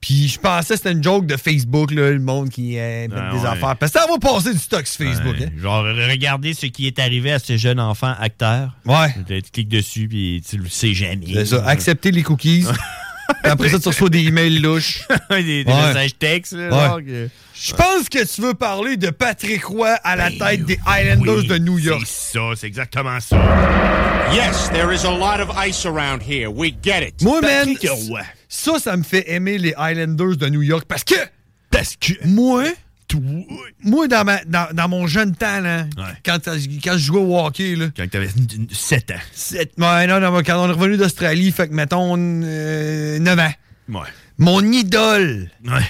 Speaker 8: Puis je pensais que c'était une joke de Facebook, là, le monde qui euh, met
Speaker 7: Ah,
Speaker 8: des
Speaker 7: ouais.
Speaker 8: affaires. Parce que ça va passer du stock sur Facebook. hein.
Speaker 7: Genre, regardez ce qui est arrivé à ce jeune enfant acteur.
Speaker 8: Ouais.
Speaker 7: Tu cliques dessus, puis tu le sais jamais.
Speaker 8: C'est ça. Accepter les cookies. Puis après ça, tu reçois des emails louches.
Speaker 7: des, des
Speaker 8: Ouais.
Speaker 7: messages textes. là, euh,
Speaker 8: Ouais.
Speaker 7: genre que-
Speaker 8: Je pense que tu veux parler de Patrick Roy à la tête des Highlanders
Speaker 7: Ben oui,
Speaker 8: de New York.
Speaker 7: C'est ça, c'est exactement ça.
Speaker 19: Yes, there is a lot of ice around here. We get it.
Speaker 8: Moi, man,
Speaker 19: Patrick Roy.
Speaker 8: ça, ça me fait aimer les Highlanders de New York parce que. Parce que. Moi. Moi, dans, ma- dans, dans mon jeune temps, là, quand, ça- quand je jouais au hockey, là.
Speaker 7: Quand t'avais 7 ans.
Speaker 8: sept- ouais, non, non, mais quand on est revenu d'Australie, fait que mettons euh, 9 ans.
Speaker 7: Ouais.
Speaker 8: Mon idole,
Speaker 7: Ouais.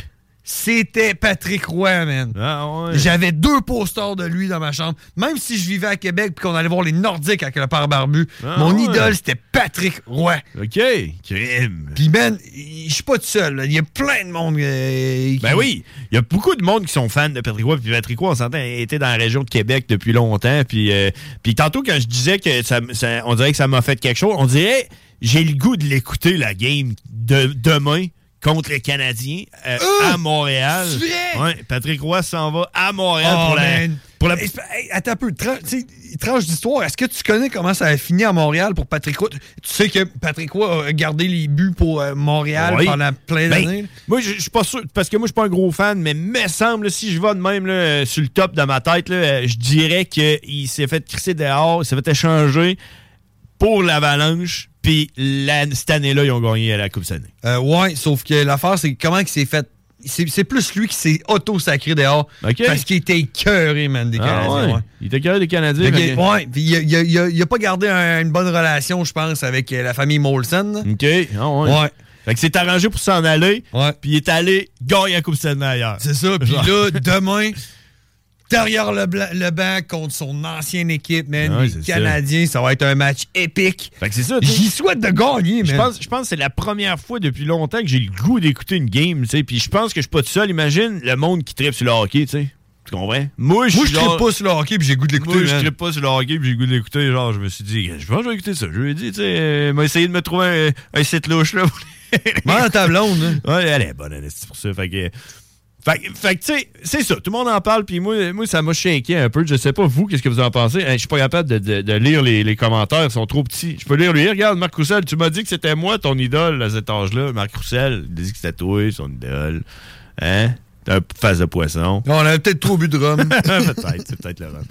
Speaker 8: c'était Patrick Roy, man.
Speaker 7: Ah,
Speaker 8: J'avais deux posters de lui dans ma chambre. Même si je vivais à Québec et qu'on allait voir les Nordiques avec le père barbu,
Speaker 7: Ah,
Speaker 8: mon
Speaker 7: ouais.
Speaker 8: idole, c'était Patrick Roy.
Speaker 7: OK. Crime.
Speaker 8: Puis, man, je suis pas tout seul. là. Il y a plein de monde. euh, qui-
Speaker 7: Ben oui, il y a beaucoup de monde qui sont fans de Patrick Roy. Puis Patrick Roy, on s'entend, était dans la région de Québec depuis longtemps. Puis, euh, puis tantôt, quand je disais que ça, ça- on dirait que ça m'a fait quelque chose, on dirait j'ai le goût de l'écouter la game de demain contre les Canadiens euh, à Montréal.
Speaker 8: Oh! c'est vrai?
Speaker 7: Ouais, Patrick Roy s'en va à Montréal
Speaker 8: Oh,
Speaker 7: pour la.
Speaker 8: man.
Speaker 7: Pour la...
Speaker 8: Hey, c'est- hey, attends un peu, tran- tu sais, tranche d'histoire. Est-ce que tu connais comment ça a fini à Montréal pour Patrick Roy? Tu sais que Patrick Roy a gardé les buts pour euh, Montréal
Speaker 7: Oui.
Speaker 8: pendant plein
Speaker 7: Ben,
Speaker 8: d'années.
Speaker 7: Moi, je je suis pas sûr, parce que moi, je suis pas un gros fan, mais me semble, si je vais de même là, euh, sur le top de ma tête, là, euh, je dirais qu'il s'est fait crisser dehors, il s'est fait échanger pour l'Avalanche. Puis la- cette année-là, ils ont gagné à la Coupe Stanley.
Speaker 8: Euh, ouais, sauf que l'affaire, c'est comment il s'est fait. C'est c'est plus lui qui s'est auto-sacré dehors. Parce qu'il était écœuré, man, des
Speaker 7: Ah
Speaker 8: Canadiens.
Speaker 7: ouais.
Speaker 8: ouais.
Speaker 7: Il était curieux des Canadiens.
Speaker 8: Fait que-
Speaker 7: fait que-
Speaker 8: ouais, puis il a- il a- il a- il a pas gardé un- une bonne relation, je pense, avec euh, la famille Molson.
Speaker 7: OK. Ah ouais.
Speaker 8: Ouais.
Speaker 7: Fait que c'est arrangé pour s'en aller. Puis il est allé gagner la Coupe Stanley ailleurs.
Speaker 8: C'est ça. Puis
Speaker 7: Genre.
Speaker 8: là, demain, derrière le, bla- le banc contre son ancienne équipe, man,
Speaker 7: Ouais,
Speaker 8: les
Speaker 7: c'est ça.
Speaker 8: Canadiens, ça. va être un match épique.
Speaker 7: Fait que c'est ça.
Speaker 8: J'y souhaite de gagner,
Speaker 7: Je
Speaker 8: man.
Speaker 7: pense, je pense que c'est la première fois depuis longtemps que j'ai le goût d'écouter une game, tu sais. Puis je pense que je suis pas tout seul. Imagine le monde qui tripe sur le hockey, tu sais. Tu comprends? Moi, je
Speaker 8: Moi,
Speaker 7: suis
Speaker 8: je trippe
Speaker 7: genre-
Speaker 8: pas sur le hockey, puis j'ai le goût de l'écouter.
Speaker 7: Moi, je
Speaker 8: man.
Speaker 7: trippe pas sur le hockey, puis j'ai le goût de l'écouter. Genre, je me suis dit, je pense que je vais écouter ça. Je lui ai dit, tu sais, euh, m'a essayé de me trouver un, un site louche, là.
Speaker 8: Mange ta blonde, hein.
Speaker 7: Ouais, elle est bonne, elle, c'est pour ça. Fait que. Fait, que- fait que, tu sais, c'est ça. Tout le monde en parle, puis moi, moi ça m'a chinqué un peu. Je sais pas, vous, qu'est-ce que vous en pensez? Hein, je suis pas capable de, de- de lire les, les commentaires, ils sont trop petits. Je peux lire lui. Regarde, Marc Roussel, tu m'as dit que c'était moi ton idole à cet âge-là. Marc Roussel, il dit que c'était toi, son idole. Hein? T'as une face de poisson.
Speaker 8: On avait peut-être trop bu de rhum.
Speaker 7: peut-être, c'est peut-être le rhum.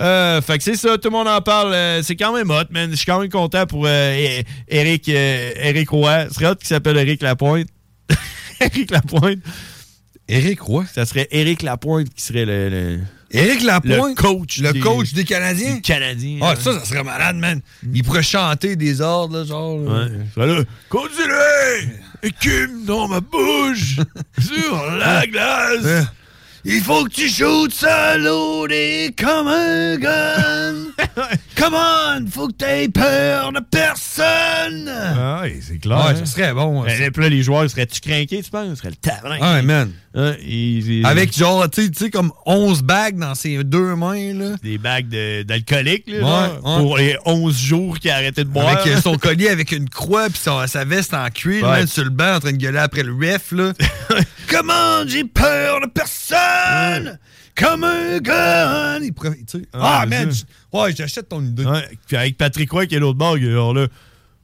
Speaker 7: Euh, fait que c'est ça, tout le monde en parle. Euh, c'est quand même hot, man. Je suis quand même content pour euh, E- Eric, euh, Eric Roy. Ce serait hot qui s'appelle Eric Lapointe. Eric Lapointe.
Speaker 8: Eric Roy?
Speaker 7: Ça serait Eric Lapointe qui serait le. le
Speaker 8: Éric Lapointe,
Speaker 7: Le coach.
Speaker 8: le coach des Canadiens.
Speaker 7: des Canadiens. hein.
Speaker 8: Ah, ça, ça serait malade, man. Il pourrait chanter des ordres, là, genre. là.
Speaker 7: Ouais. Ça, là, Continuez! Écume dans ma bouche! sur la glace!
Speaker 8: Il faut que tu shootes ça loadé comme un gun. Come on, faut que t'aies peur de personne.
Speaker 7: Ah, ouais, c'est clair.
Speaker 8: Ouais, ça serait bon.
Speaker 7: Ben, là, puis là, les joueurs seraient-tu craqués, tu penses? Ce serait le tabarnak.
Speaker 8: Ouais, man.
Speaker 7: ils- ils-
Speaker 8: Avec genre, tu sais- tu sais, comme 11 bagues dans ses deux mains, là.
Speaker 7: Des bagues de- d'alcooliques, là,
Speaker 8: Ouais,
Speaker 7: genre,
Speaker 8: ouais.
Speaker 7: pour les 11 jours qu'il a arrêté de boire.
Speaker 8: Avec euh, son collier avec une croix puis son- sa veste en cuir,
Speaker 7: Ouais.
Speaker 8: man, sur le banc en train de gueuler après le ref, là. Comment j'ai peur de personne comme un gun. Il pourrait- tu sais, ah,
Speaker 7: c'est
Speaker 8: man,
Speaker 7: ça.
Speaker 8: j- ouais, j'achète ton idée.
Speaker 7: Ouais, Puis avec Patrick Roy qui est l'autre bord, il est genre là.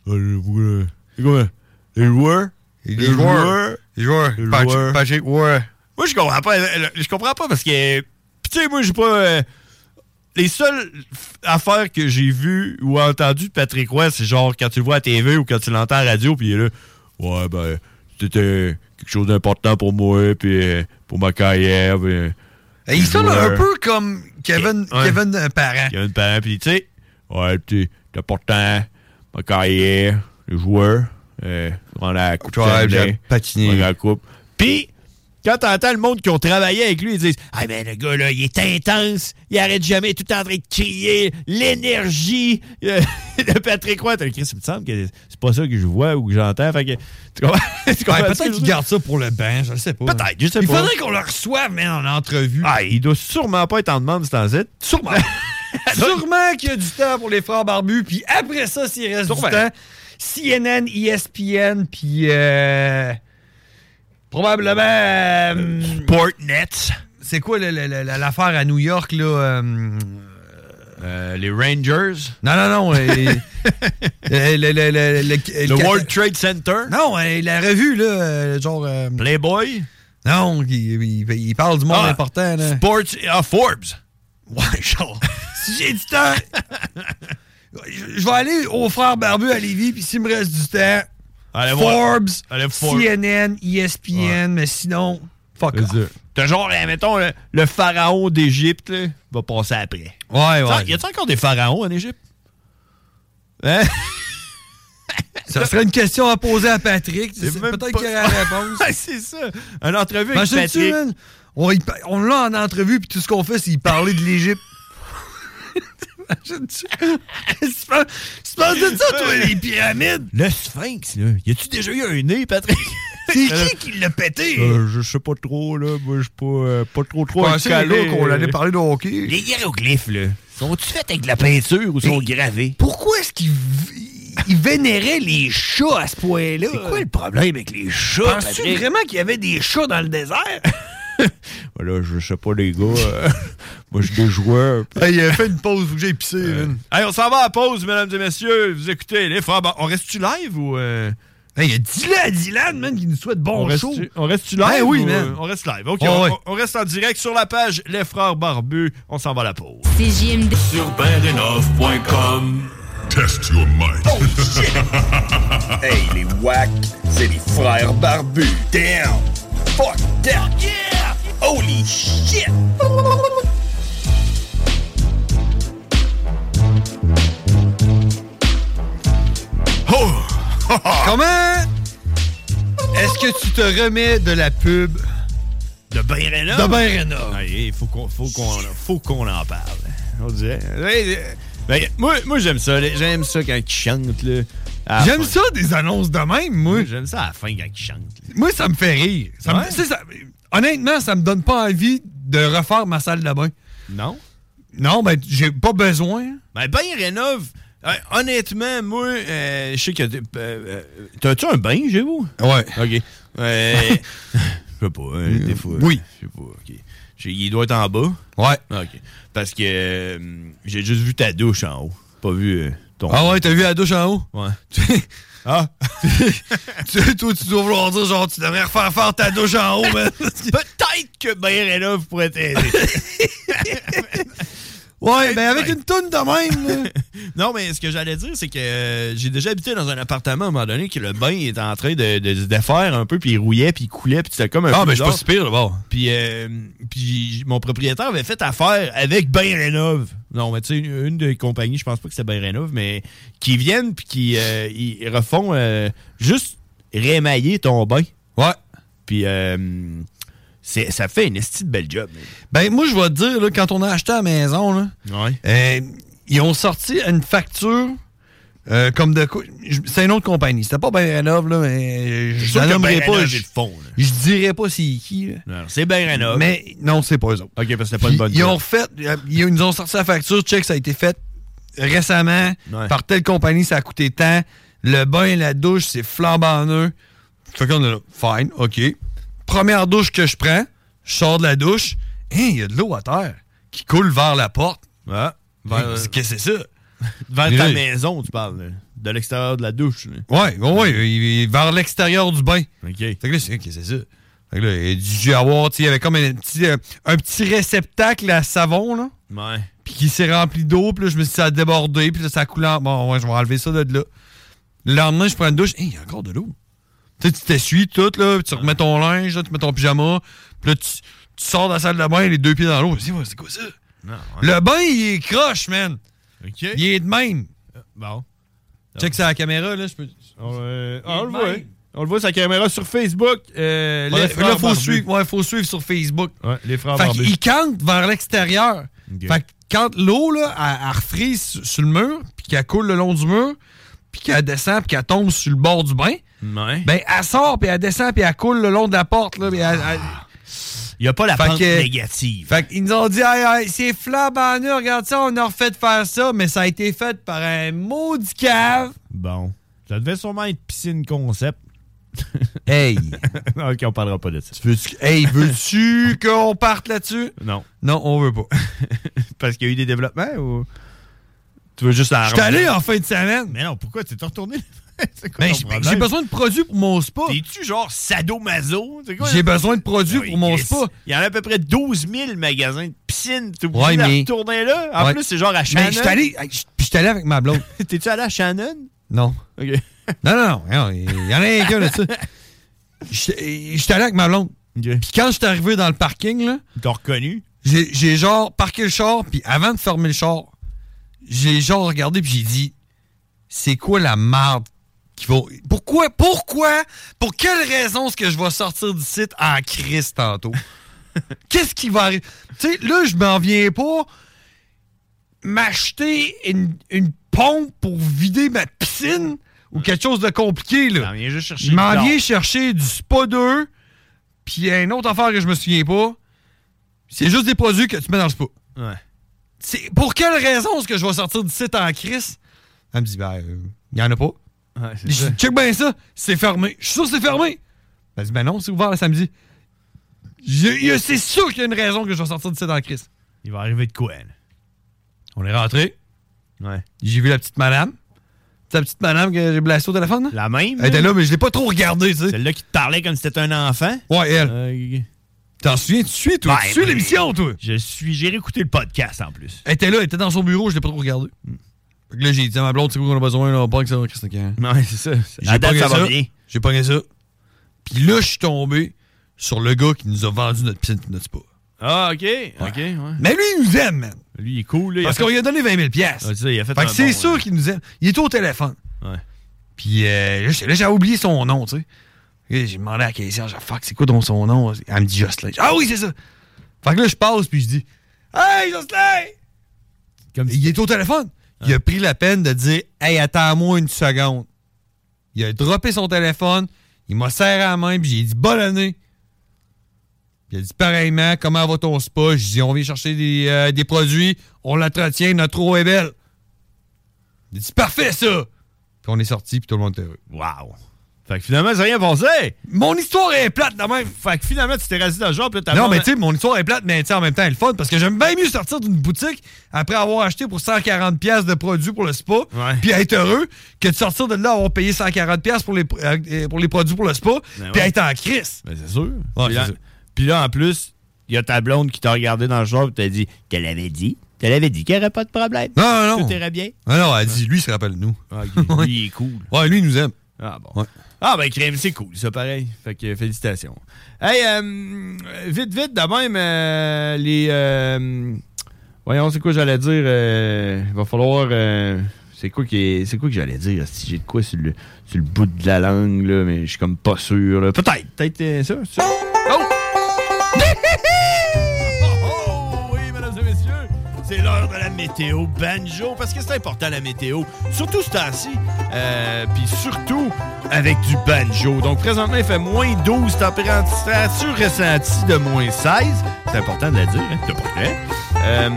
Speaker 7: euh, vous, euh, c'est quoi, Les joueurs?
Speaker 8: Les joueurs. Les joueurs. Patrick- Patrick Roy.
Speaker 7: Moi, je comprends pas. euh, Je comprends pas parce que. Puis tu sais, moi, j'ai pas. euh, les seules f- affaires que j'ai vues ou entendues de Patrick Roy, c'est genre quand tu le vois à TV ou quand tu l'entends à la radio, puis il est là. Ouais, ben, c'était quelque chose d'important pour moi, puis euh, pour ma carrière. puis, euh,
Speaker 8: Et il
Speaker 7: les
Speaker 8: sonne
Speaker 7: joueurs.
Speaker 8: un peu comme Kevin,
Speaker 7: Ouais.
Speaker 8: Kevin euh, Parent.
Speaker 7: Kevin Parent, puis tu sais, ouais, tu c'est important, ma carrière, les joueurs, euh, on a la coupe.
Speaker 8: Ouais,
Speaker 7: cette
Speaker 8: j'ai
Speaker 7: année, on a la coupe. Puis, quand t'entends le monde qui ont travaillé avec lui, ils disent, ah ben le gars là, il est intense, il arrête jamais, tout en train de crier, l'énergie euh, de Patrick Roy. T'as le Chris, il me semble que c'est pas ça que je vois ou que j'entends, fait que, tu comprends? tu comprends
Speaker 8: Ouais,
Speaker 7: ce que je
Speaker 8: peut-être
Speaker 7: veux
Speaker 8: qu'il
Speaker 7: dire?
Speaker 8: garde ça pour le bain, je le sais pas.
Speaker 7: Peut-être, Ah, je sais
Speaker 8: Il
Speaker 7: pas.
Speaker 8: faudrait qu'on le reçoive, mais en entrevue.
Speaker 7: Ah, il doit sûrement pas être en demande, c'est en Z. Sûrement.
Speaker 8: Sûrement qu'il y a du temps pour les frères barbus, puis après ça, s'il reste
Speaker 7: Sûrement.
Speaker 8: du temps, CNN, ESPN, puis euh, probablement... euh,
Speaker 7: Sportnet.
Speaker 8: C'est quoi le- le- le- l'affaire à New York, là? euh,
Speaker 7: Euh, les Rangers.
Speaker 8: Non, non, non. euh, euh, le, le- le- le-
Speaker 7: Le World Trade Center.
Speaker 8: Non, euh, la revue, là, euh, genre... euh,
Speaker 7: Playboy.
Speaker 8: Non, il, il- il parle du monde
Speaker 7: Ah,
Speaker 8: important. Là.
Speaker 7: Sports, ah, Forbes.
Speaker 8: Ouais, genre, si j'ai du temps, je je vais aller aux frères Barbu à Lévis, puis s'il me reste du temps,
Speaker 7: Allez voir.
Speaker 8: Forbes,
Speaker 7: Allez, Forbes.
Speaker 8: CNN, ESPN, mais sinon, fuck off.
Speaker 7: T'as genre, eh, mettons, le, le pharaon d'Égypte là, va passer après.
Speaker 8: Ouais, ouais.
Speaker 7: Y a-t-il encore des pharaons en Égypte? Hein?
Speaker 8: Ça serait une question à poser à Patrick. tu sais, Peut-être qu'il y a la réponse.
Speaker 7: c'est ça. Une entrevue avec
Speaker 8: Imagine-tu,
Speaker 7: Patrick.
Speaker 8: man? On, y pa- on l'a en entrevue, puis tout ce qu'on fait, c'est y parler de l'Égypte. Imagine-tu? Tu penses- tu penses de ça, toi, les pyramides?
Speaker 7: Le sphinx, là. Y a-tu déjà eu un nez, Patrick?
Speaker 8: C'est qui qui l'a pété?
Speaker 7: Euh, je sais pas trop, là. Moi, je suis pas, euh, pas trop, trop. euh,
Speaker 8: pensais, les
Speaker 7: calé.
Speaker 8: gars, qu'on allait parler de hockey.
Speaker 7: Les hiéroglyphes, là. Sont-tu faits avec de la peinture ou sont gravés? Pourquoi est-ce qu'ils
Speaker 8: Ils vénéraient les chats à ce point-là. C'est quoi le
Speaker 7: problème avec les chats,
Speaker 8: Penses-tu
Speaker 7: Patrick?
Speaker 8: vraiment qu'il y avait des chats dans le désert?
Speaker 7: Ah, Là, je sais pas, les gars. euh, moi, je suis des joueurs.
Speaker 8: hey, euh, fais une pause, faut que j'aille pisser. man.
Speaker 7: Hey, on s'en va à la pause, mesdames et messieurs. Vous écoutez, les frères. Bar- On reste-tu live ou. euh,
Speaker 8: Hey, y a Dylan, à Dylan, man, qui nous souhaite
Speaker 7: on
Speaker 8: bon
Speaker 7: reste-tu-
Speaker 8: show.
Speaker 7: On reste-tu live?
Speaker 8: Hey, Ben oui,
Speaker 7: ou,
Speaker 8: man.
Speaker 7: euh, On reste live. OK,
Speaker 8: Ouais,
Speaker 7: on,
Speaker 8: ouais.
Speaker 7: on reste en direct sur la page Les Frères Barbus. On s'en va à la pause.
Speaker 20: CJMD.
Speaker 7: Sur benrénov.com.
Speaker 20: test your might.
Speaker 5: Oh, hey, les wack, c'est les frères barbus. Damn! Fuck that! Yeah! Holy shit!
Speaker 8: Oh! Comment est-ce que tu te remets de la pub
Speaker 7: De Ben Bayrena?
Speaker 8: De Ben Bayrena.
Speaker 7: Il faut qu'on faut qu'on- faut qu'on en parle. On dirait. Hey, euh, ben, moi, moi j'aime ça. là. J'aime ça quand ils chantent. là, à la
Speaker 8: J'aime ça
Speaker 7: fin.
Speaker 8: des annonces de même, moi.
Speaker 7: J'aime ça à la fin quand ils chantent.
Speaker 8: Moi, ça me fait rire. Ça me-
Speaker 7: Ouais.
Speaker 8: c'est ça- honnêtement, ça me donne pas envie de refaire ma salle de bain.
Speaker 7: Non?
Speaker 8: Non, ben, j'ai pas besoin.
Speaker 7: Ben, ben rénove. Euh, honnêtement, moi, euh, je sais que. t'es- euh, euh, T'as-tu un bain chez vous?
Speaker 8: Ouais.
Speaker 7: OK. Euh, je sais pas, hein, des fois.
Speaker 8: Oui.
Speaker 7: Je sais pas, OK. J'ai- Il doit être en bas?
Speaker 8: Ouais.
Speaker 7: OK. Parce que euh, j'ai juste vu ta douche en haut. Pas vu euh, ton.
Speaker 8: Ah ouais, t'as vu la douche en haut?
Speaker 7: Ouais.
Speaker 8: ah! tu, toi, tu dois vouloir dire, genre, tu devrais refaire faire ta douche en haut, man.
Speaker 7: Peut-être que Ben Rénov pourrait t'aider.
Speaker 8: ouais, ben, avec une toune de même. là.
Speaker 7: Non, mais ce que j'allais dire, c'est que euh, j'ai déjà habité dans un appartement à un moment donné que le bain était en train de, de se défaire un peu, puis il rouillait, puis il coulait, puis c'était comme un
Speaker 8: Ah,
Speaker 7: peu
Speaker 8: ben, je suis pas
Speaker 7: bizarre.
Speaker 8: si pire, là-bas.
Speaker 7: Puis, euh, puis mon propriétaire avait fait affaire avec Ben Rénov. Non, mais tu sais, une, une des compagnies, je pense pas que c'était Ben Rénov, mais qui viennent, puis qui euh, ils refont euh, juste rémailler ton bain.
Speaker 8: Ouais.
Speaker 7: Puis euh, c'est- ça fait une esti de belle job.
Speaker 8: Ben, moi, je vais te dire, là, quand on a acheté la maison, là,
Speaker 7: Ouais.
Speaker 8: euh, ils ont sorti une facture euh, comme de quoi. je- C'est une autre compagnie. C'était pas Ben Rénov, là, mais je
Speaker 7: sûr
Speaker 8: la
Speaker 7: que
Speaker 8: nommerai
Speaker 7: Ben
Speaker 8: pas.
Speaker 7: Rénov,
Speaker 8: je-
Speaker 7: ils le font, là.
Speaker 8: Je dirais pas c'est qui. là.
Speaker 7: Non, C'est Ben Rénov.
Speaker 8: Mais non, c'est pas eux autres.
Speaker 7: OK, parce que c'était pas une bonne
Speaker 8: Ils
Speaker 7: job.
Speaker 8: ont refait, euh, ils nous ont sorti la facture, check, ça a été fait récemment,
Speaker 7: Ouais.
Speaker 8: par telle compagnie, ça a coûté tant, le bain et la douche, c'est flambant neuf. Fait qu'on est là, fine, OK. Première douche que je prends, je sors de la douche, Hein, il y a de l'eau à terre qui coule vers la porte. Ben, euh,
Speaker 7: Ouais.
Speaker 8: Vers- Qu'est-ce que c'est ça?
Speaker 7: Vers
Speaker 8: Mais
Speaker 7: ta
Speaker 8: là,
Speaker 7: maison, tu parles. là. De l'extérieur de la douche. là.
Speaker 8: Ouais, ouais, ouais, il- il- vers l'extérieur du bain. OK. Fait que là, c'est ok, c'est ça. Fait que là, il y a dû y avoir, tu sais, il y avait comme un petit, euh, un petit réceptacle à savon, là.
Speaker 7: Ouais.
Speaker 8: puis qui s'est rempli d'eau, puis là, je me suis dit, ça a débordé, puis là, ça a coulé en... Bon, ouais, je vais enlever ça de là. Le lendemain, je prends une douche, Hey, il y a encore de l'eau. Tu sais, tu t'essuies tout, là, puis tu remets ton linge, là, tu mets ton pyjama, puis là, tu, tu sors de la salle de bain, les deux pieds dans l'eau. Je dis, Ouais, C'est quoi ça?
Speaker 7: Non,
Speaker 8: Le bain, il est croche, man.
Speaker 7: OK. Euh,
Speaker 8: Il est de même.
Speaker 7: Bon.
Speaker 8: Check ça à la caméra, là, je peux...
Speaker 7: Ah, on le voit. On le voit, sa caméra sur Facebook. Euh,
Speaker 8: Ouais,
Speaker 7: les
Speaker 8: là,
Speaker 7: frères
Speaker 8: faut
Speaker 7: Barbus.
Speaker 8: suivre, ouais, faut suivre sur Facebook.
Speaker 7: Ouais, les frères
Speaker 8: Fait
Speaker 7: Barbus.
Speaker 8: qu'il cante vers l'extérieur.
Speaker 7: Ok.
Speaker 8: Fait que quand l'eau, là, elle, elle refrise sur, sur le mur, puis qu'elle coule le long du mur, puis qu'elle descend, puis qu'elle tombe sur le bord du bain,
Speaker 7: Ouais.
Speaker 8: ben, elle sort, puis elle descend, puis elle coule le long de la porte, là, puis elle- elle-
Speaker 7: Ah. Il n'y a pas la
Speaker 8: Fait
Speaker 7: pente
Speaker 8: que-
Speaker 7: négative.
Speaker 8: Fait qu'ils nous ont dit, Hey, hey, c'est flambant nu, regarde ça, on a refait de faire ça, mais ça a été fait par un maudit cave.
Speaker 7: Bon. Ça devait sûrement être piscine concept.
Speaker 8: hey!
Speaker 7: ok, on parlera pas de ça.
Speaker 8: Hey, veux-tu qu'on parte là-dessus?
Speaker 7: Non.
Speaker 8: Non, on veut pas.
Speaker 7: Parce qu'il y a eu des développements ou. Tu veux juste la
Speaker 8: J'étais allé en fin de semaine.
Speaker 7: Mais non, pourquoi? Tu t'es retourné? C'est quoi
Speaker 8: Ben,
Speaker 7: ton
Speaker 8: j'ai-
Speaker 7: problème?
Speaker 8: j'ai besoin de produits pour mon spa.
Speaker 7: T'es-tu genre sadomaso? C'est quoi? Ah
Speaker 8: J'ai besoin de produits pour mon
Speaker 7: Chris,
Speaker 8: spa.
Speaker 7: Il y en a à peu près 12 000 magasins de piscine. T'es obligé
Speaker 8: Ouais,
Speaker 7: de
Speaker 8: mais-
Speaker 7: retourner là? En
Speaker 8: Ouais.
Speaker 7: plus, c'est genre à
Speaker 8: Mais
Speaker 7: Shannon.
Speaker 8: j'étais allé- Puis j'étais allé avec ma blonde.
Speaker 7: T'es-tu allé à Shannon?
Speaker 8: Non.
Speaker 7: OK.
Speaker 8: Non, non, non, non. Il y en a un gars là-dessus. J'étais j'étais allé avec ma blonde. Puis quand j'étais arrivé dans le parking, là.
Speaker 7: T'as reconnu?
Speaker 8: J'ai j'ai genre parqué le char, puis avant de fermer le char, j'ai genre regardé, puis j'ai dit c'est quoi la merde qui va. Pourquoi, pourquoi, pour quelle raison est-ce que je vais sortir du site en crise tantôt? Qu'est-ce qui va arriver? Tu sais, là, je m'en viens pas m'acheter une, une pompe pour vider ma piscine ou quelque chose de compliqué, là.
Speaker 7: viens juste chercher
Speaker 8: Je m'en
Speaker 7: du
Speaker 8: viens
Speaker 7: lard.
Speaker 8: chercher du Spa 2, puis une autre affaire que je me souviens pas. C'est juste des produits que tu mets dans le spa.
Speaker 7: Ouais.
Speaker 8: C'est- Pour quelle raison est-ce que je vais sortir du site en crise? Elle me dit, ben, il n'y en a pas. Je dis, check bien ça, c'est fermé. Je suis sûr que c'est fermé. Elle dit, ben non, c'est ouvert le samedi. Je- je- C'est sûr qu'il y a une raison que je vais sortir du site en crise.
Speaker 7: Il va arriver de quoi, là?
Speaker 8: On est rentré.
Speaker 7: Ouais.
Speaker 8: J'ai vu la petite madame. C'est la petite madame que j'ai blessée au téléphone.
Speaker 7: La même?
Speaker 8: Elle était là, mais je l'ai pas trop regardée, tu sais.
Speaker 7: Celle-là qui te parlait comme si t'étais un enfant? Euh,
Speaker 8: Ouais, elle. T'en souviens, tu suis, toi?
Speaker 7: Ben,
Speaker 8: tu suis l'émission, toi?
Speaker 7: Je suis. J'ai réécouté le podcast, en plus. Hmm.
Speaker 8: Elle était là, elle était dans son bureau, je l'ai pas trop regardé. Fait que là, j'ai dit à ma blonde, c'est quoi qu'on a besoin, là, on parle que ça va, Christ, Ouais, c'est ça.
Speaker 7: À date, ça va bien.
Speaker 8: J'ai pogné ça. Puis là, je suis tombé sur le gars qui nous a vendu notre piscine et notre spa.
Speaker 7: Ah, ok. Ok, ouais.
Speaker 8: Mais lui, il nous aime, man.
Speaker 7: Lui, il est cool. Là, il
Speaker 8: Parce
Speaker 7: fait-
Speaker 8: qu'on lui a donné 20 000 piastres.
Speaker 7: Ah, tu sais, il a fait
Speaker 8: Fait
Speaker 7: un
Speaker 8: que c'est
Speaker 7: bon,
Speaker 8: sûr qu'il nous aime. Il était au téléphone.
Speaker 7: Ouais.
Speaker 8: Puis euh, là, j'étais là, j'avais oublié son nom, tu sais. Et J'ai demandé à la caissière, j'ai dit, fuck, c'est quoi donc son nom? Elle me dit Jocelyn. J'ai dit, Ah oui, c'est ça. Fait que là, je passe, puis je dis, Hey, Jocelyn! il est au téléphone. Il a pris la peine de dire, Hey, attends-moi une seconde. Il a droppé son téléphone, il m'a serré la main, puis j'ai dit, Bonne année. Puis il a dit, pareillement, comment va ton spa? Je dis, on vient chercher des, euh, des produits, on l'entretient, notre eau est belle. Il a dit, parfait, ça! Puis on est sorti, puis tout le monde était heureux.
Speaker 7: Wow! Fait que finalement, c'est rien passé!
Speaker 8: Mon histoire est plate de même!
Speaker 7: Fait que finalement, tu t'es rasé dans le genre, puis là, t'as
Speaker 8: Non,
Speaker 7: pas-
Speaker 8: mais tu sais, mon histoire est plate, mais tu sais, en même temps, elle est le fun parce que j'aime bien mieux sortir d'une boutique après avoir acheté pour 140$ piastres de produits pour le spa, puis être heureux, que de sortir de là avoir payé 140$ piastres pour les, euh, pour les produits pour le spa,
Speaker 7: Ben
Speaker 8: puis
Speaker 7: ouais.
Speaker 8: être en crise.
Speaker 7: Ben, c'est sûr.
Speaker 8: Ouais,
Speaker 7: puis, là,
Speaker 8: c'est sûr.
Speaker 7: puis là, en plus, il y a ta blonde qui t'a regardé dans le genre, puis t'a dit, tu l'avais dit, tu l'avais dit qu'il n'y aurait pas de problème.
Speaker 8: Non, non.
Speaker 7: Tout irait bien.
Speaker 8: Ah non, elle dit, lui, il se rappelle de nous.
Speaker 7: lui, il est cool.
Speaker 8: Ouais, lui, il nous aime.
Speaker 7: Ah bon. Ah ben crème, c'est cool, ça pareil. Fait que euh, félicitations. Hey, euh, vite, vite, de même, euh, les... euh, voyons, c'est quoi j'allais dire? euh, Il va falloir... euh, c'est quoi, qui est- c'est quoi que j'allais dire? Si j'ai de quoi sur le, sur le bout de la langue, là, mais je suis comme pas sûr. là. Peut-être, peut-être euh, ça, ça. Oui, mesdames et messieurs, c'est l'heure de la météo banjo, parce que c'est important la météo, surtout ce temps-ci, euh, puis surtout avec du banjo. Donc présentement, il fait moins 12, température ressentie de moins 16. C'est important de la dire, hein, t'as pas vrai. Euh,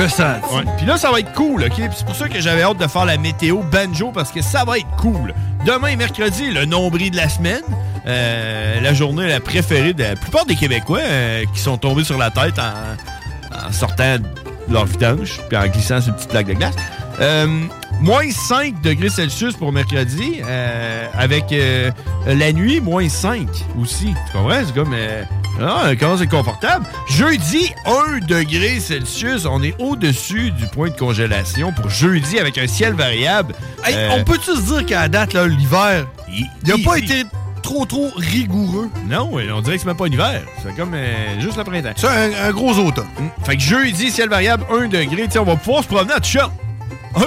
Speaker 8: Ressenti.
Speaker 7: Ouais. Puis là, ça va être cool, OK? Puis c'est pour ça que j'avais hâte de faire la météo banjo, parce que ça va être cool. Demain, mercredi, le nombril de la semaine. euh, la journée la préférée de la plupart des Québécois euh, qui sont tombés sur la tête en, en sortant de leur vidange puis en glissant sur une petite plaque de glace. Euh, moins 5 degrés Celsius pour mercredi, euh, avec euh, la nuit, moins 5 aussi. Tu comprends? C'est comme... euh, ah, comment c'est confortable? Jeudi, 1 degré Celsius. On est au-dessus du point de congélation pour jeudi avec un ciel variable. Euh,
Speaker 8: Hey, on peut-tu se dire qu'à date, là, l'hiver, il a pas été trop, trop rigoureux?
Speaker 7: Non, on dirait que c'est même pas l'hiver. C'est comme euh, juste le printemps. Mm.
Speaker 8: C'est un, gros automne.
Speaker 7: Fait que jeudi, ciel variable, 1 degré. Tu sais, on va pouvoir se promener en t-shirt.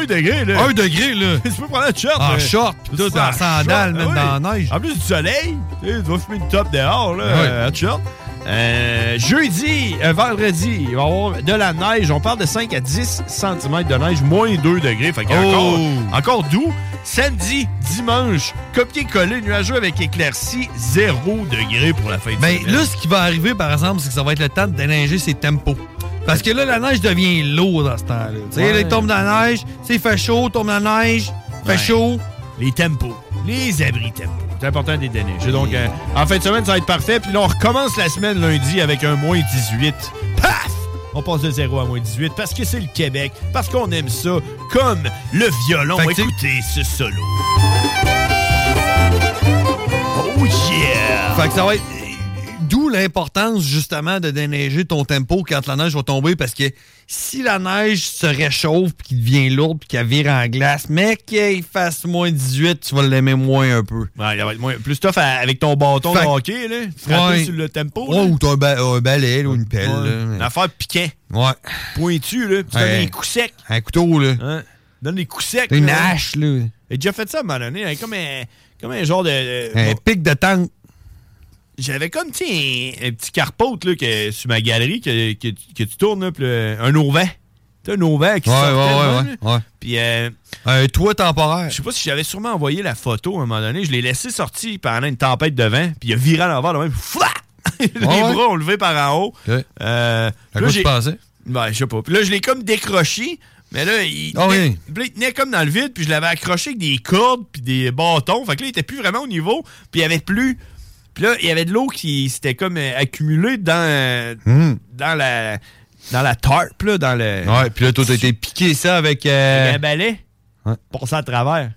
Speaker 7: 1 degré, là.
Speaker 8: 1 degré, là.
Speaker 7: tu peux prendre un t-shirt.
Speaker 8: En
Speaker 7: euh,
Speaker 8: short, puis tout,
Speaker 7: en
Speaker 8: en sandales,
Speaker 7: short, Ah
Speaker 8: même
Speaker 7: oui.
Speaker 8: dans la neige.
Speaker 7: En plus du soleil, tu sais, tu vas fumer une top dehors, là, euh, en t-shirt. Euh, jeudi, euh, vendredi, il va y avoir de la neige. On parle de 5 à 10 cm de neige, moins 2 degrés. Fait
Speaker 8: Oh.
Speaker 7: qu'il y a encore, Mm. encore doux. Samedi, dimanche, copier-coller, nuageux avec éclaircie, 0 degré pour la fin de
Speaker 8: Ben
Speaker 7: semaine.
Speaker 8: là, ce qui va arriver, par exemple, c'est que ça va être le temps de déneiger ses tempos. Parce que là, la neige devient lourde dans ce temps-là. Tu sais,
Speaker 7: Ouais.
Speaker 8: là, il tombe dans la neige, tu sais, il fait chaud, tombe dans la neige, il fait
Speaker 7: Ouais.
Speaker 8: chaud.
Speaker 7: Les tempos. Les abris tempos. C'est important de les déneiger. Donc, euh, en fin de semaine, ça va être parfait. Puis là, on recommence la semaine lundi avec un moins 18. Paf! On passe de 0 à moins 18 parce que c'est le Québec, parce qu'on aime ça, comme le violon.
Speaker 5: Fait que tu-
Speaker 7: Écoutez ce solo. Oh yeah!
Speaker 8: Fait que ça va être. D'où l'importance, justement, de déneiger ton tempo quand la neige va tomber. Parce que si la neige se réchauffe, puis qu'il devient lourde, puis qu'elle vire en glace, mais qu'il fasse moins 18, tu vas l'aimer moins un peu.
Speaker 7: Ouais, il va être moins- plus tough à- avec ton bâton
Speaker 8: Fait
Speaker 7: de
Speaker 8: que-
Speaker 7: hockey, là. Frapper
Speaker 8: Ouais.
Speaker 7: sur le tempo.
Speaker 8: Ouais,
Speaker 7: là.
Speaker 8: ou t'as un, ba- un balai, là, ou une pelle.
Speaker 7: Ouais. Oh, Une
Speaker 8: là.
Speaker 7: affaire piquant.
Speaker 8: Ouais.
Speaker 7: Pointu, là. Puis tu
Speaker 8: Ouais.
Speaker 7: donnes des coups secs.
Speaker 8: Un couteau, là.
Speaker 7: Hein? Donne des coups secs.
Speaker 8: T'as une
Speaker 7: là.
Speaker 8: hache, là.
Speaker 7: J'ai déjà fait ça à un moment donné, hein, comme un, comme un genre de. de-
Speaker 8: Un
Speaker 7: bon,
Speaker 8: pic de tente.
Speaker 7: J'avais comme tu sais, un, un petit carpote là, que, sur ma galerie que, que, tu- que tu tournes, là, puis le- un auvent. Tu sais, un auvent qui
Speaker 8: Ouais,
Speaker 7: sortait,
Speaker 8: ouais,
Speaker 7: là,
Speaker 8: ouais,
Speaker 7: là.
Speaker 8: ouais, ouais.
Speaker 7: Puis. euh,
Speaker 8: Un toit temporaire.
Speaker 7: je sais pas si j'avais sûrement envoyé la photo à un moment donné. Je l'ai laissé sortir pendant une tempête de vent, puis il a viré à l'envers le même. Fouah! Les
Speaker 8: Ouais, ouais.
Speaker 7: bras ont levé par en haut. Euh,
Speaker 8: À
Speaker 7: là,
Speaker 8: quoi tu
Speaker 7: j'ai-
Speaker 8: pensais?
Speaker 7: Ben, je sais pas. Puis là, je l'ai comme décroché, mais là, il,
Speaker 8: Ah
Speaker 7: tenait,
Speaker 8: oui.
Speaker 7: puis là, il tenait comme dans le vide, puis je l'avais accroché avec des cordes, puis des bâtons. Fait que là, il était plus vraiment au niveau, puis il y avait plus. Puis là, il y avait de l'eau qui s'était comme euh, accumulée dans, euh,
Speaker 8: Hmm.
Speaker 7: dans la dans la tarp, là, dans le.
Speaker 8: Ouais, puis là, toi, t'as été piqué ça avec.
Speaker 7: Avec
Speaker 8: euh,
Speaker 7: un balai.
Speaker 8: Ouais.
Speaker 7: Passé à travers.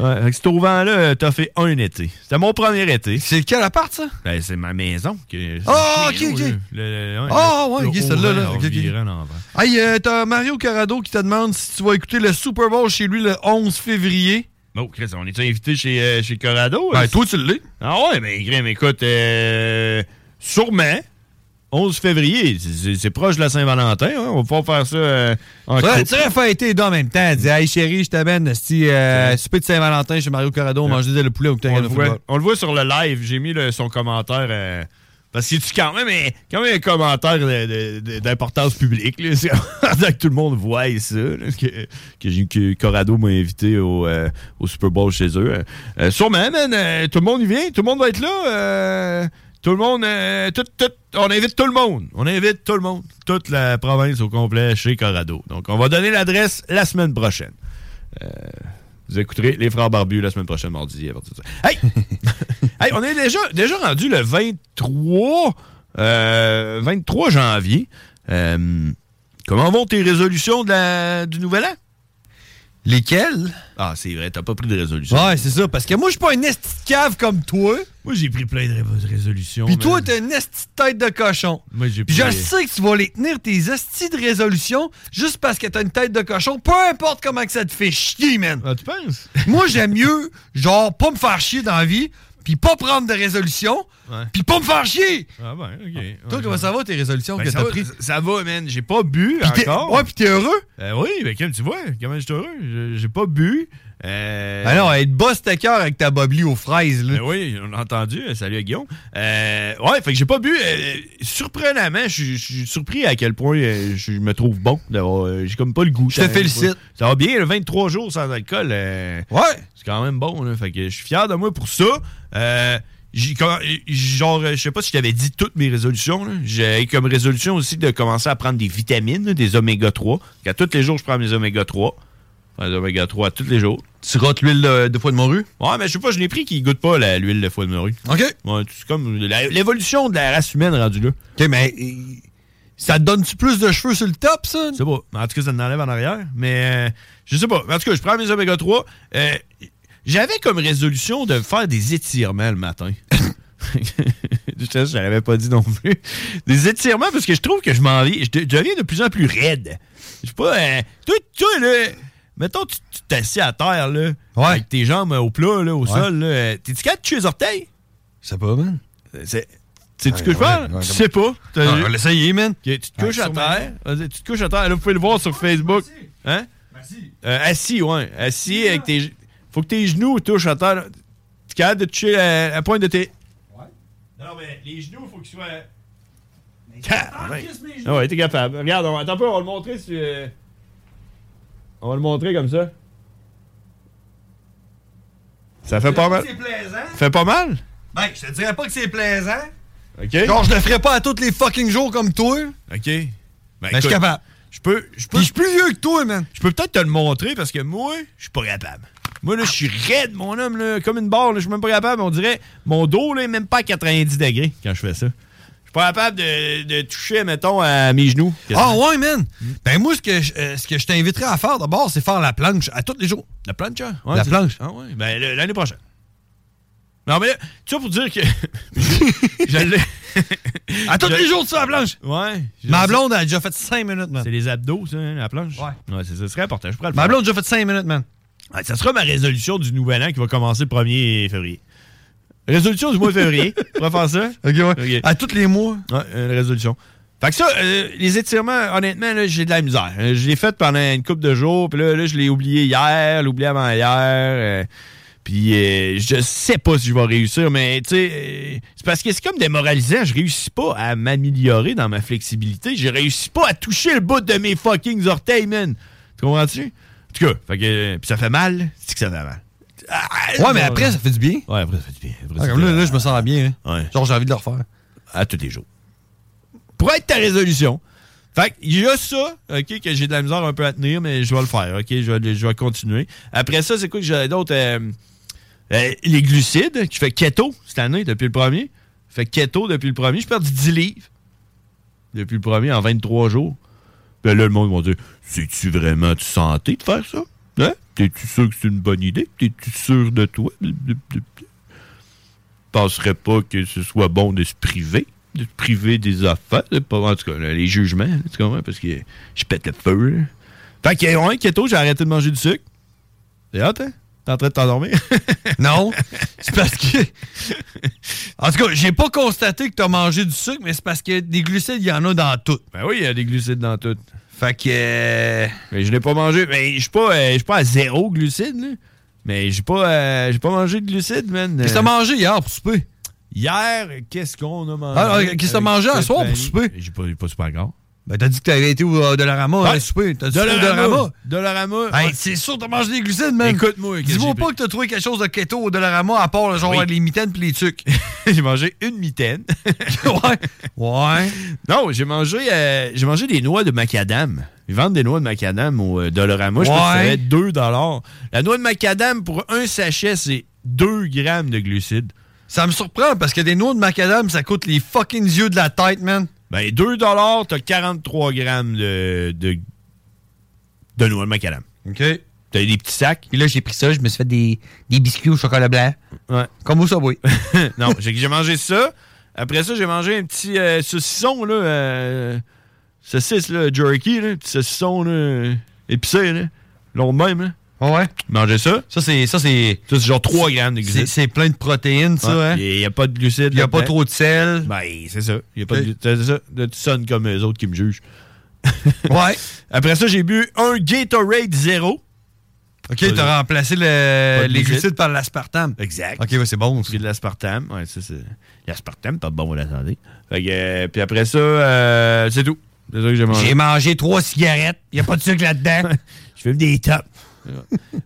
Speaker 7: Ouais, fait que cet auvent-là, euh, t'as fait un été. C'était mon premier été.
Speaker 8: C'est quel appart, ça?
Speaker 7: Ben, c'est ma maison. qui-
Speaker 8: Ah,
Speaker 7: c'est
Speaker 8: ok,
Speaker 7: chez
Speaker 8: ok.
Speaker 7: nous, Le,
Speaker 8: Ah, ouais,
Speaker 7: le
Speaker 8: ok, celle-là, là.
Speaker 7: auvent,
Speaker 8: Ok, ok.
Speaker 7: viré en envers.
Speaker 8: Hey, euh, t'as Mario Carrado qui te demande si tu vas écouter le Super Bowl chez lui le 11 février.
Speaker 7: Oh, Chris, on est invité chez, euh, chez Corrado?
Speaker 8: Ben,
Speaker 7: euh,
Speaker 8: toi, tu l'es.
Speaker 7: Ah ouais, mais Grim, écoute, euh, sûrement, 11 février, c'est- c'est c'est proche de la Saint-Valentin, hein, on va pouvoir faire ça euh, en
Speaker 8: Tu
Speaker 7: couple.
Speaker 8: aurais- tu aurais fêté deux en même temps. Dis, hey chérie, je t'amène, si euh, souper de Saint-Valentin chez Mario Carrado, on
Speaker 7: Ouais.
Speaker 8: mangeait le poulet au
Speaker 7: on,
Speaker 8: Octagon
Speaker 7: le
Speaker 8: de football.
Speaker 7: voit, on le voit sur le live, j'ai mis le- son commentaire. euh, parce que tu quand même, euh, quand même un commentaire de- de- de- d'importance publique. Là, c'est pendant que tout le monde voit ça. là, que, que, j'ai- que Corrado m'a invité au, euh, au Super Bowl chez eux. euh. Euh, sûrement, man, euh, tout le monde y vient. Tout le monde va être là. euh, tout le monde. euh, tout- tout- on invite tout le monde. On invite tout le monde. Toute la province au complet chez Corrado. Donc, on va donner l'adresse la semaine prochaine. Euh, vous écouterez les frères barbus la semaine prochaine, mardi, à partir de ça. Hey! Hey, on est déjà, déjà rendu le 23, euh, 23 janvier. Euh, comment vont tes résolutions de la- du nouvel an?
Speaker 8: Lesquelles?
Speaker 7: Ah, c'est vrai, t'as pas pris de résolution.
Speaker 8: Ouais, c'est ça, parce que moi, je suis pas une esti de cave comme toi.
Speaker 7: Moi, j'ai pris plein de ré- résolutions.
Speaker 8: Puis
Speaker 7: mais-
Speaker 8: toi, t'as une esti de tête de cochon.
Speaker 7: Moi, j'ai
Speaker 8: Puis
Speaker 7: pris-
Speaker 8: je sais que tu vas les tenir tes estis de résolution juste parce que t'as une tête de cochon, peu importe comment que ça te fait chier, man.
Speaker 7: Ah, tu penses?
Speaker 8: Moi, j'aime mieux, genre, pas me faire chier dans la vie, puis pas prendre de résolution,
Speaker 7: Ouais.
Speaker 8: puis pas me faire chier.
Speaker 7: Ah ben, ok.
Speaker 8: Toi,
Speaker 7: Ouais.
Speaker 8: comment ça va, tes résolutions
Speaker 7: Ben,
Speaker 8: que
Speaker 7: ça
Speaker 8: t'as
Speaker 7: va-
Speaker 8: prises?
Speaker 7: Ça va, man. J'ai pas bu
Speaker 8: t'es-
Speaker 7: encore.
Speaker 8: ouais, puis t'es heureux?
Speaker 7: Euh, oui, mais comme tu vois, comment je suis heureux. Je- J'ai pas bu. Euh...
Speaker 8: Ben non, être boss ta cœur avec ta boblie aux fraises, là.
Speaker 7: Ben oui, on a entendu. Euh, Salut à Guillaume. Euh, ouais, fait que j'ai pas bu. euh, surprenamment, je suis- je suis surpris à quel point euh, je me trouve bon. d'avoir, euh, J'ai comme pas le goût.
Speaker 8: Je te
Speaker 7: Ça-
Speaker 8: félicite.
Speaker 7: Ça va bien, là, 23 jours sans alcool. ouais. C'est quand même bon. Là, fait que je suis fier de moi pour ça. Euh, j'ai com- genre, euh, je sais pas si je t'avais dit toutes mes résolutions. là. J'ai comme résolution aussi de commencer à prendre des vitamines, là, des oméga 3. À tous les jours, je prends mes oméga 3. Prends des oméga 3 tous les jours.
Speaker 8: Tu rates l'huile de, de foie de morue?
Speaker 7: Ouais, mais je sais pas, je l'ai pris qui goûte pas la- l'huile de foie de morue.
Speaker 8: OK.
Speaker 7: Ouais, c'est comme la- l'évolution de la race humaine rendue là.
Speaker 8: OK, mais euh, ça te donne-tu plus de cheveux sur le top, ça?
Speaker 7: Je sais pas. En tout cas, ça en enlève en arrière. Mais euh, je sais pas. En tout cas, je prends mes oméga 3. Euh, J'avais comme résolution de faire des étirements le matin. je te- je l'avais pas dit non plus. Des étirements parce que je trouve que je m'en vais. Je de- je deviens de plus en plus raide. Je sais pas. euh, toi, toi, là. Mettons, tu tu t'assis à terre, là. Avec tes jambes euh, au plat, là, au sol, là. euh, T'es-tu capable de tuer les orteils?
Speaker 8: C'est pas, man.
Speaker 7: C'est. Sais-tu
Speaker 8: Ouais,
Speaker 7: ce que je parle?
Speaker 8: ouais, ouais,
Speaker 7: tu sais pas. T'as
Speaker 8: Ah,
Speaker 7: vu?
Speaker 8: on va l'essayer, man.
Speaker 7: Ok, tu te couches
Speaker 8: Ouais,
Speaker 7: à
Speaker 8: sûrement.
Speaker 7: terre. Vas-y, Tu te couches à terre. Là, vous pouvez le voir sur Facebook. Hein? Euh, assis, ouais. Assis avec tes. Faut que tes genoux touchent à terre. Tu es capable de toucher la, la pointe de tes. Non, mais les genoux, faut qu'ils soient. Ah, ouais. Ah ouais, t'es capable. Regarde, on, attends un peu, on va le montrer sur. euh, On va le montrer comme ça. Ça fait pas mal.
Speaker 8: C'est plaisant.
Speaker 7: Fait pas mal?
Speaker 8: Ben, je te dirais pas que c'est plaisant.
Speaker 7: OK?
Speaker 8: Genre, je le ferais pas à tous les fucking jours comme toi.
Speaker 7: OK. Ben,
Speaker 8: je suis
Speaker 7: écoute,
Speaker 8: capable.
Speaker 7: Je peux. Je
Speaker 8: Puis
Speaker 7: peux.
Speaker 8: je suis plus vieux que toi, man.
Speaker 7: Je peux peut-être te le montrer parce que moi, je suis pas capable. Moi, là, je suis raide, mon homme, là, comme une barre, là, je suis même pas capable. On dirait, mon dos, là, est même pas à 90 degrés quand je fais ça. Je suis pas capable de, de toucher, mettons, à mes genoux. Mm.
Speaker 8: Ah ouais, man! Ben moi, ce que je, euh, ce que je t'inviterais à faire d'abord, c'est faire la planche à tous les jours.
Speaker 7: La planche, hein?
Speaker 8: Ouais, La
Speaker 7: c'est-
Speaker 8: planche.
Speaker 7: Ah ouais, ben le- l'année prochaine. Non, mais là, tu vois, pour dire que. je- je l'ai.
Speaker 8: À tous les jours, tu fais la planche!
Speaker 7: Ouais.
Speaker 8: Ma blonde a déjà fait 5 minutes, man.
Speaker 7: C'est les abdos, ça, hein, la planche? Ouais. Ouais, c'est ça. C'est très important. Je pourrais le
Speaker 8: Ma
Speaker 7: faire.
Speaker 8: blonde a déjà fait 5 minutes, man.
Speaker 7: Ouais, ça sera ma résolution du nouvel an qui va commencer le 1er février. Résolution du mois de février. On va faire ça.
Speaker 8: Ok, ouais. À tous les mois.
Speaker 7: Ouais, une résolution. Fait que ça, euh, les étirements, honnêtement, là, j'ai de la misère. Euh, Je l'ai fait pendant une couple de jours, puis là, là, je l'ai oublié hier, l'ai oublié avant hier. euh, puis euh, je sais pas si je vais réussir, mais tu sais, euh, c'est parce que c'est comme démoralisant. Je réussis pas à m'améliorer dans ma flexibilité. Je réussis pas à toucher le bout de mes fucking orteils, man. Tu comprends-tu? En tout cas, fait que, euh, puis ça fait mal. C'est que ça fait mal. Ah,
Speaker 8: Ouais, mais après, ça fait du bien.
Speaker 7: Ouais, après, ça fait du bien. Après,
Speaker 8: Ah,
Speaker 7: ça
Speaker 8: comme
Speaker 7: fait-
Speaker 8: là, là, je me sens bien. hein.
Speaker 7: Ouais.
Speaker 8: Genre, j'ai envie de le refaire.
Speaker 7: à tous les jours. Pour être ta résolution. Fait que, il y a ça, OK, que j'ai de la misère un peu à tenir, mais je vais le faire, OK? Je vais, je vais continuer. Après ça, c'est quoi que j'ai d'autre? Euh, euh, les glucides, qui fait keto cette année, depuis le premier. Fait keto depuis le premier. Je perds 10 livres depuis le premier en 23 jours. Ben là, le monde va dire, c'est-tu vraiment de santé de faire ça? Hein? T'es-tu sûr que c'est une bonne idée? T'es-tu sûr de toi? Penserais pas que ce soit bon de se priver, de se priver des affaires, de pas, en tout cas, là, les jugements, là, tu comprends? Parce que je pète le feu, là. Fait que, ouais, keto, j'ai arrêté de manger du sucre. C'est hot, hein? T'es en train de t'endormir?
Speaker 8: non, c'est parce que. En tout cas, j'ai pas constaté que t'as mangé du sucre, mais c'est parce que des glucides, il y en a dans tout.
Speaker 7: Ben oui, il y a des glucides dans tout. Fait que. euh, mais je l'ai pas mangé. Mais je suis pas, euh, je suis pas à zéro glucides, là. Mais j'ai pas, euh, j'ai pas mangé de glucides, man.
Speaker 8: Qu'est-ce que t'as mangé hier pour souper?
Speaker 7: Hier, qu'est-ce qu'on a mangé?
Speaker 8: Ah, ah, qu'est-ce que t'as
Speaker 7: Avec
Speaker 8: mangé à
Speaker 7: Stéphanie?
Speaker 8: soir pour souper?
Speaker 7: J'ai pas, Ah, j'ai pas super grand.
Speaker 8: Ben, t'as dit que t'avais été au euh, Dollarama à souper. T'as dit au Dollarama.
Speaker 7: Dollarama.
Speaker 8: Hey, c'est sûr, t'as mangé des glucides, man.
Speaker 7: Écoute-moi, qu'est-ce que
Speaker 8: Dis-moi
Speaker 7: j'ai
Speaker 8: pas que t'as trouvé quelque chose de keto au Dollarama à part le genre
Speaker 7: Oui.
Speaker 8: les mitaines pis les tucs.
Speaker 7: j'ai mangé une mitaine.
Speaker 8: ouais. Ouais.
Speaker 7: Non, j'ai mangé, euh, j'ai mangé des noix de macadam. Ils vendent des noix de macadam au euh, Dollarama. Je pense que ça
Speaker 8: Ouais.
Speaker 7: va être 2 La noix de macadam, pour un sachet, c'est 2 grammes de glucides.
Speaker 8: Ça me surprend parce que des noix de macadam, ça coûte les fucking yeux de la tête, man.
Speaker 7: Ben, 2 t'as 43 grammes de, de, de noix de macadam.
Speaker 8: OK.
Speaker 7: T'as des petits sacs.
Speaker 8: Puis là, j'ai pris ça, je me suis fait des, des biscuits au chocolat blanc.
Speaker 7: Ouais.
Speaker 8: Comme au Subway.
Speaker 7: non, j'ai j'ai mangé ça. Après ça, j'ai mangé un petit euh, saucisson, là. euh, saucisse, là, jerky, là. Petit saucisson, là, épicé, là. Long de même, là.
Speaker 8: Ah Ouais.
Speaker 7: Manger ça.
Speaker 8: Ça, c'est. Ça, c'est
Speaker 7: genre 3 grammes de
Speaker 8: C'est
Speaker 7: glucides.
Speaker 8: c'est plein de protéines, ça, hein?
Speaker 7: Il n'y a pas de glucides.
Speaker 8: Il y a pas trop de sel.
Speaker 7: Ben, c'est ça. Il y a pas de glucides. C'est ça. Là, tu sonnes comme les autres qui me jugent.
Speaker 8: ouais.
Speaker 7: Après ça, j'ai bu un Gatorade Zéro.
Speaker 8: OK, t'as remplacé le-
Speaker 7: Pas de
Speaker 8: Euh, les
Speaker 7: glucides.
Speaker 8: glucides par l'aspartame.
Speaker 7: Exact.
Speaker 8: OK, ouais, c'est bon.
Speaker 7: Puis de l'aspartame. Ouais, ça, c'est. L'aspartame, pas bon, vous l'attendez. Fait que, euh, puis après ça, euh, c'est tout. C'est ça que j'ai mangé.
Speaker 8: J'ai mangé trois cigarettes. Il a pas de sucre là-dedans.
Speaker 7: je fume des tops.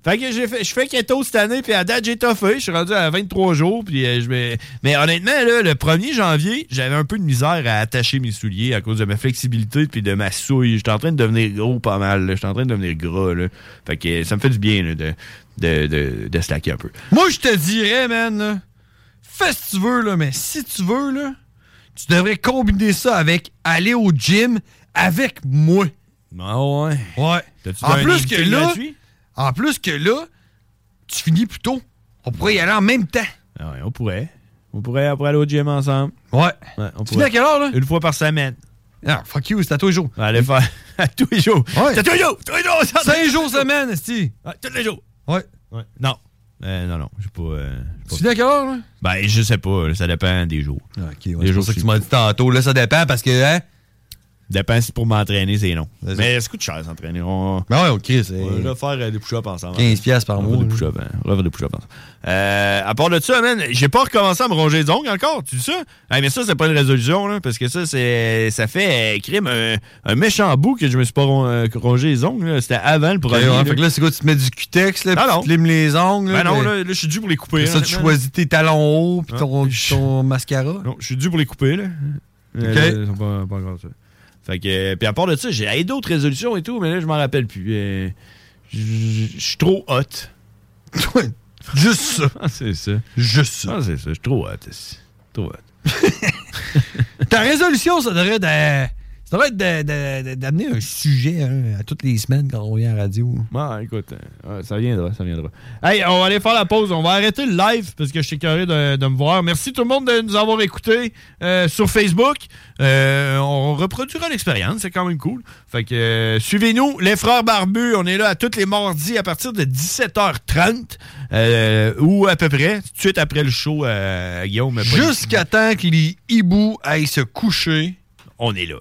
Speaker 7: fait que j'ai fait, je fais keto cette année, puis à date, j'ai toffé. Je suis rendu à 23 jours, puis euh, je me- Mais honnêtement, là, le 1er janvier, j'avais un peu de misère à attacher mes souliers à cause de ma flexibilité puis de ma souille. J'étais en train de devenir gros pas mal. là. J'étais en train de devenir gras. Là. Fait que euh, ça me fait du bien là, de, de, de, de slacker un peu.
Speaker 8: Moi, je te dirais, man, là, fais ce que tu veux, là, mais si tu veux, là, tu devrais combiner ça avec aller au gym avec moi.
Speaker 7: Ah ouais.
Speaker 8: Ouais.
Speaker 7: T'as-tu
Speaker 8: En
Speaker 7: un
Speaker 8: plus que
Speaker 7: invité
Speaker 8: là,
Speaker 7: gratuit?
Speaker 8: en plus que là, tu finis plus tôt. On pourrait y aller en même temps.
Speaker 7: Ah ouais, on pourrait. On pourrait après aller au gym ensemble.
Speaker 8: Ouais.
Speaker 7: on
Speaker 8: Tu finis à
Speaker 7: pourrait.
Speaker 8: quelle heure, là?
Speaker 7: Une fois par semaine.
Speaker 8: Ah, fuck you, c'est à tous les jours.
Speaker 7: Allez faire à tous les jours.
Speaker 8: Ouais.
Speaker 7: C'est à tous les jours. Tous les jours. c'est à tous les
Speaker 8: Cinq jours semaine, esti.
Speaker 7: Ouais, tous les jours.
Speaker 8: Ouais.
Speaker 7: Ouais. Non. Euh, non, non, je pas. euh, j'ai
Speaker 8: Tu
Speaker 7: pas-
Speaker 8: finis à quelle heure, là?
Speaker 7: Ben, je sais pas, là, ça dépend des jours.
Speaker 8: Ah, Ok,
Speaker 7: Les
Speaker 8: c'est
Speaker 7: jours
Speaker 8: pour ça que
Speaker 7: que
Speaker 8: tu m'as dit tantôt, là, ça dépend parce que, hein?
Speaker 7: Dépend si pour m'entraîner, c'est non. Mais ça coûte cher s'entraîner. On...
Speaker 8: Ben ouais, ok, c'est.
Speaker 7: on va faire euh, des push-ups ensemble.
Speaker 8: 15 piastres par
Speaker 7: On va
Speaker 8: mois,
Speaker 7: faire
Speaker 8: là.
Speaker 7: Des push-ups, hein. On va faire des push-ups ensemble. Euh, à part de ça, man, j'ai pas recommencé à me ronger les ongles encore, tu sais ça? Ah, mais ça, c'est pas une résolution, là, parce que ça, c'est ça fait euh, crime un, un méchant bout que je me suis pas ron- euh, rongé les ongles. là. C'était avant le
Speaker 8: Ouais,
Speaker 7: premier.
Speaker 8: ouais,
Speaker 7: là.
Speaker 8: fait que là, c'est quoi? Tu te mets du cutex, là,
Speaker 7: Ah
Speaker 8: puis
Speaker 7: non.
Speaker 8: tu te limes les ongles.
Speaker 7: ben non,
Speaker 8: puis-
Speaker 7: là, là, je suis dû pour les couper.
Speaker 8: Après ça,
Speaker 7: hein,
Speaker 8: tu
Speaker 7: man.
Speaker 8: choisis tes talons hauts puis ton, ton mascara.
Speaker 7: Non, je suis dû pour les couper, là. Euh,
Speaker 8: OK.
Speaker 7: là, ils sont pas, pas encore ça. Fait que, euh, puis à part de ça, j'ai hey, d'autres résolutions et tout, mais là, je m'en rappelle plus. Euh, je- je je suis trop hot. Ah,
Speaker 8: Juste ça.
Speaker 7: c'est ça.
Speaker 8: Juste ça.
Speaker 7: Ah, c'est ça. Je suis trop hot. ici. Trop hot.
Speaker 8: Ta résolution, ça devrait être de- ça devrait être de- de- de- d'amener un sujet hein, à toutes les semaines quand on vient à la radio.
Speaker 7: Bon, écoute, euh, ouais, ça viendra, ça viendra. Hey, on va aller faire la pause. On va arrêter le live parce que je suis curieux de, de me voir. Merci tout le monde de nous avoir écoutés euh, sur Facebook. Euh, on reproduira l'expérience, c'est quand même cool. Fait que euh, suivez-nous, les frères barbus. On est là à tous les mardis à partir de 17h30 euh, ou à peu près, tout de suite après le show euh, à Guillaume.
Speaker 8: Jusqu'à temps que les hiboux aillent se coucher.
Speaker 7: On est là.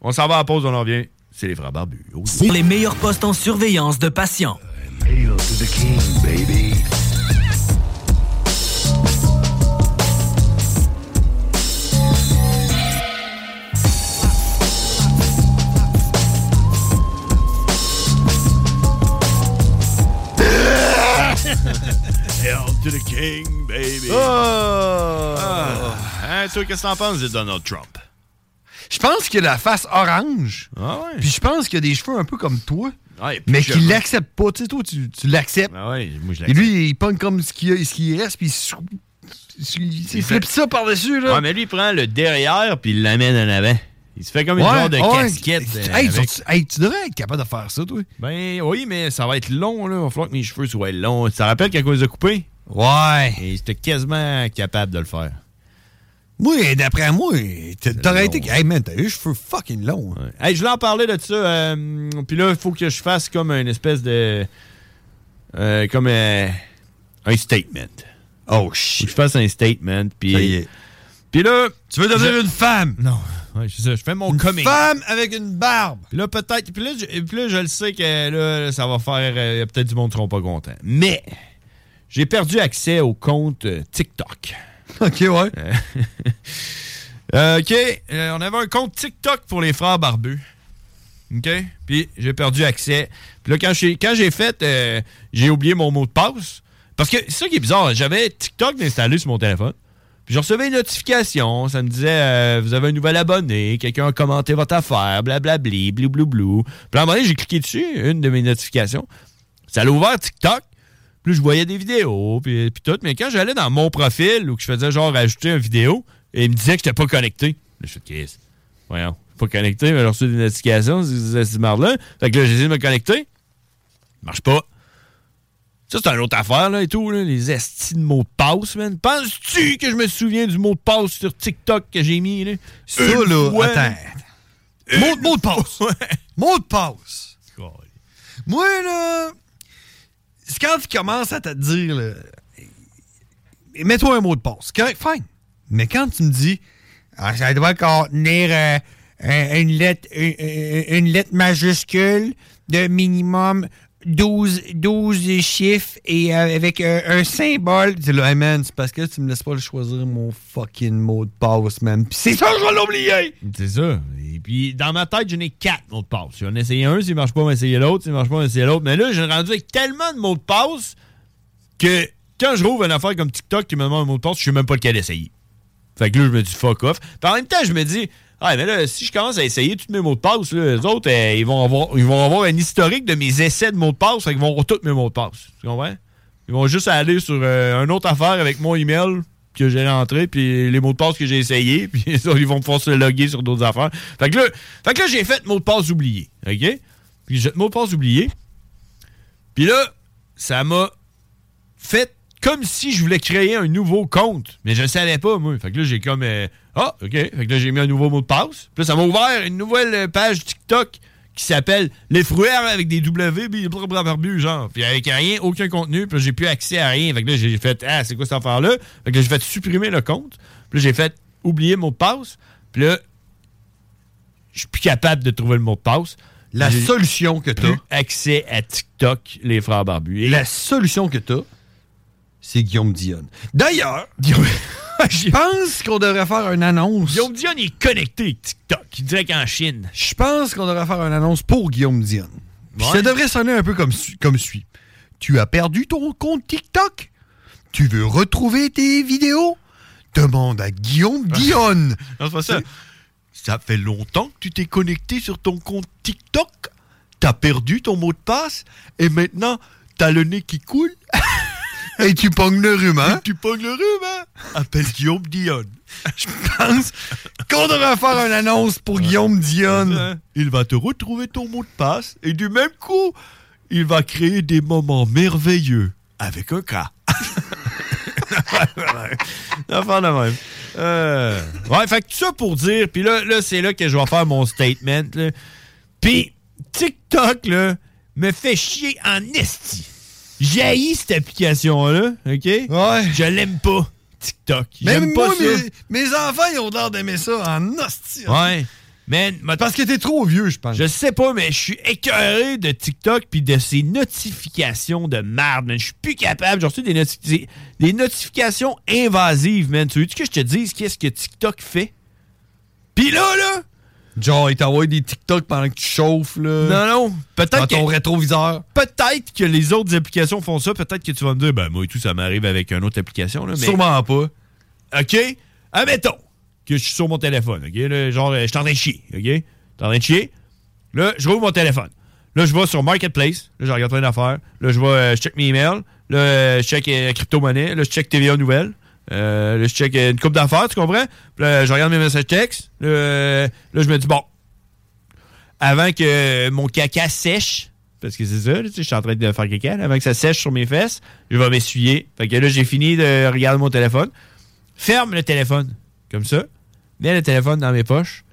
Speaker 7: On s'en va à la pause, on en revient. C'est les frères barbus. Oh, yeah.
Speaker 20: Les meilleurs postes en surveillance de patients.
Speaker 7: Hail to the king, baby.
Speaker 8: Oh!
Speaker 7: Ah. Hein, toi, qu'est-ce que t'en penses de Donald Trump?
Speaker 8: Je pense qu'il a la face orange.
Speaker 7: Ah ouais?
Speaker 8: Puis je pense qu'il a des cheveux un peu comme toi.
Speaker 7: Ouais,
Speaker 8: mais
Speaker 7: plus
Speaker 8: qu'il
Speaker 7: jeune.
Speaker 8: l'accepte pas. Tu sais, toi, tu, tu l'acceptes.
Speaker 7: Ah ouais, moi je
Speaker 8: Et lui, il pogne comme ce qu'il a- ce qu'il reste, puis il sou- il, sou- il
Speaker 7: fait-
Speaker 8: flippe ça par-dessus. là.
Speaker 7: Ouais, mais lui, il prend le derrière puis il l'amène en avant. Il se fait comme une
Speaker 8: Ouais,
Speaker 7: genre de
Speaker 8: ouais.
Speaker 7: casquette. euh,
Speaker 8: Hey,
Speaker 7: avec-
Speaker 8: tu, hey, tu devrais être capable de faire ça, toi.
Speaker 7: Ben oui, mais ça va être long, là. Il va falloir que mes cheveux soient longs. Tu te rappelles quand on les a coupés? Ouais. Et j'étais quasiment capable de le faire.
Speaker 8: Moi, d'après moi, t'a- t'aurais été. Hey, man, t'as eu les cheveux fucking longs. hein.
Speaker 7: Hey, je voulais en parler de ça. euh, Puis là, il faut que je fasse comme une espèce de. euh, comme euh, un statement. Oh shit. Je fasse un statement. Puis. Puis là. Tu veux
Speaker 8: devenir
Speaker 7: une femme? Non. Ouais, c'est ça. Je fais mon coming.
Speaker 8: Femme avec une barbe.
Speaker 7: Puis là, peut-être. Puis là, je, puis là, je le sais que là, ça va faire. euh, peut-être du monde qui seront pas content. Mais j'ai perdu accès au compte euh, TikTok.
Speaker 8: Ok, ouais.
Speaker 7: Euh, OK. euh, on avait un compte TikTok pour les frères barbus. OK? Puis j'ai perdu accès. Puis là, quand j'ai, quand j'ai fait, euh, j'ai oublié mon mot de passe. Parce que c'est ça qui est bizarre. J'avais TikTok installé sur mon téléphone. Puis je recevais une notification. Ça me disait euh, Vous avez un nouvel abonné. Quelqu'un a commenté votre affaire. Blablabli. Blou, blou, blou. Puis à un moment donné, j'ai cliqué dessus, une de mes notifications. Ça l'a ouvert TikTok. Puis là, je voyais des vidéos, puis, puis tout. Mais quand j'allais dans mon profil ou que je faisais genre ajouter une vidéo, et il me disait que j'étais pas connecté. Là, je fais Qu'est-ce? Voyons, pas connecté, mais j'ai reçu des notifications, c'est c'est marre-là. Fait que là, j'ai essayé de me connecter. Marche pas. Ça, c'est une autre affaire, là, et tout, là, les estis de mots de passe, man. Penses-tu que je me souviens du mot de passe sur TikTok que j'ai mis, là?
Speaker 8: Ça, là, attends. Mot, mot de passe. mot de passe. Moi, là, c'est quand tu commences à te dire, là, mets-toi un mot de passe. Correct, fine. Mais quand tu me dis, Ah, ça doit contenir euh, un- une, lettre, une, une- une lettre majuscule de minimum 12, 12 chiffres et euh, avec euh, un symbole. C'est là, hey man, c'est parce que tu me laisses pas le choisir mon fucking mot de passe, man. Puis c'est ça, je vais l'oublier!
Speaker 7: C'est ça. Et puis, dans ma tête, j'en ai quatre mots de passe. J'en ai essayé un, s'il marche pas, on va essayer l'autre, s'il marche pas, on va essayer l'autre. Mais là, j'ai rendu avec tellement de mots de passe que quand je rouvre une affaire comme TikTok qui me demande un mot de passe, je sais même pas lequel essayer. Fait que là, je me dis fuck off. Puis en même temps, je me dis, ah, mais là, si je commence à essayer tous mes mots de passe, là, les autres, euh, ils, vont avoir, ils vont avoir un historique de mes essais de mots de passe. Fait qu'ils vont avoir tous mes mots de passe. Tu comprends? Ils vont juste aller sur euh, une autre affaire avec mon email que j'ai rentré, puis les mots de passe que j'ai essayé, puis ça, ils vont pouvoir se loguer sur d'autres affaires. Fait que là, fait que là j'ai fait mot de passe oublié. OK? Puis j'ai mot de passe oublié. Puis là, ça m'a fait comme si je voulais créer un nouveau compte, mais je le savais pas, moi. Fait que là, j'ai comme. euh, Ah, OK. Fait que là, j'ai mis un nouveau mot de passe. Puis là, ça m'a ouvert une nouvelle euh, page TikTok qui s'appelle Les Fruères avec des W, puis blablabla barbu, genre. Puis avec rien, aucun contenu, puis là, j'ai plus accès à rien. Fait que là, j'ai fait Ah, c'est quoi cette affaire-là? Fait que là, j'ai fait supprimer le compte. Puis là, j'ai fait oublier mon mot de passe. Puis là, je suis plus capable de trouver le mot de passe.
Speaker 8: La
Speaker 7: J'ai
Speaker 8: solution que t'as.
Speaker 7: plus accès à TikTok, les frères barbus. Et
Speaker 8: La solution que t'as, c'est Guillaume Dion. D'ailleurs, je pense qu'on devrait faire une annonce.
Speaker 7: Guillaume Dion est connecté avec TikTok. Il dirait qu'en Chine.
Speaker 8: Je pense qu'on devrait faire une annonce pour Guillaume Dion. Puis
Speaker 7: Ouais.
Speaker 8: Ça devrait sonner un peu comme, su- comme suit. Tu as perdu ton compte TikTok? Tu veux retrouver tes vidéos? Demande à Guillaume Dion.
Speaker 7: Ah. Non, c'est pas ça. Ça fait longtemps que tu t'es connecté sur ton compte TikTok. T'as perdu ton mot de passe. Et maintenant, t'as le nez qui coule.
Speaker 8: Et tu pognes le rhume, hein?
Speaker 7: tu pognes le rhume, hein? Appelle Guillaume Dion.
Speaker 8: Je pense qu'on devrait faire une annonce pour Guillaume Dion.
Speaker 7: Il va te retrouver ton mot de passe. Et du même coup, il va créer des moments merveilleux. Avec un cas. Affaire de même. Euh, ouais, fait que tout ça pour dire, puis là, là c'est là que je vais faire mon statement. là. Puis TikTok, là, me fait chier en esti. J'haïs cette application-là, OK? Ouais. Je l'aime pas, TikTok. J'aime
Speaker 8: Même
Speaker 7: pas
Speaker 8: moi,
Speaker 7: ça.
Speaker 8: mes, mes enfants, ils ont l'air d'aimer ça en hostie.
Speaker 7: Ouais. Man, Parce
Speaker 8: hein. que t'es trop vieux, je pense.
Speaker 7: Je sais pas, mais je suis écœuré de TikTok puis de ces notifications de merde, man. Je suis plus capable. J'ai reçu des, noti- des- des notifications invasives, man. Tu veux que je te dise qu'est-ce que TikTok fait? Pis là, là!
Speaker 8: Genre, ils t'envoient des TikTok pendant que tu chauffes, là.
Speaker 7: Non, non. Peut-être
Speaker 8: Dans ton
Speaker 7: que-
Speaker 8: rétroviseur.
Speaker 7: Peut-être que les autres applications font ça. Peut-être que tu vas me dire, ben, moi et tout, ça m'arrive avec une autre application. Là, mais...
Speaker 8: Sûrement pas.
Speaker 7: OK? Admettons que je suis sur mon téléphone, OK? Là, genre, euh, je suis en train de chier, OK? Je suis en train de chier. Là, je rouvre mon téléphone. Là, je vais sur Marketplace. Là, je regarde plein d'affaires. Là, je vais, euh, je check mes emails. Là, euh, je check euh, crypto-monnaie. Là, je check TVA Nouvelles. Euh, là, je check euh, une coupe d'affaires, tu comprends? Puis là, je regarde mes messages textes. Là, euh, là, je me dis, bon, avant que mon caca sèche, parce que c'est ça, là, tu sais, je suis en train de faire caca, là, avant que ça sèche sur mes fesses, je vais m'essuyer. Fait que là, j'ai fini de regarder mon téléphone. Ferme le téléphone, comme ça. Mets le téléphone dans mes poches.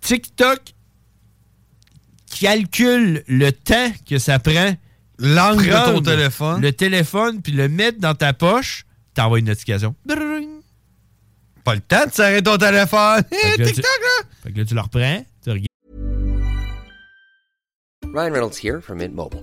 Speaker 7: TikTok calcule le temps que ça prend.
Speaker 8: L'angle de ton
Speaker 7: prendre
Speaker 8: téléphone.
Speaker 7: Le téléphone, puis le mettre dans ta poche, t'envoies une notification. Pas le temps de s'arrêter ton téléphone. TikTok, là! tu- Fait que là, tu le reprends, tu regardes.
Speaker 18: Ryan Reynolds here from Mint Mobile.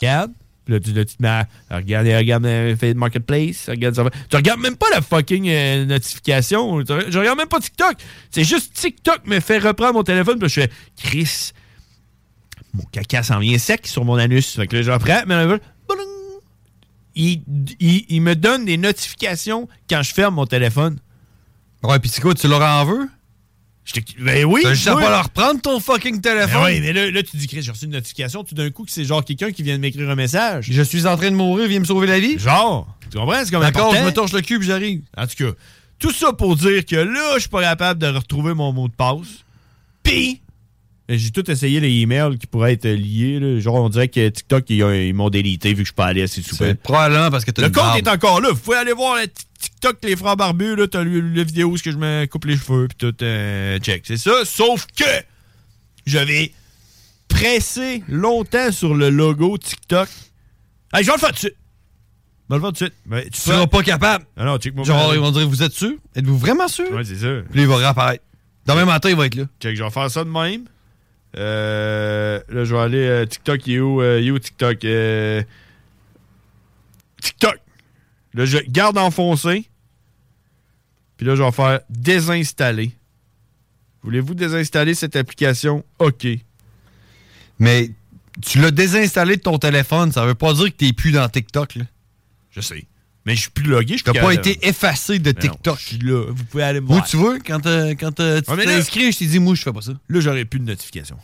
Speaker 7: regarde. Puis là, tu, là, tu te mets à à regarder, regarde euh, Facebook Marketplace, regarde ça. va. Tu regardes même pas la fucking euh, notification. Tu re- Je regarde même pas TikTok. C'est juste TikTok me fait reprendre mon téléphone. Puis je fais Chris, mon caca s'en vient sec sur mon anus. Fait que là, je reprends, mais là, bling. il, il, il me donne des notifications quand je ferme mon téléphone.
Speaker 8: Ouais, puis c'est quoi, tu leur en veux?
Speaker 7: Ben oui!
Speaker 8: T'as juste à
Speaker 7: oui.
Speaker 8: pas leur reprendre ton fucking téléphone.
Speaker 7: Ben oui, mais là, là, tu dis, Chris, j'ai reçu une notification, tout d'un coup, que c'est genre quelqu'un qui vient de m'écrire un message.
Speaker 8: Je suis en train de mourir, viens me sauver la vie.
Speaker 7: Genre, tu comprends? C'est comme
Speaker 8: D'accord,
Speaker 7: important.
Speaker 8: je me torche le cul puis j'arrive.
Speaker 7: En tout cas, tout ça pour dire que là, je suis pas capable de retrouver mon mot de passe. Puis, j'ai tout essayé les emails qui pourraient être liés. là. Genre, on dirait que TikTok, ils, ont- ils m'ont délité vu que je suis pas allé assez souvent.
Speaker 8: Ben, Probablement parce que t'as
Speaker 7: Le
Speaker 8: une
Speaker 7: compte
Speaker 8: barbe.
Speaker 7: est encore là. Vous pouvez aller voir le t- TikTok, les frères barbus. Là, t'as le- la vidéo où est-ce que je me coupe les cheveux. Puis tout, euh, check. C'est ça. Sauf que je vais presser longtemps sur le logo TikTok. Hey, je vais le faire tout de suite. Je vais le faire Ben, tout de suite. Mais tu
Speaker 8: Tu seras pas capable.
Speaker 7: Ah non, check moi.
Speaker 8: Genre, ils vont dire, vous êtes sûr? Êtes-vous vraiment ben, sûr?
Speaker 7: Ouais, c'est ça.
Speaker 8: Puis là, il va réapparaître. Demain matin, il va être là.
Speaker 7: Check, je vais faire ça de même. Euh, là, je vais aller. euh, TikTok, il est où, euh, il est où TikTok? Euh, TikTok! Là, je garde enfoncé. Puis là, je vais faire désinstaller. Voulez-vous désinstaller cette application? OK.
Speaker 8: Mais tu l'as désinstallé de ton téléphone, ça veut pas dire que t'es plus dans TikTok, là.
Speaker 7: Je sais. Mais je suis plus logué. Je
Speaker 8: T'as
Speaker 7: suis
Speaker 8: pas
Speaker 7: capable.
Speaker 8: été effacé de
Speaker 7: Mais non,
Speaker 8: TikTok.
Speaker 7: je suis là. Vous pouvez aller me
Speaker 8: Moi,
Speaker 7: voir.
Speaker 8: tu vois, quand, euh, quand euh, tu
Speaker 7: Ouais, mais
Speaker 8: t'es
Speaker 7: là-
Speaker 8: inscrit, je t'ai dit, moi, je fais pas ça.
Speaker 7: Là, j'aurais plus de notification.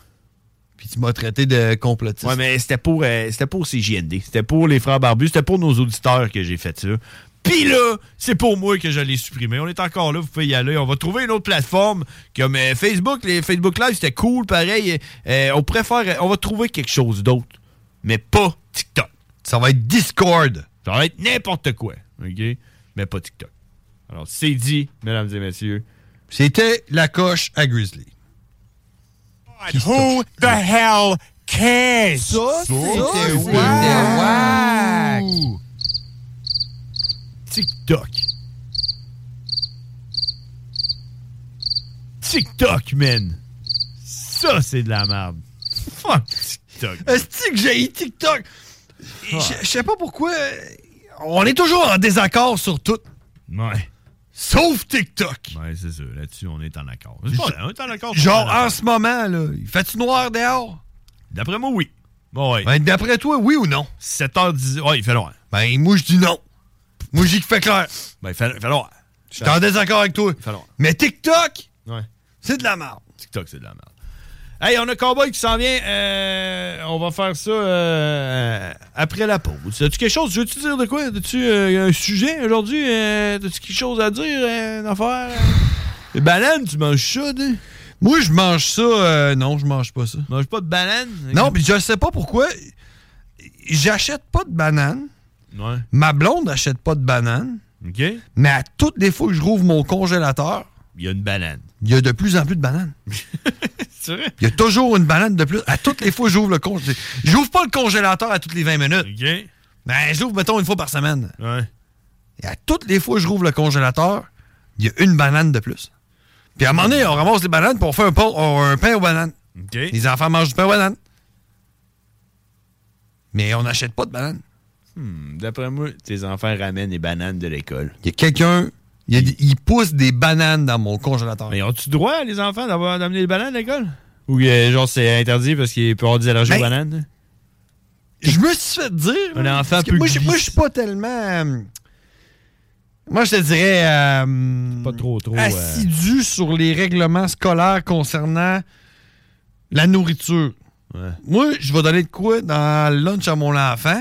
Speaker 8: Puis tu m'as traité de complotiste.
Speaker 7: Ouais, mais c'était pour, euh, c'était pour CJND. C'était pour les frères barbus. C'était pour nos auditeurs que j'ai fait ça. Puis là, c'est pour moi que je l'ai supprimé. On est encore là, vous pouvez y aller. On va trouver une autre plateforme comme euh, Facebook. Les Facebook Live, c'était cool, pareil. Euh, on préfère. euh, on va trouver quelque chose d'autre. Mais pas TikTok.
Speaker 8: Ça va être Discord.
Speaker 7: Ça va être n'importe quoi. OK? Mais pas TikTok. Alors, c'est dit, mesdames et messieurs.
Speaker 8: C'était la coche à Grizzly.
Speaker 19: Who the hell cares?
Speaker 8: Oh,
Speaker 7: Oh,
Speaker 21: Oh,
Speaker 7: TikTok. TikTok, man. Ça, c'est de la merde. Fuck TikTok.
Speaker 8: Est-ce que j'ai TikTok? Je- Je sais pas pourquoi. euh, On est toujours en désaccord sur tout.
Speaker 7: Ouais.
Speaker 8: Sauf TikTok.
Speaker 7: Ouais, c'est ça. Là-dessus, on est en accord. C'est pas vrai, on est en accord.
Speaker 8: Genre, en ce moment, là, il fait-tu noir dehors?
Speaker 7: D'après moi, oui. Ouais.
Speaker 8: Ben, d'après toi, oui ou non?
Speaker 7: 7h10. Ouais, il fait noir.
Speaker 8: Ben, moi, je dis non. Moi, je dis qu'il fait clair.
Speaker 7: Ben, il fait, il fait noir.
Speaker 8: Je suis en désaccord avec toi. Mais TikTok,
Speaker 7: Ouais.
Speaker 8: c'est de la merde.
Speaker 7: ah! TikTok, c'est de la merde. Hey, on a Cowboy qui s'en vient. Euh, on va faire ça euh, après la pause. As-tu quelque chose? Veux-tu dire de quoi? As-tu euh, un sujet aujourd'hui? Euh, As-tu quelque chose à dire? euh, Une affaire? Les bananes, tu manges ça, tu?
Speaker 8: Moi, je mange ça. euh, non, je mange pas ça.
Speaker 7: Mange pas de bananes? hein?
Speaker 8: Non, puis je sais pas pourquoi. J'achète pas de bananes.
Speaker 7: Ouais.
Speaker 8: Ma blonde achète pas de bananes.
Speaker 7: OK?
Speaker 8: Mais à toutes les fois que je rouvre mon congélateur,
Speaker 7: Il y a une banane.
Speaker 8: il y a de plus en plus de bananes.
Speaker 7: C'est vrai?
Speaker 8: Il y a toujours une banane de plus. À toutes les fois, j'ouvre le congélateur. J'ouvre pas le congélateur à toutes les 20 minutes. Ben, j'ouvre, mettons, une fois par semaine. Et à toutes les fois, je rouvre le congélateur, il y a une banane de plus. Puis à un moment donné, on ramasse les bananes, puis on fait un, pain- on- un pain aux bananes. Les enfants mangent du pain aux bananes. Mais on n'achète pas de bananes.
Speaker 7: Hmm, D'après moi, tes enfants ramènent les bananes de l'école.
Speaker 8: Il y a quelqu'un, il, y a des- il pousse des bananes dans mon congélateur.
Speaker 7: Mais ont-tu droit, les enfants, d'avoir d'amener les bananes à l'école? Ou euh, genre, c'est interdit parce qu'il peut avoir des allergies
Speaker 8: Ben,
Speaker 7: aux bananes? hein?
Speaker 8: Je me suis fait dire.
Speaker 7: Un enfant
Speaker 8: parce que
Speaker 7: peut
Speaker 8: moi, je- moi, je suis pas tellement. euh, Moi, je te dirais. euh, Assidu sur les règlements scolaires concernant la nourriture. Moi, je vais donner de quoi dans le lunch à mon enfant,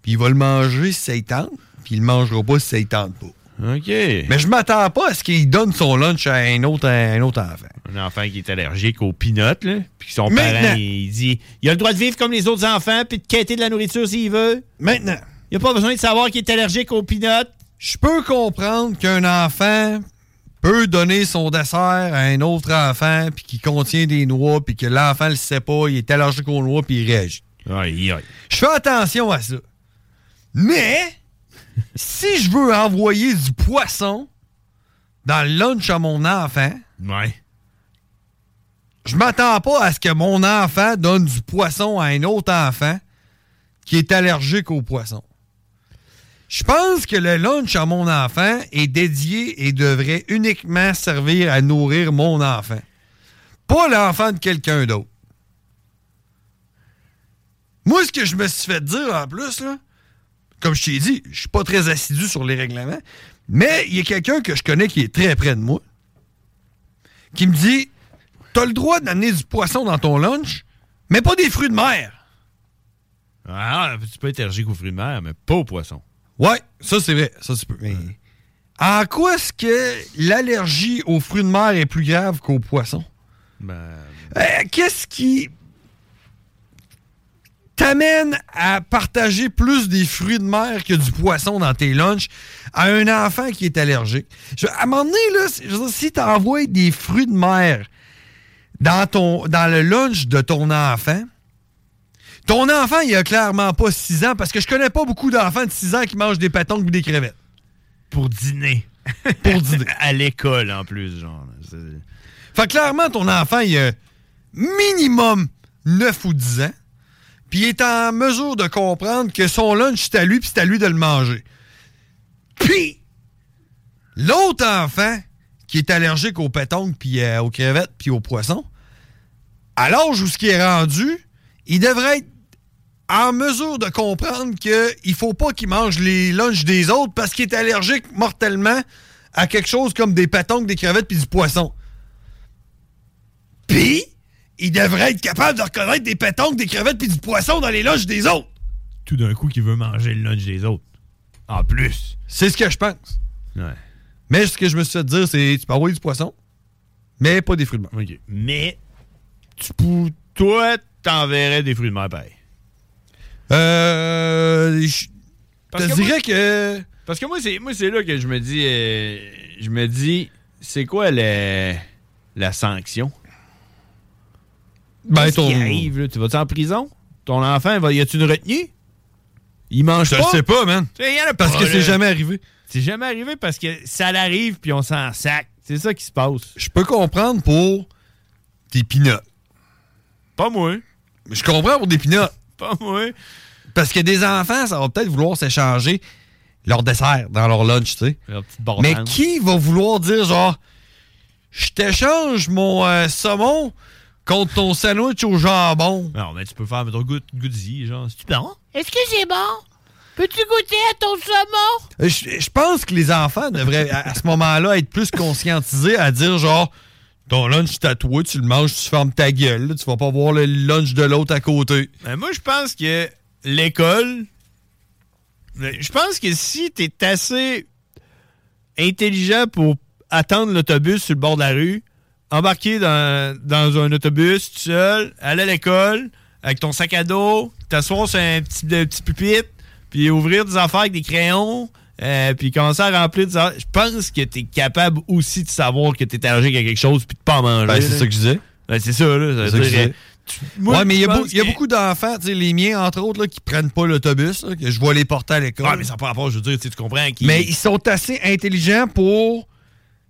Speaker 8: puis il va le manger si ça y tente, puis il le mangera pas si ça y tente pas.
Speaker 7: OK.
Speaker 8: Mais je m'attends pas à ce qu'il donne son lunch à un autre, à un autre enfant.
Speaker 7: Un enfant qui est allergique aux peanuts, là, puis que son
Speaker 8: Maintenant.
Speaker 7: parent, il dit il a le droit de vivre comme les autres enfants, puis de quêter de la nourriture s'il veut.
Speaker 8: Maintenant.
Speaker 7: Il a pas besoin de savoir qu'il est allergique aux peanuts.
Speaker 8: Je peux comprendre qu'un enfant peut donner son dessert à un autre enfant puis qui contient des noix puis que l'enfant le sait pas, il est allergique aux noix puis il réagit. Je fais attention à ça. Mais si je veux envoyer du poisson dans le lunch à mon enfant,
Speaker 7: Ouais.
Speaker 8: je m'attends pas à ce que mon enfant donne du poisson à un autre enfant qui est allergique au poisson. Je pense que le lunch à mon enfant est dédié et devrait uniquement servir à nourrir mon enfant. Pas l'enfant de quelqu'un d'autre. Moi, ce que je me suis fait dire en plus, là, comme je t'ai dit, je suis pas très assidu sur les règlements, mais il y a quelqu'un que je connais qui est très près de moi, qui me dit T'as le droit d'amener du poisson dans ton lunch, mais pas des fruits de mer.
Speaker 7: Ah, tu peux être allergique aux fruits de mer, mais pas aux poissons.
Speaker 8: Ouais, ça c'est vrai. Ça c'est peu. Mais en quoi est-ce que l'allergie aux fruits de mer est plus grave qu'aux poissons? Euh, Qu'est-ce qui t'amène à partager plus des fruits de mer que du poisson dans tes lunchs à un enfant qui est allergique? Je, à un moment donné, là, c'est- je veux dire, si t'envoies des fruits de mer dans, ton, dans le lunch de ton enfant, ton enfant, il a clairement pas 6 ans, parce que je connais pas beaucoup d'enfants de 6 ans qui mangent des patons ou des crevettes.
Speaker 7: Pour dîner.
Speaker 8: Pour dîner.
Speaker 7: à l'école, en plus, genre. là. C'est-
Speaker 8: Fait que clairement, ton enfant, il a minimum 9 ou 10 ans, puis il est en mesure de comprendre que son lunch, c'est à lui, puis c'est à lui de le manger. Puis, l'autre enfant qui est allergique aux pétanques, puis euh, aux crevettes, puis aux poissons, à l'âge où ce qui est rendu, il devrait être en mesure de comprendre qu'il faut pas qu'il mange les lunchs des autres parce qu'il est allergique mortellement à quelque chose comme des pétanques, des crevettes, puis du poisson. Puis, il devrait être capable de reconnaître des pétanques, des crevettes puis du poisson dans les loges des autres.
Speaker 7: Tout d'un coup, qui veut manger le lunch des autres. En plus.
Speaker 8: C'est ce que je pense.
Speaker 7: Ouais.
Speaker 8: Mais ce que je me suis fait dire, c'est tu peux envoyer du poisson, mais pas des fruits de mer.
Speaker 7: Mais, tu pou- toi, t'enverrais des fruits de mer pareil.
Speaker 8: Euh. Je
Speaker 7: Parce
Speaker 8: te
Speaker 7: que moi-
Speaker 8: dirais que.
Speaker 7: Parce que moi, c'est moi c'est là que je me dis, euh, je me dis, c'est quoi le- la sanction?
Speaker 8: Ben,
Speaker 7: Qu'est-ce
Speaker 8: ton-
Speaker 7: qui arrive, là? Tu vas-tu en prison? Ton enfant, va, y a-tu une retenue? Il mange
Speaker 8: Je
Speaker 7: pas?
Speaker 8: le sais pas, man.
Speaker 7: Tu sais, y en a
Speaker 8: Parce
Speaker 7: pas,
Speaker 8: que
Speaker 7: là.
Speaker 8: c'est jamais arrivé.
Speaker 7: C'est jamais arrivé parce que ça l'arrive puis on s'en sac. C'est ça qui se passe.
Speaker 8: Je peux comprendre pour des pinottes.
Speaker 7: Pas moi.
Speaker 8: Je comprends pour des pinottes.
Speaker 7: Pas moi.
Speaker 8: Parce que des enfants, ça va peut-être vouloir s'échanger leur dessert dans leur lunch, tu sais.
Speaker 7: Leur petite
Speaker 8: Mais
Speaker 7: bordane.
Speaker 8: qui va vouloir dire genre je t'échange mon euh, saumon contre ton sandwich au jambon?
Speaker 7: Non, mais tu peux faire ton goût, goûtzi, genre, c'est Ah, bon.
Speaker 21: Excusez-moi, peux-tu goûter à ton saumon?
Speaker 8: Je, je pense que les enfants devraient à, à ce moment-là être plus conscientisés à dire genre ton lunch tatoué, tu le manges, tu fermes ta gueule, là, tu vas pas voir le lunch de l'autre à côté.
Speaker 7: Ben, moi, je pense que l'école. ben, Je pense que si t'es assez intelligent pour attendre l'autobus sur le bord de la rue, embarquer dans, dans un autobus tout seul, aller à l'école avec ton sac à dos, t'asseoir sur un petit, un petit pupitre, puis ouvrir des affaires avec des crayons, euh, puis commencer à remplir des affaires. Je pense que t'es capable aussi de savoir que t'es allergique à quelque chose puis de pas en manger.
Speaker 8: Ben, c'est ça que je disais.
Speaker 7: Ben, c'est ça, là. Ça
Speaker 8: C'est ça
Speaker 7: veut
Speaker 8: que je
Speaker 7: dire,
Speaker 8: disais.
Speaker 7: moi,
Speaker 8: ouais, mais il y, a
Speaker 7: je
Speaker 8: beau-
Speaker 7: pense
Speaker 8: il y a
Speaker 7: que-
Speaker 8: beaucoup d'enfants, tu sais, les miens entre autres, là, qui prennent pas l'autobus, là, que je vois les porter à l'école.
Speaker 7: Ouais, mais ça n'a pas rapport, je veux dire, tu sais, tu comprends. Qui...
Speaker 8: Mais ils sont assez intelligents pour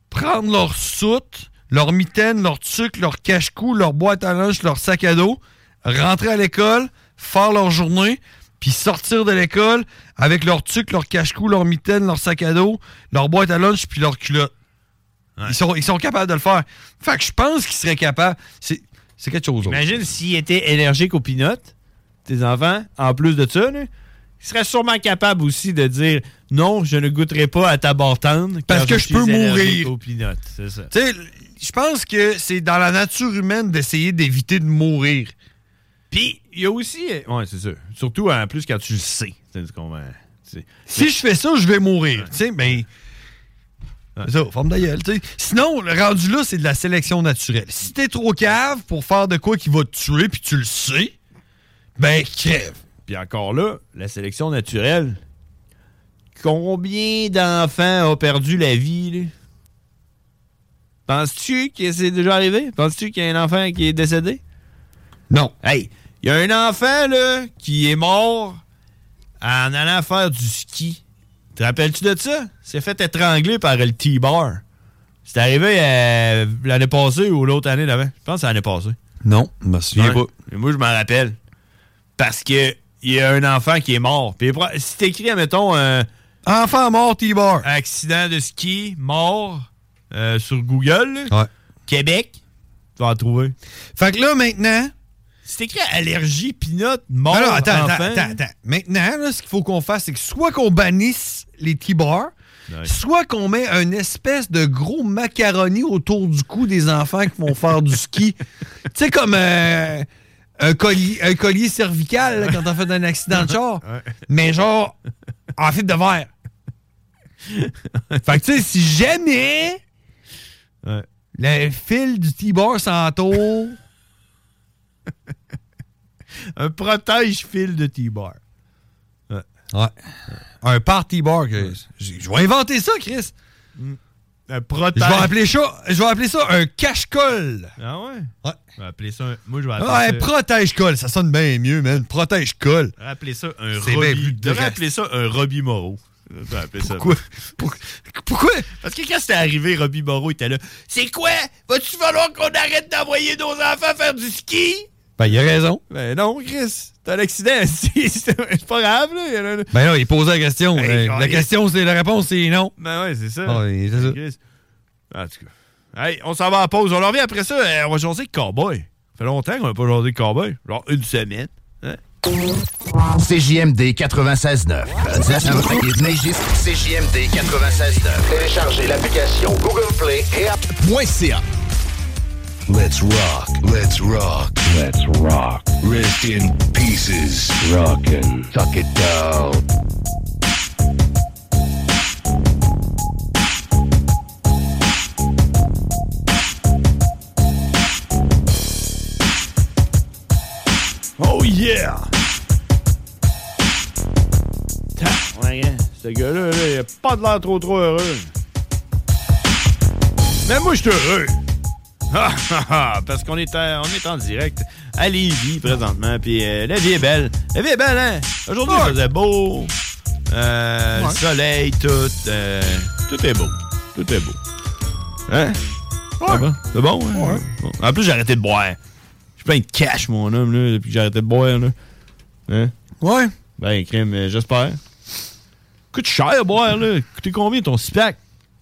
Speaker 8: prendre leur soute, leur mitaine, leur sucre, leur cache-cou, leur boîte à lunch, leur sac à dos, rentrer à l'école, faire leur journée, puis sortir de l'école avec leur sucre, leur cache-cou, leur mitaine, leur sac à dos, leur boîte à lunch, puis leur culotte. Ils, sont, ils sont capables de le faire. Fait que je pense qu'ils seraient capables. C'est c'est quelque chose d'autre.
Speaker 7: Imagine s'ils étaient allergiques aux peanuts, tes enfants, en plus de ça, là, ils seraient sûrement capables aussi de dire non, je ne goûterai pas à ta barre tendre car
Speaker 8: Parce que je
Speaker 7: suis
Speaker 8: peux
Speaker 7: allergique
Speaker 8: mourir.
Speaker 7: aux peanuts. C'est ça.
Speaker 8: Tu sais, je pense que c'est dans la nature humaine d'essayer d'éviter de mourir.
Speaker 7: Puis, il y a aussi. Ouais, c'est ça. Surtout en plus quand tu le sais. Tu sais, ce qu'on va- tu sais.
Speaker 8: Si je fais ça, je vais mourir. Tu sais, ben. c'est Ça, forme d'aïeul. tu sais. Sinon, le rendu là, c'est de la sélection naturelle. Si t'es trop cave pour faire de quoi qui va te tuer, puis tu le sais, ben crève.
Speaker 7: Puis encore là, la sélection naturelle. Combien d'enfants ont perdu la vie, là? Penses-tu que c'est déjà arrivé? Penses-tu qu'il y a un enfant qui est décédé?
Speaker 8: Non.
Speaker 7: Hey, il y a un enfant, là, qui est mort en allant faire du ski. Te rappelles-tu de ça? C'est fait étrangler par le T-Bar. C'est arrivé euh, l'année passée ou l'autre année d'avant. Je pense que c'est l'année passée.
Speaker 8: Non, je me
Speaker 7: Ouais. Mais Moi, je m'en rappelle. Parce que il y a un enfant qui est mort. Puis, pro- si t'écris, admettons, euh,
Speaker 8: Enfant mort, T-Bar.
Speaker 7: accident de ski, mort, euh, sur Google, là, Québec, tu vas en trouver.
Speaker 8: Fait que là, maintenant.
Speaker 7: Si t'écris allergie, pinote, mort,
Speaker 8: Alors, attends,
Speaker 7: enfant,
Speaker 8: attends, attends, attends. Maintenant, là, ce qu'il faut qu'on fasse, c'est que soit qu'on bannisse les T-bars, soit qu'on met une espèce de gros macaroni autour du cou des enfants qui vont faire du ski. tu sais, comme euh, un, collier, un collier cervical là, quand t'as fait un accident de char. Mais genre, en fibre de verre. fait que tu sais, si jamais le fil du T-bar s'entoure...
Speaker 7: un protège-fil de T-Bar.
Speaker 8: Ouais. Un party bar. Que j- je vais inventer ça, Chris.
Speaker 7: Mm. Un
Speaker 8: Je
Speaker 7: protège.
Speaker 8: vais appeler ça, je vais appeler ça un cache-colle.
Speaker 7: Ah ouais? Ouais. Je vais appeler ça un. Moi, je vais appeler
Speaker 8: Ah, un
Speaker 7: ça.
Speaker 8: protège-colle. Ça sonne bien mieux, man. Protège-colle.
Speaker 7: Je vais appeler ça un
Speaker 8: C'est bien
Speaker 7: Robbie.
Speaker 8: plus
Speaker 7: Je devrais
Speaker 8: drastique.
Speaker 7: appeler ça un Robbie Moreau. Je devrais appeler ça-
Speaker 8: Pourquoi? Pourquoi?
Speaker 7: Parce que quand c'était arrivé, Robbie Moreau était là. C'est quoi? Va-tu falloir qu'on arrête d'envoyer nos enfants faire du ski?
Speaker 8: Ben, il a raison.
Speaker 7: Ben non, Chris. T'as l'accident. si, C'est c'est pas grave, là. Il y en a-
Speaker 8: Ben là, il posait la question. Euh,
Speaker 7: Hey,
Speaker 8: la
Speaker 7: Chris.
Speaker 8: question, c'est la réponse, c'est non.
Speaker 7: Ben ouais, c'est ça. Ah,
Speaker 8: Ah oui, c'est ça.
Speaker 7: Chris. En tout cas. Hey, on s'en va en pause. On en revient après ça. euh, On va jaser de cowboy. Ça fait longtemps qu'on n'a pas jasé de cowboy. Genre une semaine. hein?
Speaker 2: CJMD 96.9. CJMD 96.9. Téléchargez l'application Google Play et app.ca.
Speaker 4: Let's rock. Let's rock. Let's rock. Rest in pieces. Rockin'. Tuck it down.
Speaker 7: Oh yeah! Tain, ouais, hein, ce gars-là, là, il a pas de l'air trop trop heureux. Mais moi, je suis heureux. Ah, ah, ah, Parce qu'on est, en- on est en direct à Lévis présentement, puis euh, la vie est belle. La vie est belle, hein? Aujourd'hui, il faisait beau. Euh,
Speaker 11: Ouais.
Speaker 7: Soleil, tout. euh, tout est beau. Tout est beau. Hein? C'est bon? C'est bon, hein? Bon. En plus, j'ai arrêté de boire. J'ai plein de cash, mon homme, là, depuis que j'ai arrêté de boire, là. Hein?
Speaker 8: Ouais.
Speaker 7: Ben, crème, euh, j'espère. Coûte cher, boire, là. Coûtez combien ton SPAC?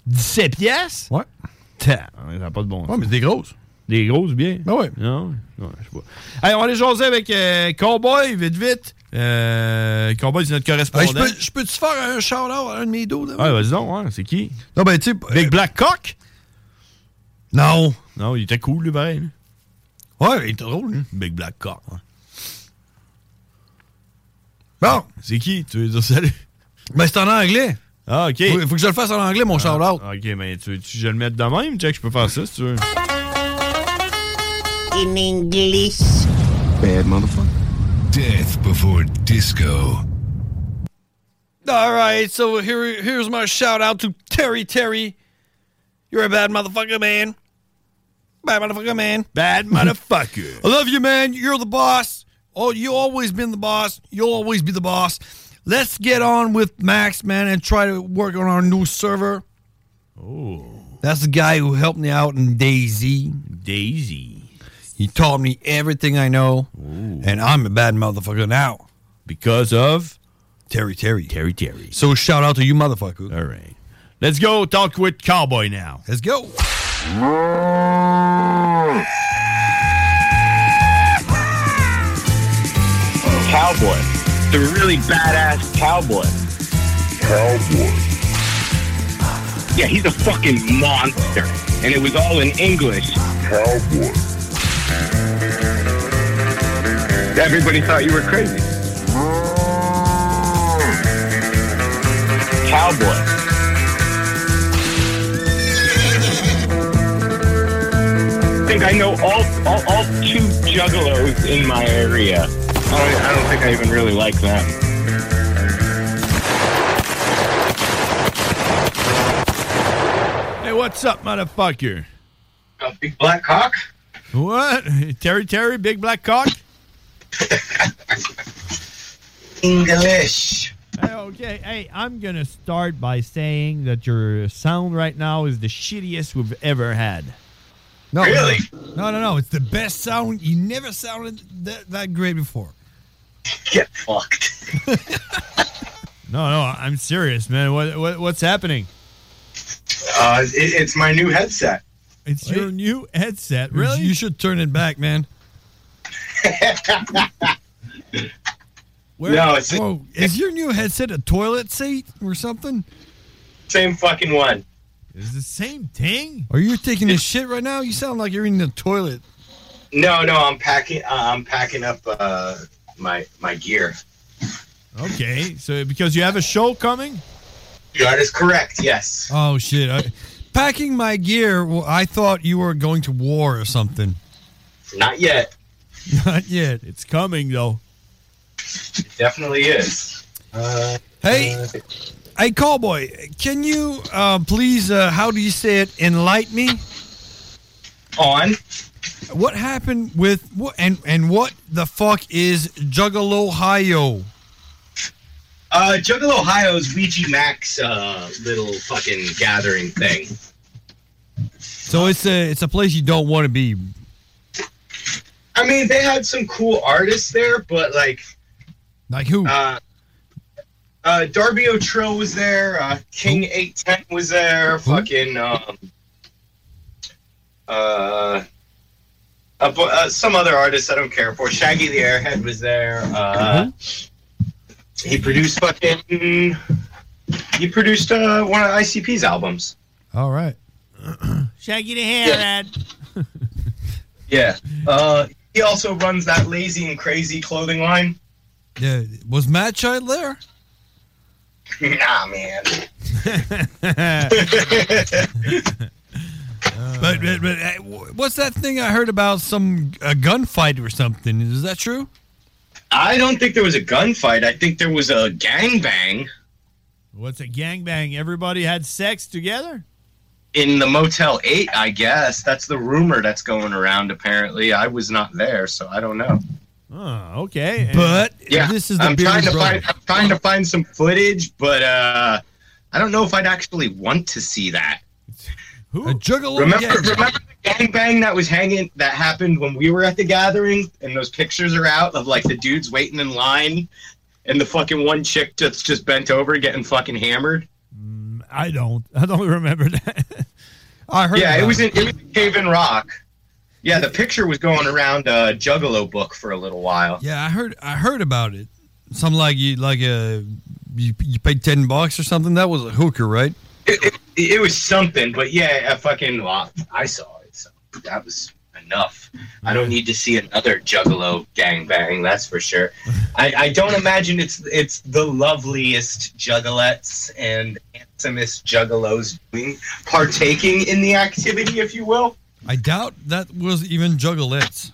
Speaker 7: 17 pièces?
Speaker 8: Ouais.
Speaker 7: Ça n'a pas de bon sens.
Speaker 8: Ouais, mais des grosses.
Speaker 7: Des grosses, bien.
Speaker 8: Ben ouais.
Speaker 7: Non, ouais, je sais pas. Hey, on va aller jaser avec euh, Cowboy, vite, vite. Euh, Cowboy, c'est notre
Speaker 8: Hey,
Speaker 7: correspondant.
Speaker 8: je peux- je peux-tu faire un shout-out à un de mes dos? là?
Speaker 7: Ouais, vas-y donc, hein, c'est qui?
Speaker 8: Non, ben, tu sais.
Speaker 7: Big Black Cock?
Speaker 8: Non.
Speaker 7: Non, il était cool, lui, pareil.
Speaker 8: Ouais, il était drôle, lui.
Speaker 7: Big Black Cock. ouais.
Speaker 8: Bon.
Speaker 7: C'est qui? Tu veux dire salut?
Speaker 8: Ben, c'est en anglais.
Speaker 7: Ah, OK.
Speaker 8: Faut, faut que je le fasse en anglais, mon shout-out.
Speaker 7: OK, mais tu veux-tu que je le mette de même? Jack, je peux faire Ah, ça, si tu veux.
Speaker 9: In English.
Speaker 4: Bad motherfucker. Death before disco.
Speaker 13: All right, so here here's my shout out to Terry Terry. You're a bad motherfucker, man. Bad motherfucker, man.
Speaker 7: Bad motherfucker.
Speaker 13: I love you, man. You're the boss. Oh, you always been the boss. You'll always be the boss. Let's get on with Max, man, and try to work on our new server.
Speaker 7: Oh,
Speaker 13: That's the guy who helped me out in Daisy.
Speaker 7: Daisy.
Speaker 13: He taught me everything I know, and I'm a bad motherfucker now
Speaker 7: because of
Speaker 13: Terry Terry.
Speaker 7: Terry Terry.
Speaker 13: So shout out to you, motherfucker.
Speaker 7: All right, let's go talk with Cowboy now.
Speaker 13: Let's go.
Speaker 10: Cowboy. The really badass cowboy. Cowboy. Yeah, he's a fucking monster. And it was all in English. Cowboy. Everybody thought you were crazy. Cowboy. I think I know all, all, all two juggalos in my area. I don't, I don't think I even really like them.
Speaker 7: Hey, what's up, motherfucker?
Speaker 1: Big Black Hawk?
Speaker 7: What? Terry Terry, Big Black Cock?
Speaker 1: English.
Speaker 11: Hey, okay, hey, I'm gonna start by saying that your sound right now is the shittiest we've ever had.
Speaker 13: No, No, no, no. It's the best sound. You never sounded that, that great before.
Speaker 1: Get fucked.
Speaker 7: No, no, I'm serious, man. What, what what's happening?
Speaker 1: Uh, it, it's my new headset.
Speaker 7: It's your new headset,
Speaker 13: really? You should turn it back, man. Where,
Speaker 1: No, it's-
Speaker 13: Whoa, is your new headset a toilet seat or something?
Speaker 1: Same fucking one.
Speaker 7: Is the same thing?
Speaker 13: Are you taking a shit right now? You sound like you're in the toilet.
Speaker 1: No, no, I'm packing. Uh, I'm packing up uh, my my gear.
Speaker 7: Okay, so because you have a show coming?
Speaker 1: That is correct. Yes.
Speaker 13: Oh shit! I, packing my gear. Well, I thought you were going to war or something.
Speaker 1: Not yet.
Speaker 13: Not yet.
Speaker 7: It's coming though.
Speaker 1: It definitely is. Uh,
Speaker 13: Hey, hey, cowboy! Can you uh, please? Uh, how do you say it? Enlighten me.
Speaker 1: On.
Speaker 13: What happened with what and and what the fuck is Juggalo Ohio?
Speaker 1: Uh, Juggalo Ohio's Ouija Max uh, little fucking gathering thing.
Speaker 13: So it's a it's a place you don't want to be.
Speaker 1: I mean, they had some cool artists there, but like,
Speaker 13: like who?
Speaker 1: Uh, uh, Darby O'Trill was there. Uh, King Eight Ten was there. Fucking um, uh, a bu- uh, some other artists I don't care for. Shaggy the Airhead was there. Uh, He produced fucking. He produced uh, one of ICP's albums.
Speaker 13: All right.
Speaker 11: Shaggy the Hairhead.
Speaker 1: Yeah. Uh, he also runs that lazy and crazy clothing line.
Speaker 13: Yeah, was Matt Child there?
Speaker 1: Nah, man.
Speaker 13: but, but, but uh, wh- what's that thing I heard about some a gunfight or something? Is that true?
Speaker 1: I don't think there was a gunfight. I think there was a gangbang
Speaker 7: What's a gangbang? Everybody had sex together?
Speaker 1: in the Motel 8, I guess. That's the rumor that's going around, apparently. I was not there, so I don't know.
Speaker 7: Oh, okay. And-
Speaker 13: But
Speaker 1: Yeah,
Speaker 13: this is the
Speaker 1: I'm, trying
Speaker 13: bearded
Speaker 1: to
Speaker 13: brother.
Speaker 1: find, I'm trying to find some footage, but uh, I don't know if I'd actually want to see that.
Speaker 7: Who?
Speaker 13: A juggalo.
Speaker 1: Remember,
Speaker 13: yeah.
Speaker 1: remember the gangbang that was hanging, that happened when we were at the gathering, and those pictures are out of like the dudes waiting in line, and the fucking one chick that's just bent over getting fucking hammered.
Speaker 7: I don't. I don't remember that.
Speaker 13: I heard.
Speaker 1: yeah, it
Speaker 7: about
Speaker 1: was in it was in Cave and Rock. Yeah, the picture was going around a Juggalo book for a little while.
Speaker 13: Yeah, I heard. I heard about it. Some like you like a you, you paid ten bucks or something. That was a hooker, right?
Speaker 1: It, it was something, but yeah, a fucking well, I saw it, so that was enough. I don't need to see another Juggalo gangbang, that's for sure. I, I don't imagine it's it's the loveliest juggalettes and handsomest juggalos doing partaking in the activity, if you will.
Speaker 13: I doubt that was even juggalettes.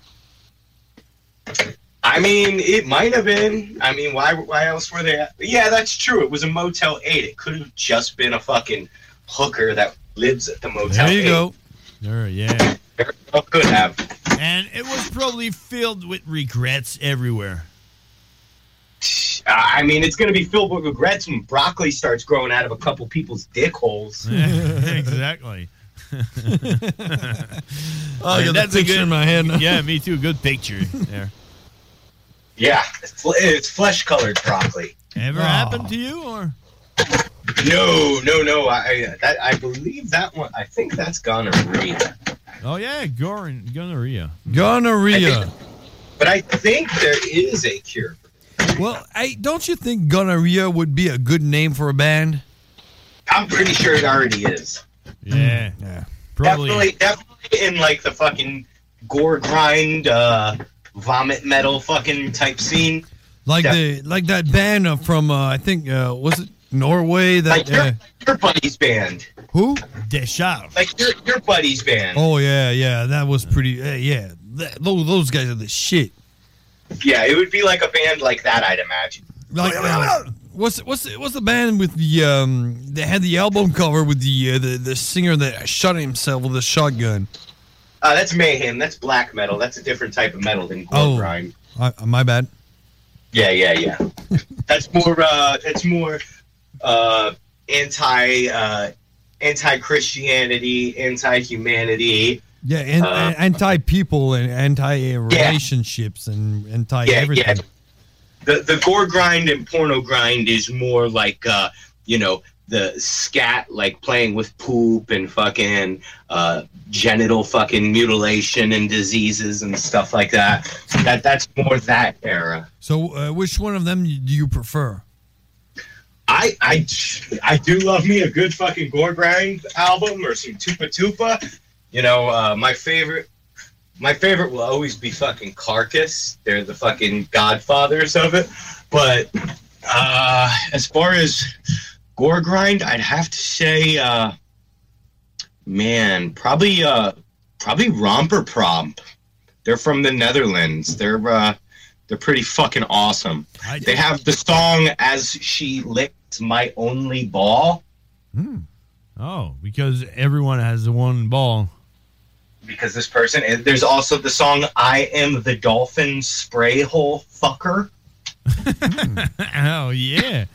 Speaker 1: I I mean, it might have been. I mean, why? Why else were they? At? Yeah, that's true. It was a Motel Eight. It could have just been a fucking hooker that lives at the Motel.
Speaker 11: There you
Speaker 1: 8.
Speaker 11: go. There, yeah.
Speaker 1: Well, could Oh, have.
Speaker 11: And it was probably filled with regrets everywhere.
Speaker 1: Uh, I mean, it's going to be filled with regrets when broccoli starts growing out of a couple people's dick holes.
Speaker 11: exactly.
Speaker 1: I got the picture in my head now.
Speaker 11: Yeah, me too. Good picture there.
Speaker 1: Yeah, it's, fl- it's flesh colored broccoli.
Speaker 11: Ever happened to you or?
Speaker 1: No, no, no. I I- that, I believe that one. I think that's gonorrhea.
Speaker 11: Oh yeah, gorn, gonorrhea.
Speaker 13: Gonorrhea.
Speaker 1: But I think there is a cure.
Speaker 13: Well, I don't you think gonorrhea would be a good name for a band?
Speaker 1: I'm pretty sure it already is.
Speaker 11: Yeah.
Speaker 13: Yeah.
Speaker 1: Definitely, definitely in like the fucking gore grind, uh, vomit metal fucking type scene.
Speaker 13: Like the like that band uh, from uh, I think uh, was it Norway that
Speaker 1: Like your,
Speaker 13: uh,
Speaker 1: your buddy's band.
Speaker 13: who?
Speaker 11: Deschamps.
Speaker 1: Like your your buddy's band.
Speaker 13: Oh yeah, yeah, that was pretty. Uh, yeah, that, those, those guys are the shit.
Speaker 1: Yeah, it would be like a band like that, I'd imagine.
Speaker 13: Like, uh, what's what's what's the band with the um that had the album cover with the uh, the the singer that shot himself with a shotgun?
Speaker 1: Uh, that's mayhem. That's black metal. That's a different type of metal than gore
Speaker 13: Oh.
Speaker 1: grind.
Speaker 13: I, my bad.
Speaker 1: Yeah, yeah, yeah. that's more. Uh, that's more uh, anti uh, anti Christianity, anti humanity.
Speaker 13: Yeah, and,
Speaker 1: Uh,
Speaker 13: anti people and anti relationships and anti everything.
Speaker 1: The the gore grind and porno grind is more like uh, you know the scat, like playing with poop and fucking uh, genital fucking mutilation and diseases and stuff like that. That that's more that era.
Speaker 13: So, uh, which one of them do you prefer?
Speaker 1: I, I I do love me a good fucking gore grind album or some tupa tupa. You know, uh, my favorite my favorite will always be fucking Carcass. They're the fucking godfathers of it. But uh, as far as gore grind, I'd have to say, uh, man, probably uh, probably Romper Promp. They're from the Netherlands. They're uh, they're pretty fucking awesome.
Speaker 11: I-
Speaker 1: They have the song "As She Licked My Only Ball"
Speaker 11: Oh, because everyone has the one ball.
Speaker 1: because this person. And there's also the song "I Am the Dolphin Spray Hole Fucker."
Speaker 11: oh yeah.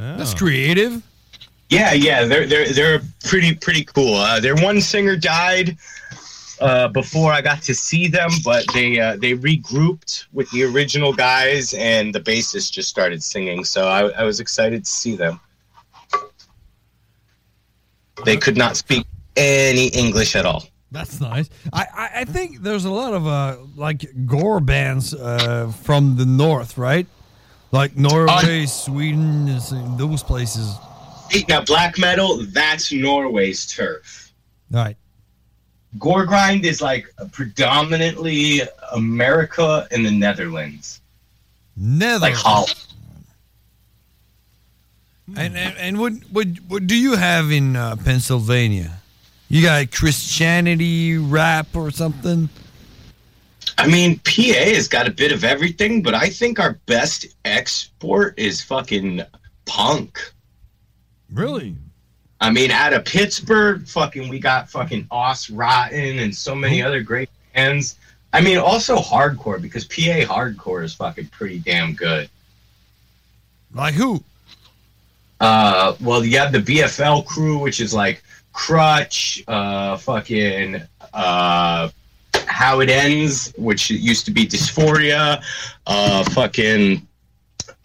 Speaker 1: Oh.
Speaker 13: That's creative.
Speaker 1: Yeah, yeah, they're they're they're pretty pretty cool. Uh, their one singer died uh, before I got to see them, but they uh, they regrouped with the original guys, and the bassist just started singing. So I, I was excited to see them. They could not speak any English at all.
Speaker 13: That's nice. I, I, I think there's a lot of uh like gore bands uh from the north, right? Like Norway, Sweden, is in those places.
Speaker 1: Now black metal, that's Norway's turf.
Speaker 13: All right.
Speaker 1: Gore grind is like predominantly America and the Netherlands, like
Speaker 13: Netherlands.
Speaker 1: Holland.
Speaker 13: and, and and what what what do you have in uh, Pennsylvania? You got Christianity rap or something?
Speaker 1: I mean, PA has got a bit of everything, but I think our best export is fucking punk.
Speaker 11: Really?
Speaker 1: I mean, out of Pittsburgh, fucking, we got fucking Os Rotten and so many other great bands. I mean, also hardcore because PA hardcore is fucking pretty damn good.
Speaker 13: Like who?
Speaker 1: Uh, well, you have the BFL crew, which is like Crutch, uh, fucking uh, How It Ends, which it used to be Dysphoria, uh, fucking.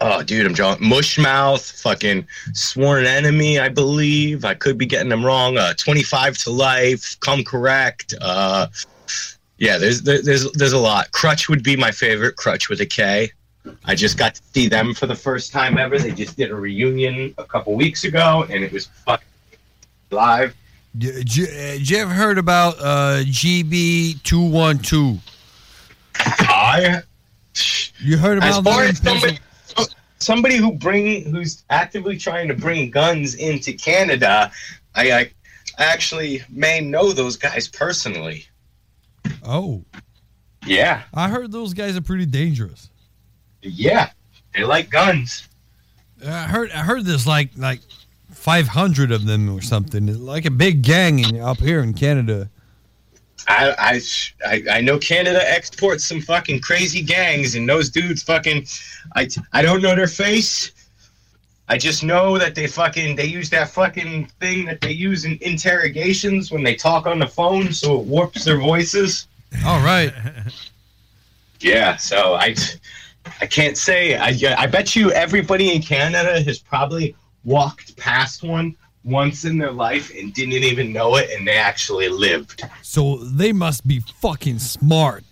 Speaker 1: Oh, dude, I'm drawing Mushmouth, fucking Sworn Enemy, I believe. I could be getting them wrong. Uh, 25 to Life, Come Correct. Uh, yeah, there's there, there's there's a lot. Crutch would be my favorite. Crutch with a K. I just got to see them for the first time ever. They just did a reunion a couple weeks ago, and it was fucking live.
Speaker 13: Did you, uh, did you ever heard about uh, GB two one two?
Speaker 1: I.
Speaker 13: You heard
Speaker 1: As
Speaker 13: about
Speaker 1: far
Speaker 13: that?
Speaker 1: as somebody, somebody who bring who's actively trying to bring guns into Canada, I, I actually may know those guys personally.
Speaker 13: Oh,
Speaker 1: Yeah.
Speaker 13: I heard those guys are pretty dangerous.
Speaker 1: Yeah. They like guns.
Speaker 13: I heard I heard there's like like 500 of them or something, like a big gang in, up here in Canada.
Speaker 1: I, I sh- I I know Canada exports some fucking crazy gangs, and those dudes fucking, I I don't know their face. I just know that they fucking they use that fucking thing that they use in interrogations when they talk on the phone, so it warps their voices.
Speaker 13: All right.
Speaker 1: Yeah, so I I can't say. I I bet you everybody in Canada has probably walked past one once in their life and didn't even know it, and they actually lived.
Speaker 13: So they must be fucking smart.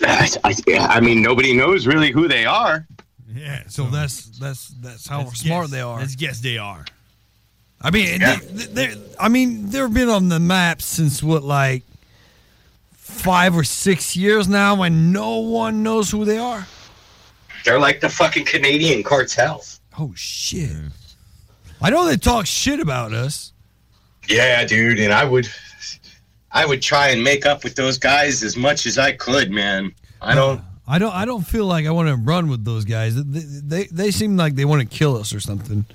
Speaker 1: I, I, I mean, nobody knows really who they are.
Speaker 13: Yeah. So, that's that's that's how
Speaker 11: Let's
Speaker 13: smart
Speaker 11: guess-
Speaker 13: they are.
Speaker 11: Let's guess they are.
Speaker 13: I mean, and
Speaker 11: Yeah.
Speaker 13: they, they, I mean, they've been on the map since what, like five or six years now, and no one knows who they are.
Speaker 1: They're like the fucking Canadian cartel.
Speaker 13: Oh shit! I know they talk shit about us.
Speaker 1: Yeah, dude, and I would, I would try and make up with those guys as much as I could, man. I don't.
Speaker 13: I don't. I don't feel like I want to run with those guys. They, they they seem like they want to kill us or something.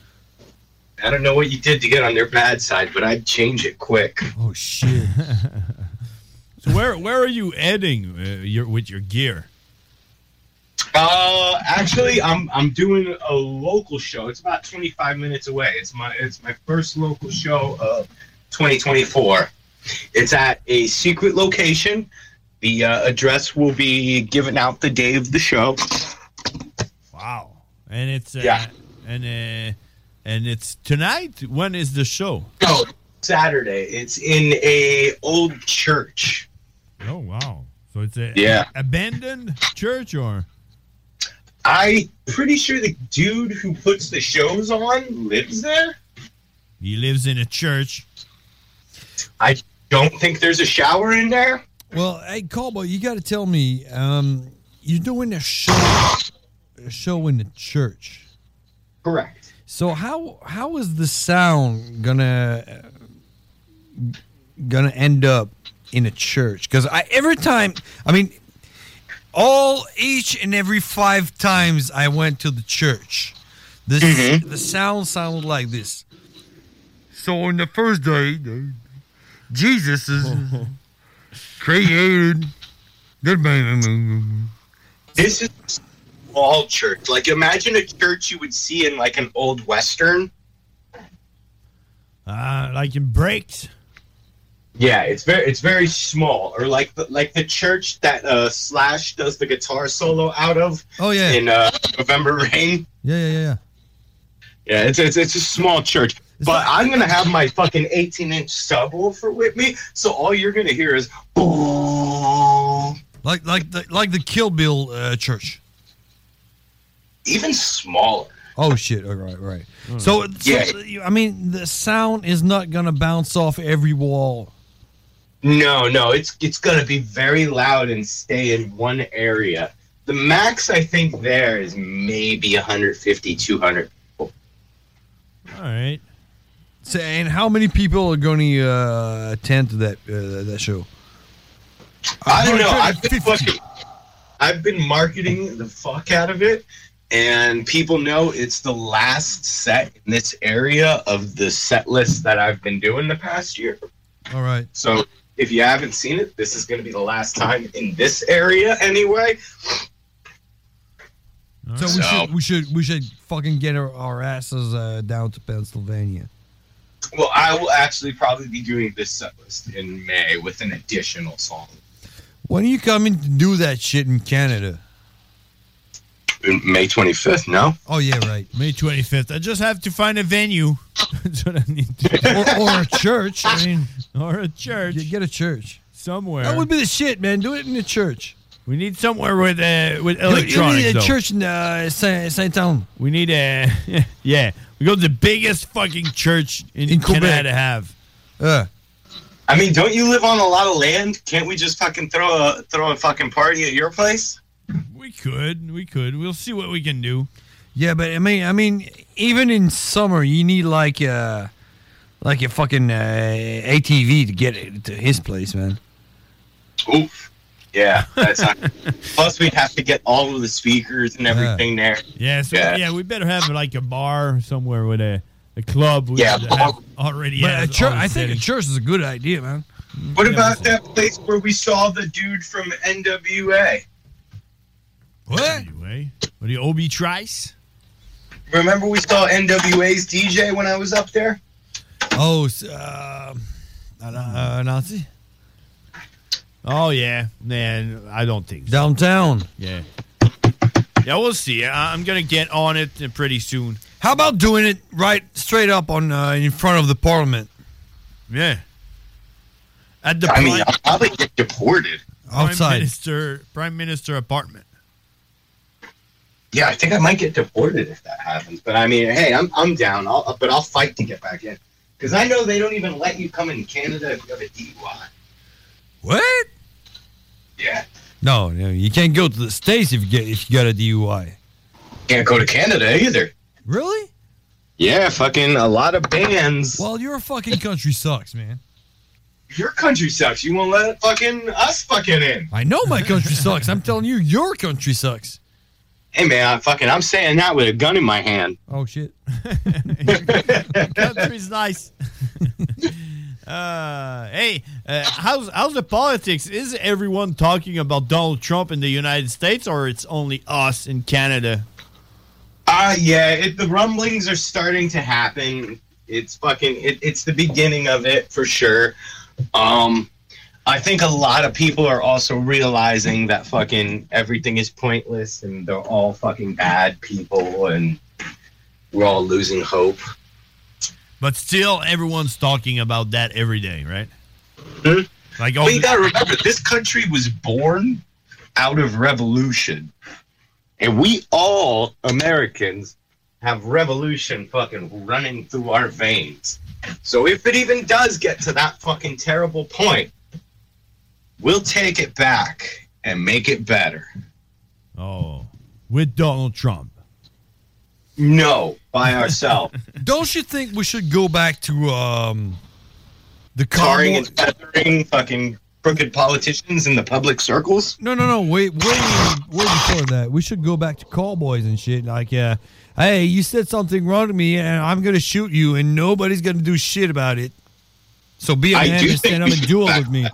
Speaker 1: I don't know what you did to get on their bad side, but I'd change it quick.
Speaker 13: Oh shit!
Speaker 11: so where where are you heading uh, your, with your gear?
Speaker 1: Uh, actually, I'm I'm doing a local show. It's about 25 minutes away. It's my it's my first local show of 2024. It's at a secret location. The uh, address will be given out the day of the show.
Speaker 11: Wow. And it's uh,
Speaker 1: Yeah.
Speaker 11: And uh, and it's tonight. When is the show?
Speaker 1: No, Saturday. It's in a old church.
Speaker 11: Oh wow. So it's a
Speaker 1: Yeah.
Speaker 11: abandoned church or
Speaker 1: I pretty sure the dude who puts the shows on lives there.
Speaker 11: he lives in a church.
Speaker 1: I don't think there's a shower in there.
Speaker 13: Well, hey, Cowboy, you got to tell me. Um, you're doing a show, a show in the church,
Speaker 1: correct?
Speaker 13: So how how is the sound gonna uh, gonna end up in a church? Because I every time, I mean, all each and every five times I went to the church, the the sound sounded like this. So on the first day, they- Jesus is created.
Speaker 1: This is all church. Like imagine a church you would see in like an old western.
Speaker 11: Uh, like in breaks.
Speaker 1: Yeah, it's very it's very small, or like the, like the church that uh, Slash does the guitar solo out of.
Speaker 13: Oh yeah.
Speaker 1: In uh, November Rain.
Speaker 13: Yeah, yeah, yeah.
Speaker 1: Yeah, it's it's, it's a small church. But I'm gonna have my fucking 18 inch subwoofer with me, so all you're gonna hear is
Speaker 13: Like like the, like the Kill Bill uh, church.
Speaker 1: even smaller.
Speaker 13: Oh shit! All right, right. Hmm. So, so
Speaker 1: Yeah.
Speaker 13: you- I mean, the sound is not gonna bounce off every wall.
Speaker 1: No, no, it's it's gonna be very loud and stay in one area. The max I think there is maybe 150, 200.
Speaker 11: All right.
Speaker 13: So, and how many people are gonna uh, attend to that uh, that show?
Speaker 1: I don't know. I've been fucking, I've been marketing the fuck out of it, and people know it's the last set in this area of the set list that I've been doing the past year.
Speaker 13: All right.
Speaker 1: So if you haven't seen it, this is gonna be the last time in this area anyway.
Speaker 13: So we should we should we should fucking get our, our asses uh, down to Pennsylvania.
Speaker 1: Well, I will actually probably be doing this set list in May with an additional song.
Speaker 13: When are you coming to do that shit in Canada?
Speaker 1: May 25th, no?
Speaker 13: Oh yeah, right.
Speaker 11: May 25th. I just have to find a venue. That's what I need
Speaker 13: to or, or a church. I mean,
Speaker 11: or a church.
Speaker 13: You get a church
Speaker 11: somewhere.
Speaker 13: That would be the shit, man. Do it in the church.
Speaker 11: We need somewhere with uh, with
Speaker 13: You- you need
Speaker 11: electronics.
Speaker 13: a
Speaker 11: though.
Speaker 13: church in uh, Saint Saint Town.
Speaker 11: We need a yeah. We go to the biggest fucking church in,
Speaker 13: In Quebec.
Speaker 11: Canada to have.
Speaker 13: Uh.
Speaker 1: I mean, don't you live on a lot of land? Can't we just fucking throw a throw a fucking party at your place?
Speaker 11: We could, we could. We'll see what we can do.
Speaker 13: Yeah, but I mean, I mean, even in summer, you need like uh like a fucking uh, ATV to get it to his place, man.
Speaker 1: Oof. Yeah, that's not, plus we'd have to get all of the speakers and everything there.
Speaker 11: Yeah, so yeah.
Speaker 1: Yeah.
Speaker 11: we better have like a bar somewhere with a, a club. We
Speaker 1: Yeah,
Speaker 11: should
Speaker 1: bar.
Speaker 11: have already.
Speaker 13: But
Speaker 11: has
Speaker 13: a church,
Speaker 11: all
Speaker 13: I
Speaker 11: the
Speaker 13: think a
Speaker 11: settings.
Speaker 13: church is a good idea, man.
Speaker 1: What about that place where we saw the dude from NWA?
Speaker 13: What?
Speaker 11: Anyway, what do you Obi Trice?
Speaker 1: Remember we saw NWA's DJ when I was up there?
Speaker 13: Oh, s- uh, uh, Nazi
Speaker 11: Oh yeah, man. I don't think so.
Speaker 13: downtown.
Speaker 11: Yeah. Yeah, we'll see. I- I'm gonna get on it uh, pretty soon.
Speaker 13: How about doing it right straight up on uh, in front of the Parliament?
Speaker 11: Yeah. At the
Speaker 1: I mean,
Speaker 11: Prime-
Speaker 1: I'll probably get deported.
Speaker 11: Prime
Speaker 13: Outside.
Speaker 11: Minister Prime Minister apartment.
Speaker 1: Yeah, I think I might get deported if that happens. But I mean, hey, I'm I'm down. I'll but I'll fight to get back in because I know they don't even let you come in Canada if you have a DUI.
Speaker 13: What?
Speaker 1: Yeah.
Speaker 13: No, no, you can't go to the states if you get if you got a DUI.
Speaker 1: Can't go to Canada either.
Speaker 13: Really?
Speaker 1: Yeah, fucking a lot of bans.
Speaker 13: Well, your fucking country sucks, man.
Speaker 1: Your country sucks. You won't let fucking us fucking in.
Speaker 13: I know my country sucks. I'm telling you, your country sucks.
Speaker 1: Hey man, I'm fucking I'm saying that with a gun in my hand.
Speaker 13: Oh shit.
Speaker 11: Country's nice. uh, hey, uh, how's how's the politics? Is everyone talking about Donald Trump in the United States, or it's only us in Canada?
Speaker 1: Ah, yeah, it, the rumblings are starting to happen. It's fucking it, it's the beginning of it for sure. Um I think a lot of people are also realizing that fucking everything is pointless and they're all fucking bad people and we're all losing hope.
Speaker 11: But still, everyone's talking about that every day, right? Like,
Speaker 7: oh,
Speaker 1: But you gotta remember, this country was born out of revolution, and we all Americans have revolution fucking running through our veins. So if it even does get to that fucking terrible point, we'll take it back and make it better.
Speaker 11: oh, with Donald Trump.
Speaker 1: No, by ourselves.
Speaker 13: Don't you think we should go back to um the
Speaker 1: Tarring
Speaker 13: Commonwealth-
Speaker 1: and feathering fucking crooked politicians in the public circles.
Speaker 13: No, no, no. Wait, way, way before that, we should go back to cowboys and shit. Like, uh, hey, you said something wrong to me, and I'm gonna shoot you, and nobody's gonna do shit about it. So be a
Speaker 1: I
Speaker 13: man
Speaker 1: do
Speaker 13: and
Speaker 1: think
Speaker 13: stand up
Speaker 1: we
Speaker 13: and
Speaker 1: should
Speaker 13: duel
Speaker 1: back
Speaker 13: with me.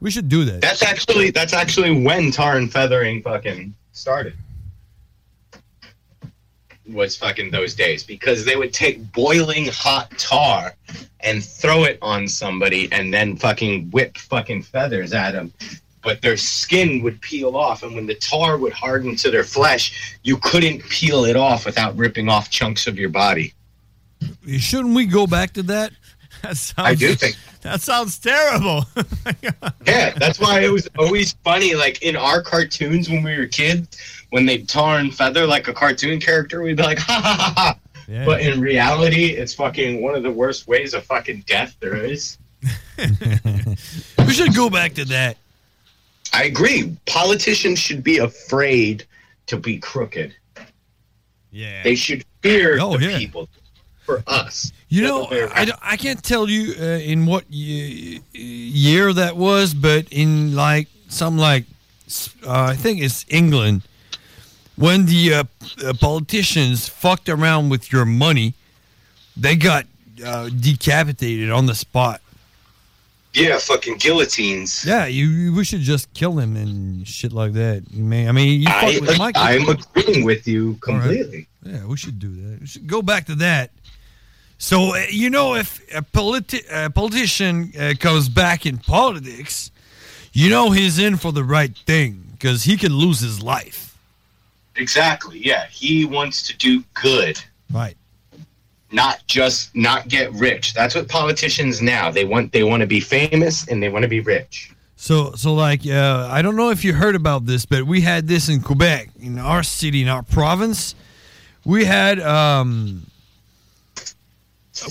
Speaker 13: We should do that.
Speaker 1: That's actually that's actually when tar and feathering fucking started. Was fucking those days because they would take boiling hot tar and throw it on somebody and then fucking whip fucking feathers at them. But their skin would peel off, and when the tar would harden to their flesh, you couldn't peel it off without ripping off chunks of your body.
Speaker 13: Shouldn't we go back to that?
Speaker 11: That sounds,
Speaker 13: Oh.
Speaker 1: I do think
Speaker 11: that sounds terrible.
Speaker 1: Yeah, that's why it was always funny. Like in our cartoons when we were kids, when they tar and feather like a cartoon character, we'd be like, ha ha ha ha.
Speaker 11: Yeah.
Speaker 1: But in reality, it's fucking one of the worst ways of fucking death there is.
Speaker 13: we should go back to that.
Speaker 1: I agree. Politicians should be afraid to be crooked.
Speaker 11: Yeah.
Speaker 1: They should fear
Speaker 13: Oh,
Speaker 1: the
Speaker 13: yeah.
Speaker 1: people for us.
Speaker 13: You know, I, don't- I can't tell you uh, in what ye- year that was, but in like some like s- uh, I think it's England when the uh, uh, politicians fucked around with your money, they got uh, decapitated on the spot.
Speaker 1: Yeah, fucking guillotines.
Speaker 13: Yeah, you, you we should just kill them and shit like that. You may, I mean, you fuck
Speaker 1: I,
Speaker 13: with my
Speaker 1: I'm agreeing with you completely.
Speaker 13: Yeah, we should do that. We should go back to that. So uh, you know, if a, politi- a politician uh, comes back in politics, you know he's in for the right thing because he can lose his life.
Speaker 1: Exactly. Yeah, he wants to do good.
Speaker 13: Right.
Speaker 1: Not just not get rich. That's what politicians now. They want they want to be famous and they want to be rich.
Speaker 13: So, so like, uh, I don't know if you heard about this, but we had this in Quebec, in our city, in our province. We had, um,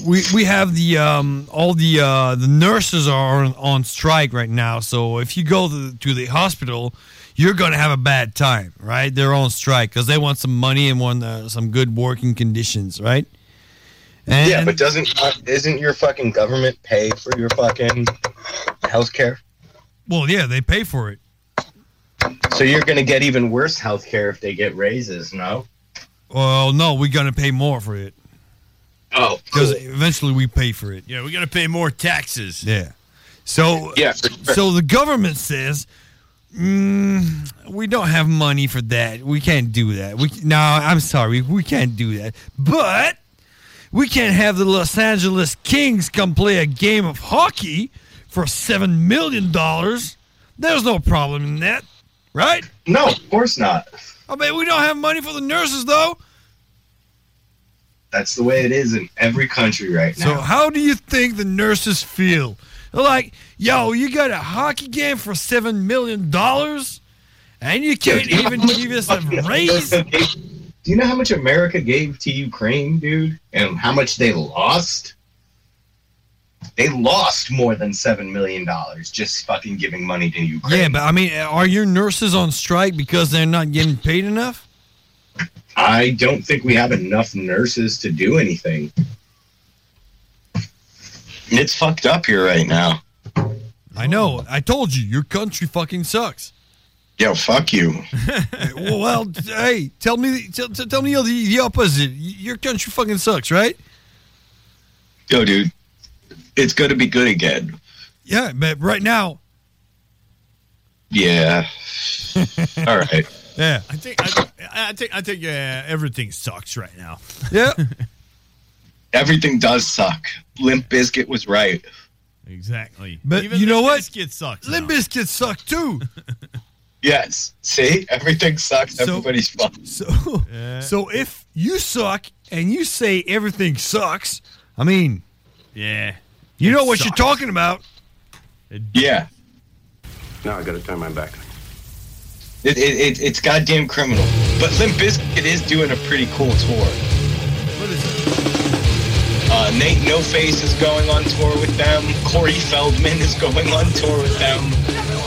Speaker 13: we we have the um, all the uh, the nurses are on, on strike right now. So if you go to the, to the hospital, you're gonna have a bad time, right? They're on strike because they want some money and want uh, some good working conditions, right? And
Speaker 1: yeah, but doesn't uh, isn't your fucking government pay for your fucking healthcare?
Speaker 13: well, yeah, they pay for it.
Speaker 1: So you're going to get even worse health care if they get raises, no?
Speaker 13: Well, Oh, no, we're gonna pay more for it
Speaker 1: Oh,
Speaker 13: because eventually we pay for it.
Speaker 7: Yeah, we got to pay more taxes.
Speaker 13: Yeah. So
Speaker 7: Yeah, for sure.
Speaker 13: so the government says mm, we don't have money for that. We can't do that. We no, I'm sorry, we can't do that. But we can't have the Los Angeles Kings come play a game of hockey for seven million dollars. There's no problem in that, right?
Speaker 1: No, of course not.
Speaker 13: I mean, we don't have money for the nurses though.
Speaker 1: That's the way it is in every country right
Speaker 13: So
Speaker 1: now.
Speaker 13: how do you think the nurses feel? They're like, yo, you got a hockey game for seven million dollars, and you can't even give us a raise.
Speaker 1: Do you know how much America gave to Ukraine, dude? And how much they lost? They lost more than $7 million just fucking giving money to Ukraine.
Speaker 13: Yeah, but I mean, are your nurses on strike because they're not getting paid enough?
Speaker 1: I don't think we have enough nurses to do anything. It's fucked up here right now.
Speaker 13: I know. I told you, your country fucking sucks.
Speaker 1: Yo, fuck you.
Speaker 13: well, t- hey, tell me, tell, tell tell me the, the opposite. Y- Your country fucking sucks, right?
Speaker 1: Yo, dude. It's going to be good again.
Speaker 13: Yeah, but right now,
Speaker 1: Yeah. All right.
Speaker 13: yeah.
Speaker 11: I think I, I think I think uh, everything sucks right now.
Speaker 13: Yeah.
Speaker 1: Everything does suck. Limp Biscuit was right.
Speaker 11: Exactly.
Speaker 13: But
Speaker 11: Even
Speaker 13: you
Speaker 11: the
Speaker 13: know what?
Speaker 11: Biscuit sucks.
Speaker 13: Limp Bizkit suck too.
Speaker 1: Yes. See? Everything sucks. Everybody's fucked.
Speaker 13: So, so if you suck and you say everything sucks, I mean,
Speaker 11: Yeah.
Speaker 13: you know what you're talking about.
Speaker 1: Yeah.
Speaker 2: Now I gotta turn my back.
Speaker 1: It, it, it, it's goddamn criminal. But Limp Bizkit is doing a pretty cool tour.
Speaker 13: What is
Speaker 1: it? Uh, Nate No Face is going on tour with them. Corey Feldman is going on tour with them.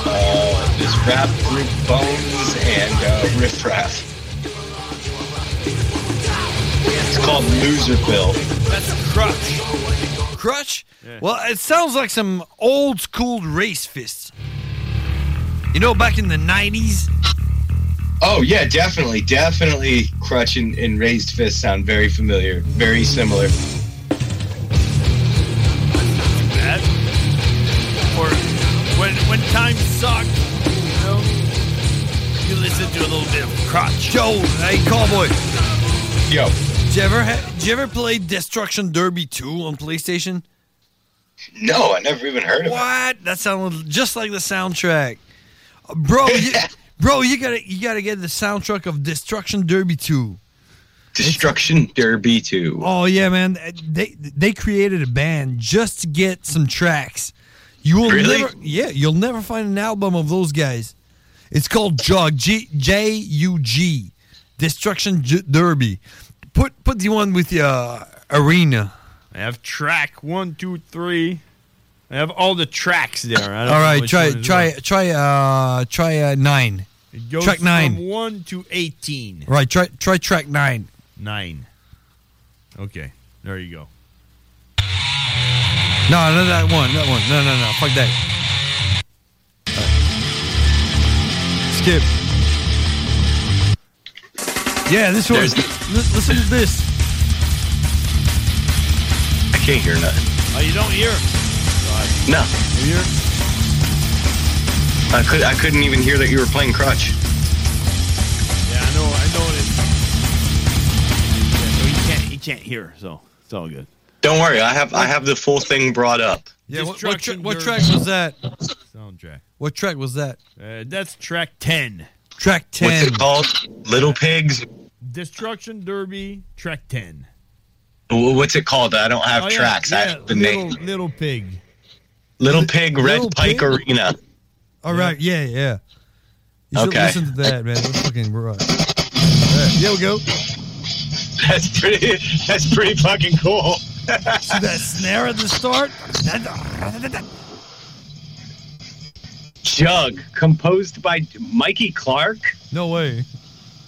Speaker 1: Uh, this rap group Bones and uh, Riff Raff. It's called Loserville.
Speaker 13: That's crutch. Crutch? Well, it sounds like some old school race fists. You know, back in the 90s?
Speaker 1: Oh yeah, definitely, definitely. Crutch and, and raised fist sound very familiar, very similar.
Speaker 11: That or when when time sucked, you know, you listen to a little bit of crotch.
Speaker 13: Joe, hey, cowboy.
Speaker 1: Yo.
Speaker 13: Did you ever, ha- did you ever play Destruction Derby 2 on PlayStation?
Speaker 1: No, I never even heard of it.
Speaker 13: What? That sounded just like the soundtrack, Uh, bro. You, bro, you gotta you gotta get the soundtrack of Destruction Derby Two.
Speaker 1: Destruction Derby Two.
Speaker 13: Oh yeah, man. Uh, They they created a band just to get some tracks. You will
Speaker 1: Really?
Speaker 13: never yeah you'll never find an album of those guys. It's called Jog G J U G, Destruction J- Derby. Put put the one with the uh, arena.
Speaker 11: I have track one, two, three. I have all the tracks there. I don't
Speaker 13: All
Speaker 11: know
Speaker 13: right,
Speaker 11: which
Speaker 13: try
Speaker 11: one is
Speaker 13: try
Speaker 11: what.
Speaker 13: try uh try uh, nine.
Speaker 11: It goes
Speaker 13: track nine.
Speaker 11: from one to eighteen.
Speaker 13: Right, try try track nine.
Speaker 11: Nine. Okay, there you go.
Speaker 13: No, not that one. That one. No, no, no. Fuck that. Skip. Yeah, this one. Li- listen to this.
Speaker 1: I can't hear nothing.
Speaker 11: Oh, you don't hear?
Speaker 1: No,
Speaker 11: You hear?
Speaker 1: I could I couldn't even hear that you were playing Crutch.
Speaker 11: Yeah, I know. I know it. Yeah, so he can't. He can't hear. So it's all good.
Speaker 1: Don't worry, I have I have the full thing brought up.
Speaker 13: Yeah, what, what, tra- what track was that?
Speaker 11: Soundtrack.
Speaker 13: What track was that?
Speaker 11: Uh, that's track ten.
Speaker 13: Track
Speaker 1: What's
Speaker 13: 10.
Speaker 1: it called? Little Pigs.
Speaker 11: Destruction Derby, track ten.
Speaker 1: Wh- What's it called? I don't have
Speaker 11: Oh, yeah,
Speaker 1: tracks. I
Speaker 11: yeah,
Speaker 1: have the
Speaker 11: little,
Speaker 1: name.
Speaker 11: Little Pig.
Speaker 1: Little Pig, Red Pike Arena.
Speaker 13: All right. Yeah, yeah. You should
Speaker 1: Okay.
Speaker 13: listen to that, man. That's fucking rough. Alright, Here we go.
Speaker 1: That's pretty. That's pretty fucking cool.
Speaker 13: See that snare at the start?
Speaker 1: Jug, composed by Mikey Clark.
Speaker 13: No way.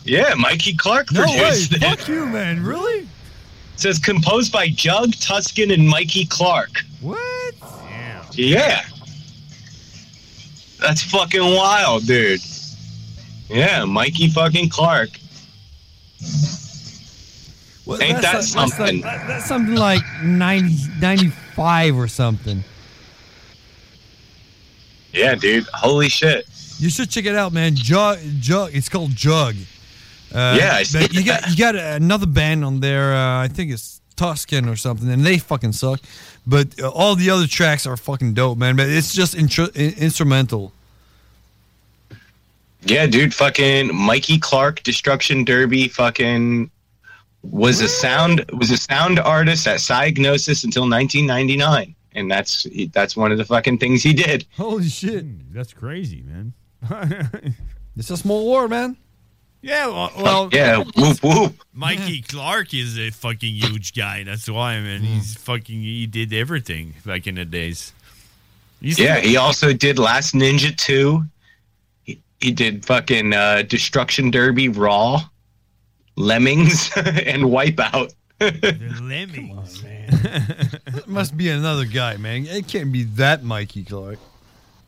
Speaker 1: Yeah, Mikey Clark
Speaker 13: No way.
Speaker 1: produced it.
Speaker 13: Fuck you, man. Really?
Speaker 1: It says composed by Jug Tuscan and Mikey Clark.
Speaker 13: What?
Speaker 1: Yeah. That's fucking wild, dude. Yeah, Mikey fucking Clark. Ain't that
Speaker 8: that's like- that's like-
Speaker 1: something?
Speaker 8: that- that's something like 90, 95 or something.
Speaker 1: Yeah, dude. Holy shit.
Speaker 8: You should check it out, man. Jug, jug. It's called Jug. Uh,
Speaker 1: Yeah, I see
Speaker 8: but you got you got another band on there. Uh, I think it's Tuscan or something, and they fucking suck. But uh, all the other tracks are fucking dope, man. But it's just intru- in- instrumental.
Speaker 1: Yeah, dude. Fucking Mikey Clark, Destruction Derby. Fucking was a sound was a sound artist at Psygnosis until 1999, and that's he- that's one of the fucking things he did.
Speaker 8: Holy shit,
Speaker 7: that's crazy, man.
Speaker 8: it's a small war, man.
Speaker 7: Yeah, well, well
Speaker 1: Oh, yeah, whoop whoop.
Speaker 13: Mikey Clark is a fucking huge guy. That's why,
Speaker 1: Hmm.
Speaker 13: man. He's fucking. He did everything back in the days. He's-
Speaker 1: yeah, he also did Last Ninja 2. He, he did fucking uh, Destruction Derby Raw, Lemmings, and Wipeout.
Speaker 13: Lemmings,
Speaker 8: That must be another guy, man. It can't be that Mikey Clark.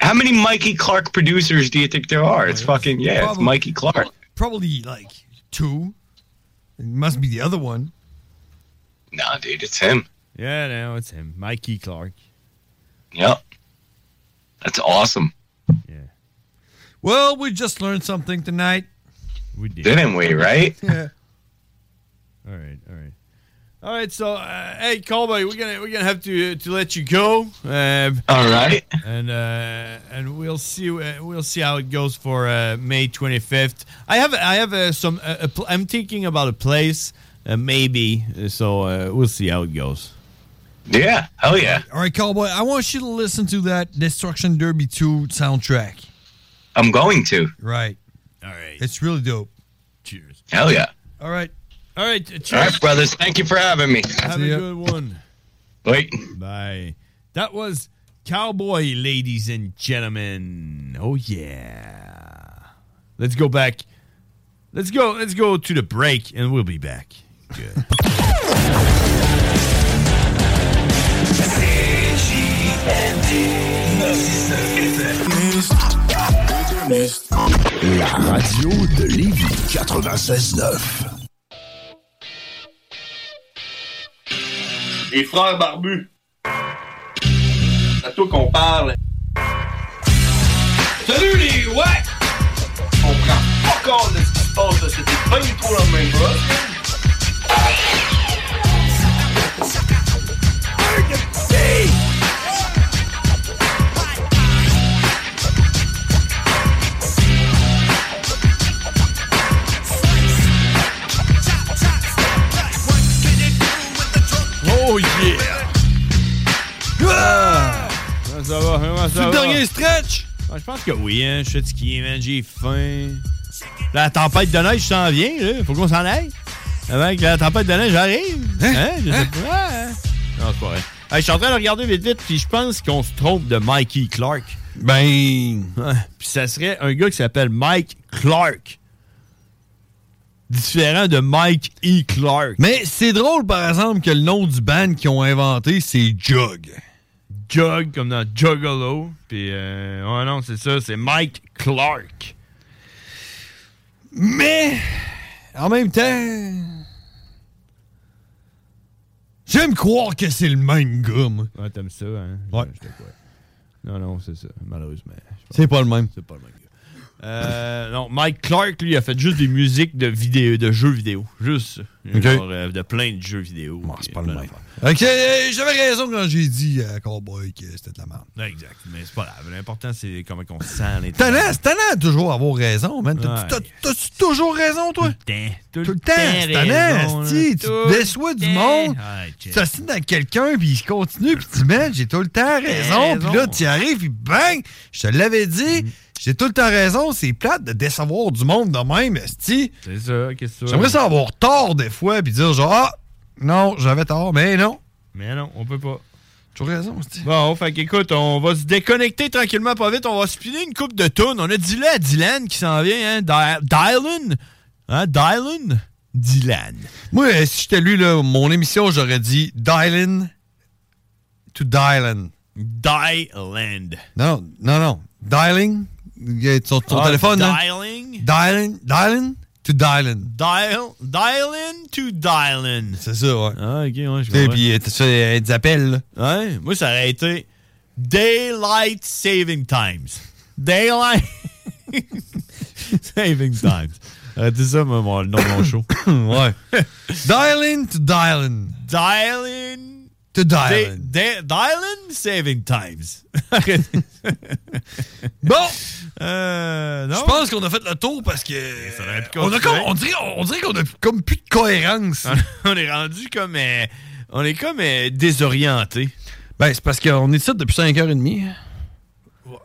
Speaker 1: How many Mikey Clark producers do you think there are? It's fucking, yeah, it's
Speaker 8: Probably-
Speaker 1: Mikey Clark.
Speaker 8: Probably like two. It must be the other one.
Speaker 1: Nah, dude, it's him.
Speaker 7: Yeah, no, it's him, Mikey Clark.
Speaker 1: Yep. That's awesome.
Speaker 8: Well, we just learned something tonight.
Speaker 7: We did.
Speaker 1: Didn't we, right?
Speaker 8: Yeah.
Speaker 7: All right, all right. All right, so uh, hey, Colby, we're gonna we're gonna have to to let you go. Uh,
Speaker 1: all right.
Speaker 7: and uh, and we'll see uh, we'll see how it goes for uh, May twenty fifth. I have I have uh, some. Uh, a pl- I'm thinking about a place, uh, maybe. uh, So uh, we'll see how it goes.
Speaker 1: Yeah, hell yeah.
Speaker 8: All right, cowboy. I want you to listen to that Destruction Derby 2 soundtrack.
Speaker 1: I'm going to.
Speaker 8: Right.
Speaker 7: All right.
Speaker 8: It's really dope.
Speaker 1: Hell yeah.
Speaker 8: All right.
Speaker 7: All right. Cheers.
Speaker 1: All right, brothers. Thank you for having me.
Speaker 7: Have a good one.
Speaker 1: Wait.
Speaker 7: Bye. That was Cowboy, ladies and gentlemen. Oh yeah. Let's go back. Let's go. Let's go to the break, and we'll be back. Good.
Speaker 4: La radio de Lévis 96.9.
Speaker 22: Les frères barbus. C'est à toi qu'on parle. Salut les ouais! On prend pas compte de ce qui se passe là, c'était pas du tout la même chose.
Speaker 7: Oh yeah! Ah! Comment ça va? Comment
Speaker 13: C'est
Speaker 7: Ah, ça
Speaker 13: le
Speaker 7: va?
Speaker 13: dernier
Speaker 8: stretch!
Speaker 7: je pense que oui, hein. Je sais de ski, man. J'ai faim. La tempête de neige s'en vient, là. Faut qu'on s'en aille. Avant que la tempête de neige arrive. Hein? Je sais pas. Hein? Non, c'est pas vrai. Hey, je suis en train de regarder vite vite, puis je pense qu'on se trompe de Mikey Clark.
Speaker 8: Ben.
Speaker 7: Puis ça serait un gars qui s'appelle Mike Clark. Différent de Mike E. Clark.
Speaker 8: Mais c'est drôle, par exemple, que le nom du band qu'ils ont inventé, c'est Jug.
Speaker 7: Jug, comme dans Juggalo. Puis, euh, ouais, non, c'est ça, c'est Mike Clark.
Speaker 8: Mais, en même temps, j'aime croire que c'est le même gars, moi.
Speaker 7: Ouais, t'aimes ça, hein?
Speaker 8: Ouais.
Speaker 7: Non, non, c'est ça, malheureusement.
Speaker 8: C'est pas le même.
Speaker 7: C'est pas le même gars. Euh, non, Mike Clark, lui, a fait juste des musiques de vidéo, de jeux vidéo. Juste. ça.
Speaker 8: Ok.
Speaker 7: Genre, euh, de plein de jeux vidéo. c'est pas le même.
Speaker 8: Ok, euh, j'avais raison quand j'ai dit à Cowboy que c'était de la merde.
Speaker 7: Exact, mais c'est pas grave. L'important, c'est comment on se sent à l'intérieur.
Speaker 8: T'en as, t'en as Eh, toujours à avoir raison, man. T'as-
Speaker 7: Ouais.
Speaker 8: t'as- T'as-tu toujours raison, toi?
Speaker 7: Tout
Speaker 8: le temps, c'est
Speaker 7: raison,
Speaker 8: tannant,
Speaker 7: là.
Speaker 8: esti. Tu
Speaker 7: Tout
Speaker 8: te déçois du
Speaker 7: le
Speaker 8: monde.
Speaker 7: temps. Ah, Ouais,
Speaker 8: Tu t'assines dans quelqu'un, puis il continue, puis tu dis, man, j'ai tout le temps raison. Puis là, tu arrives, puis bang, je te l'avais
Speaker 7: Mm.
Speaker 8: dit, j'ai tout le temps raison. C'est plate de décevoir du monde de même, esti.
Speaker 7: C'est ça, qu'est-ce que tu veux?
Speaker 8: J'aimerais ça avoir tort des fois, puis dire genre, ah, non, j'avais tort, mais non.
Speaker 7: Mais non, on peut pas.
Speaker 8: Tu as raison,
Speaker 7: Bon, fait qu'écoute, on va se déconnecter tranquillement, pas vite. On va spinner une coupe de tunes. On a Dylan à Dylan qui s'en vient, hein? Dy- Dylan? Hein? Dylan? Dylan.
Speaker 8: Moi, euh, si j'étais lui, là, mon émission, j'aurais dit Dylan to Dylan.
Speaker 7: Dylan.
Speaker 8: Non, non, non. Dialing, euh, ton, ton
Speaker 7: Ah,
Speaker 8: téléphone. hein. là.
Speaker 7: Dialing? dialing.
Speaker 8: Dialing, dialing to dialing.
Speaker 7: Dial, dial in to dial in.
Speaker 8: C'est ça, ouais.
Speaker 7: Ah, ok, ouais, je
Speaker 8: Et
Speaker 7: comprends.
Speaker 8: puis, euh, t'as ça, euh, des appels,
Speaker 7: là. Ouais, moi, ça aurait été Daylight Saving Times. Daylight Saving Times. Arrêtez ça, moi, mon nom de mon show.
Speaker 8: ouais. Dialing to dialing.
Speaker 7: Dialing
Speaker 8: To dialing.
Speaker 7: Da- da- dialing Saving Times. Arrêtez.
Speaker 8: Bon!
Speaker 7: Euh, non.
Speaker 8: Je pense qu'on a fait le tour parce que. on, a
Speaker 7: continuer.
Speaker 8: comme- on dirait, on dirait qu'on a comme plus de cohérence.
Speaker 7: on est rendu comme. euh, on est comme euh, désorienté.
Speaker 8: Ben, c'est parce qu'on est ici depuis 5h30.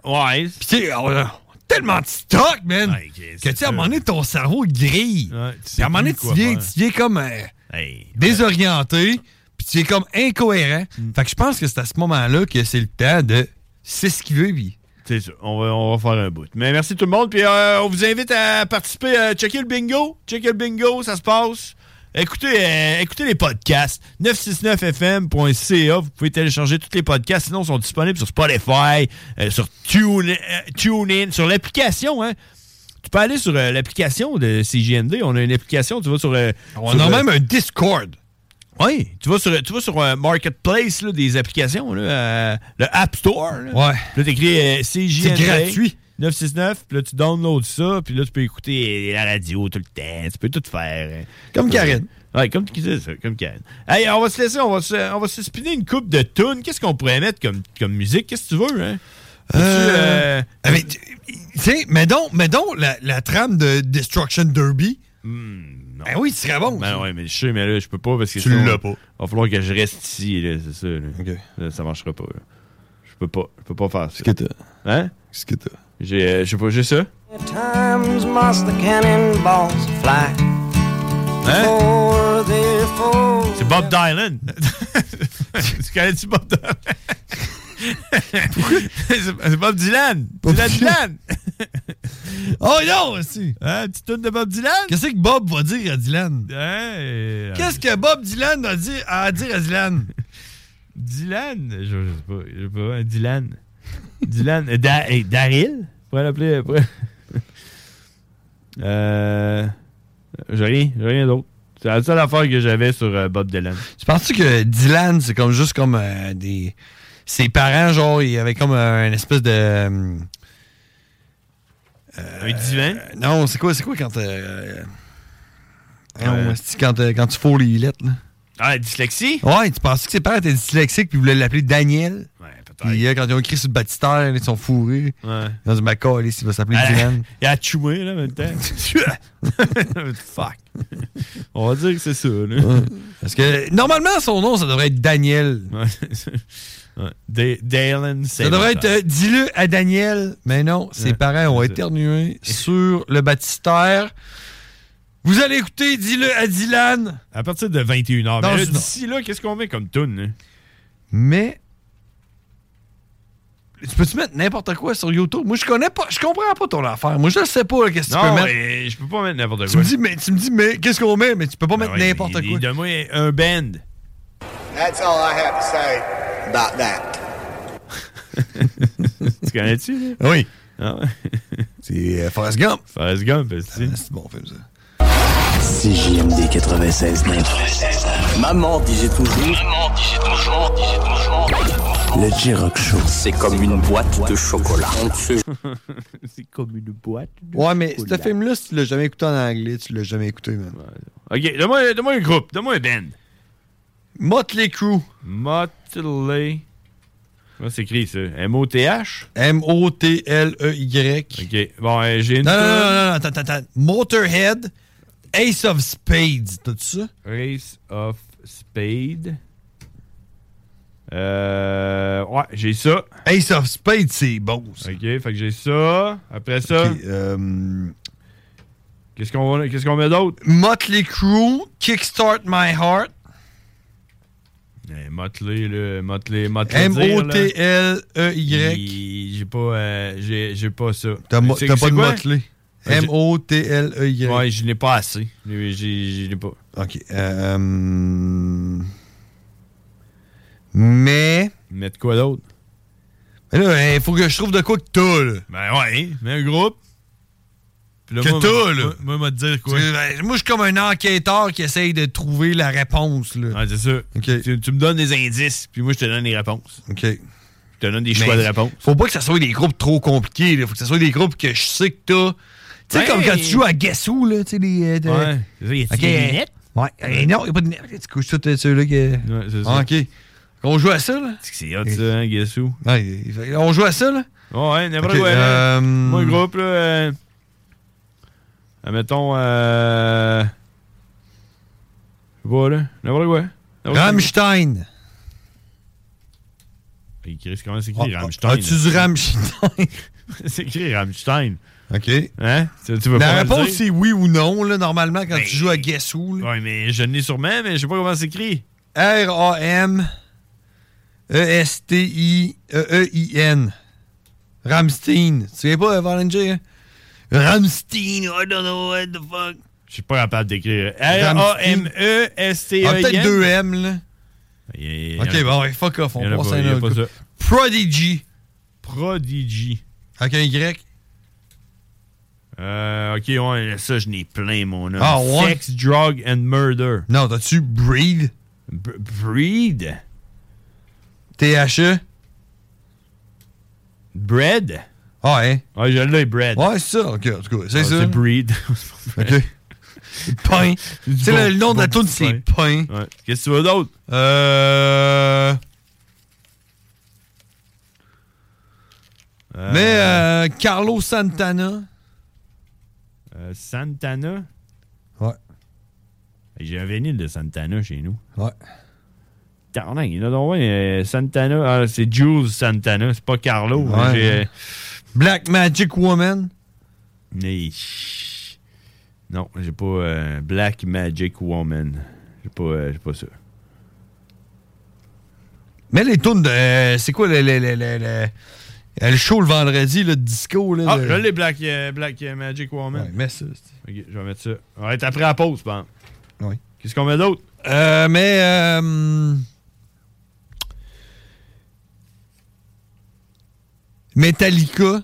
Speaker 7: Ouais. Puis,
Speaker 8: tu sais, on a tellement de stock, man. que, tu sais, à un moment donné, ton cerveau grille. Puis à un moment donné,
Speaker 7: plus
Speaker 8: tu
Speaker 7: quoi
Speaker 8: viens,
Speaker 7: faire.
Speaker 8: tu viens comme euh, désorienté. Puis tu es comme incohérent.
Speaker 7: Mm.
Speaker 8: Fait que je pense que c'est à ce moment-là que c'est le temps de. C'est ce qu'il veut, puis.
Speaker 7: C'est ça. On va, on va faire un bout. Mais merci tout le monde. Puis euh, on vous invite à participer. à checker le bingo. Checker le bingo, ça se passe. Écoutez, euh, écoutez les podcasts. 969fm.ca. Vous pouvez télécharger tous les podcasts. Sinon, ils sont disponibles sur Spotify, euh, sur Tune- euh, TuneIn, sur l'application. Hein. Tu peux aller sur euh, l'application de CGND. On a une application. Tu vas sur. euh,
Speaker 8: On
Speaker 7: sur
Speaker 8: a
Speaker 7: le-
Speaker 8: même un Discord.
Speaker 7: oui, tu vas sur, tu vas sur un marketplace là, des applications, là, euh, le App Store. Là.
Speaker 8: Ouais.
Speaker 7: Puis là, t'écris euh, CJND.
Speaker 8: C'est gratuit.
Speaker 7: 969, puis là, tu downloads ça, puis là, tu peux écouter euh, la radio tout le temps. Tu peux tout faire. hein.
Speaker 8: Comme Karen.
Speaker 7: Ouais, comme, c'est ça, comme Karen. Hey, on va se laisser, on va se, on va se spinner une coupe de tunes. Qu'est-ce qu'on pourrait mettre comme, comme musique? Qu'est-ce que tu veux, hein? Veux-tu,
Speaker 8: Euh, ah, mais, tu tu sais, mais donc, mais donc la, la trame de Destruction Derby. Ben oui, ce serait bon.
Speaker 7: Ben ouais, mais je sais, mais là, je peux pas parce que.
Speaker 8: Tu
Speaker 7: sinon,
Speaker 8: l'as pas.
Speaker 7: Va falloir que je reste ici, là, c'est ça. Là. Là, ça marchera pas, là. Je peux pas, je peux pas faire ça. Qu'est-ce que t'as? Hein? Qu'est-ce que t'as? J'ai, euh, je sais pas, j'ai ça.
Speaker 4: Times must the cannonballs fly.
Speaker 7: Hein?
Speaker 4: For their foes.
Speaker 7: C'est Bob Dylan. tu connais-tu Bob Dylan? C'est c'est Bob Dylan. Dylan Dylan.
Speaker 8: Oh non, aussi.
Speaker 7: Hein, petite tune de Bob Dylan. Euh,
Speaker 8: Qu'est-ce que Bob va dire à Dylan?
Speaker 7: Hey,
Speaker 8: Qu'est-ce que Bob Dylan a dit à dire à Dylan?
Speaker 7: Dylan? Je, je sais pas. Je sais pas. hein, Dylan. Dylan. euh, Da- hey, Daryl? Pourrait l'appeler. pourrait- Euh. J'ai rien. J'ai rien d'autre. C'est la seule affaire que j'avais sur euh, Bob Dylan.
Speaker 8: Tu penses-tu que Dylan, c'est comme juste comme euh, des. Ses parents, genre, il avait comme euh, une espèce de. euh,
Speaker 7: Un divan?
Speaker 8: euh, non, c'est quoi, c'est quoi quand. euh, euh, non, c'est-tu quand, euh, quand tu fous les lettres, là?
Speaker 7: Ah, dyslexie?
Speaker 8: Ouais, tu pensais que ses parents étaient dyslexiques puis ils voulaient l'appeler Daniel?
Speaker 7: Ouais, peut-être.
Speaker 8: Puis euh, quand ils ont écrit sur le baptistère, là, ils sont fourrés.
Speaker 7: Ouais.
Speaker 8: Ils ont dit, bah, calé, il va s'appeler
Speaker 7: Ah,
Speaker 8: Dylan.
Speaker 7: Il a chumé, là, en même temps. Fuck. On va dire que c'est ça, là.
Speaker 8: Parce que normalement, son nom, ça devrait être Daniel.
Speaker 7: Ouais. Da- Dalen
Speaker 8: Ça devrait être, euh, dis-le à Daniel. Mais non, ses
Speaker 7: Ouais,
Speaker 8: parents ont
Speaker 7: c'est ça.
Speaker 8: éternué sur le baptistère. Vous allez écouter, dis-le à Dylan.
Speaker 7: À partir de 21h.
Speaker 8: Dans
Speaker 7: Ah, Mais là,
Speaker 8: une-
Speaker 7: d'ici là, qu'est-ce qu'on met comme tune? hein?
Speaker 8: Mais. Tu peux-tu mettre n'importe quoi sur YouTube? Moi, je connais pas, je comprends pas ton affaire. Moi, je sais pas, qu'est-ce que tu peux
Speaker 7: Non,
Speaker 8: mettre.
Speaker 7: mais je peux pas mettre n'importe quoi.
Speaker 8: Tu me dis, mais, tu me dis, mais qu'est-ce qu'on met? Mais tu peux pas mettre
Speaker 7: Ah Ouais,
Speaker 8: n'importe
Speaker 7: il-
Speaker 8: quoi.
Speaker 7: il- Donne-moi un band.
Speaker 23: That's all I have to say about that.
Speaker 7: tu connais-tu? là?
Speaker 8: Oui.
Speaker 7: Ah ouais.
Speaker 8: C'est euh, Forrest Gump. Ah,
Speaker 7: Forrest Gump, ben, c'est
Speaker 8: C'est bon film, ça.
Speaker 24: CJMD 96 Maman disait toujours. Maman disait toujours. Disait toujours. Le J-Rock Show. C'est comme une boîte de chocolat.
Speaker 7: c'est comme une boîte.
Speaker 8: Ouais, mais ce film-là, si tu l'as jamais écouté en anglais, tu l'as jamais écouté, man.
Speaker 7: Ok, donne-moi donne-moi un groupe, donne-moi un band.
Speaker 8: Motley Crue.
Speaker 7: Motley. Comment s'écrit ça? M-O-T-H?
Speaker 8: M-O-T-L-E-Y.
Speaker 7: Ok, bon, euh, j'ai une.
Speaker 8: E Non, non, non, non, non, attends, attends, attends. Motorhead, Ace of Spades, t'as-tu ça?
Speaker 7: Race of Spade. Euh, ouais, j'ai ça.
Speaker 8: Ace of Spades, c'est bon.
Speaker 7: Ok, fait que j'ai ça. Après ça.
Speaker 8: euh,
Speaker 7: Qu'est-ce qu'on va- qu'est-ce qu'on met d'autre?
Speaker 8: Motley Crue, Kickstart My Heart,
Speaker 7: Eh, Motley, là. Motley, Motley. dire, là.
Speaker 8: E M-O-T-L-E-Y.
Speaker 7: Il- J'ai pas, euh, j'ai, j'ai pas ça.
Speaker 8: T'as mo-
Speaker 7: C'est-
Speaker 8: t'as
Speaker 7: c'est
Speaker 8: pas de
Speaker 7: quoi?
Speaker 8: Motley?
Speaker 7: Ouais, j'ai-
Speaker 8: M-O-T-L-E-Y.
Speaker 7: Ouais, je n'ai pas assez. J'ai, j'ai- je l'ai pas.
Speaker 8: Ok. euh, Mais.
Speaker 7: Mettre quoi d'autre?
Speaker 8: Mais là, il faut que je trouve de quoi que t'as, là.
Speaker 7: Ben ouais, mets un groupe. Puis là,
Speaker 8: Que
Speaker 7: moi,
Speaker 8: t'as,
Speaker 7: moi-
Speaker 8: là.
Speaker 7: Moi, moi, moi, te dire quoi.
Speaker 8: Tu- ben, Moi, je suis comme un enquêteur qui essaye de trouver la réponse. Là.
Speaker 7: Ah, c'est ça. Tu, tu me donnes des indices, puis moi, je te donne des réponses.
Speaker 8: OK. Je
Speaker 7: te donne des choix
Speaker 8: Mais
Speaker 7: de réponses.
Speaker 8: Ben, Faut pas que ça soit des groupes trop compliqués. Il faut que ça soit des groupes que je sais que t'as. Tu sais,
Speaker 7: Ben-
Speaker 8: comme quand tu joues à Guess Who, là, tu sais, les. euh, de-
Speaker 7: Ouais. C'est ça, y a-tu
Speaker 8: Ok. euh,
Speaker 7: des lunettes?
Speaker 8: Ouais. Eh, non, y a pas de lunettes. Tu couches tout euh, ceux-là que. Ouais,
Speaker 7: c'est ça.
Speaker 8: Ah, OK. On joue à ça, là?
Speaker 7: C'est hot, ça, hein, guess who?
Speaker 8: Ouais, on joue à ça, là?
Speaker 7: Ouais, n'importe
Speaker 8: Ok,
Speaker 7: quoi. là.
Speaker 8: euh,
Speaker 7: Moi, le groupe, là. euh, euh, mettons. Euh, je sais pas, là. N'importe quoi. N'importe
Speaker 8: Rammstein.
Speaker 7: quoi. Il crie- Comment c'est écrit
Speaker 8: Ah,
Speaker 7: Rammstein?
Speaker 8: As-tu
Speaker 7: là?
Speaker 8: du Rammstein?
Speaker 7: c'est écrit Rammstein.
Speaker 8: OK.
Speaker 7: Hein? Tu, tu veux
Speaker 8: La
Speaker 7: pas me le
Speaker 8: réponse,
Speaker 7: dire?
Speaker 8: c'est oui ou non, là, normalement, quand tu joues à Guess Who. là.
Speaker 7: Ouais, mais je l'ai sûrement, mais je sais pas comment c'est écrit.
Speaker 8: E R-A-M-E-S-T-I-E-E-I-N. Ramstein. Tu sais pas, Valenger? hein? Ramstein, I don't know what the fuck.
Speaker 7: Je suis pas capable d'écrire. E R-A-M-E-S-T-E-I-N.
Speaker 8: Ah, peut-être deux M, là. Ok, bon, ouais, fuck off, on
Speaker 7: Il y en a
Speaker 8: passe
Speaker 7: pas-
Speaker 8: à
Speaker 7: il y en a
Speaker 8: un autre
Speaker 7: pas
Speaker 8: coup.
Speaker 7: ça.
Speaker 8: Prodigy.
Speaker 7: Prodigy.
Speaker 8: Avec un Y.
Speaker 7: Euh, ok, ouais, ça, je n'ai plein, mon homme.
Speaker 8: Ah, ouais?
Speaker 7: Sex, drug and murder.
Speaker 8: Non, t'as-tu Breed?
Speaker 7: breed?
Speaker 8: T-H-E?
Speaker 7: Bread?
Speaker 8: Ah, hein?
Speaker 7: Ouais, je l'ai, bread.
Speaker 8: Ouais, c'est ça. Ok, en tout cas, c'est
Speaker 7: Ah,
Speaker 8: ça.
Speaker 7: C'est breed.
Speaker 8: Ok. Pain.
Speaker 7: Du
Speaker 8: Tu sais,
Speaker 7: bon-
Speaker 8: le nom de la
Speaker 7: bon
Speaker 8: toune,
Speaker 7: petit
Speaker 8: c'est Pain.
Speaker 7: Ouais. Qu'est-ce que tu veux d'autre?
Speaker 8: Euh.
Speaker 7: Euh,
Speaker 8: Mais euh, Carlos Santana.
Speaker 7: euh, Santana?
Speaker 8: Ouais.
Speaker 7: J'ai un vinyle de Santana chez nous.
Speaker 8: Ouais.
Speaker 7: Tarnac, il y en a donc bien, euh, Santana. Ah, c'est Jules Santana, c'est pas Carlo.
Speaker 8: Ouais.
Speaker 7: J'ai- euh,
Speaker 8: Black Magic Woman.
Speaker 7: Mais- Non, j'ai pas euh, Black Magic Woman. J'ai pas, euh, j'ai pas ça.
Speaker 8: Mais les tunes de. euh, c'est quoi le, le, le, le, le- euh, le show le vendredi, le disco? Là,
Speaker 7: Ah,
Speaker 8: le-
Speaker 7: je l'ai Black, euh, Black euh, Magic Woman.
Speaker 8: Ouais, mets ça.
Speaker 7: Ok, je vais mettre ça. On va être après la pause, par exemple.
Speaker 8: Oui.
Speaker 7: Qu'est-ce qu'on met d'autre?
Speaker 8: Euh, mais. euh, Metallica.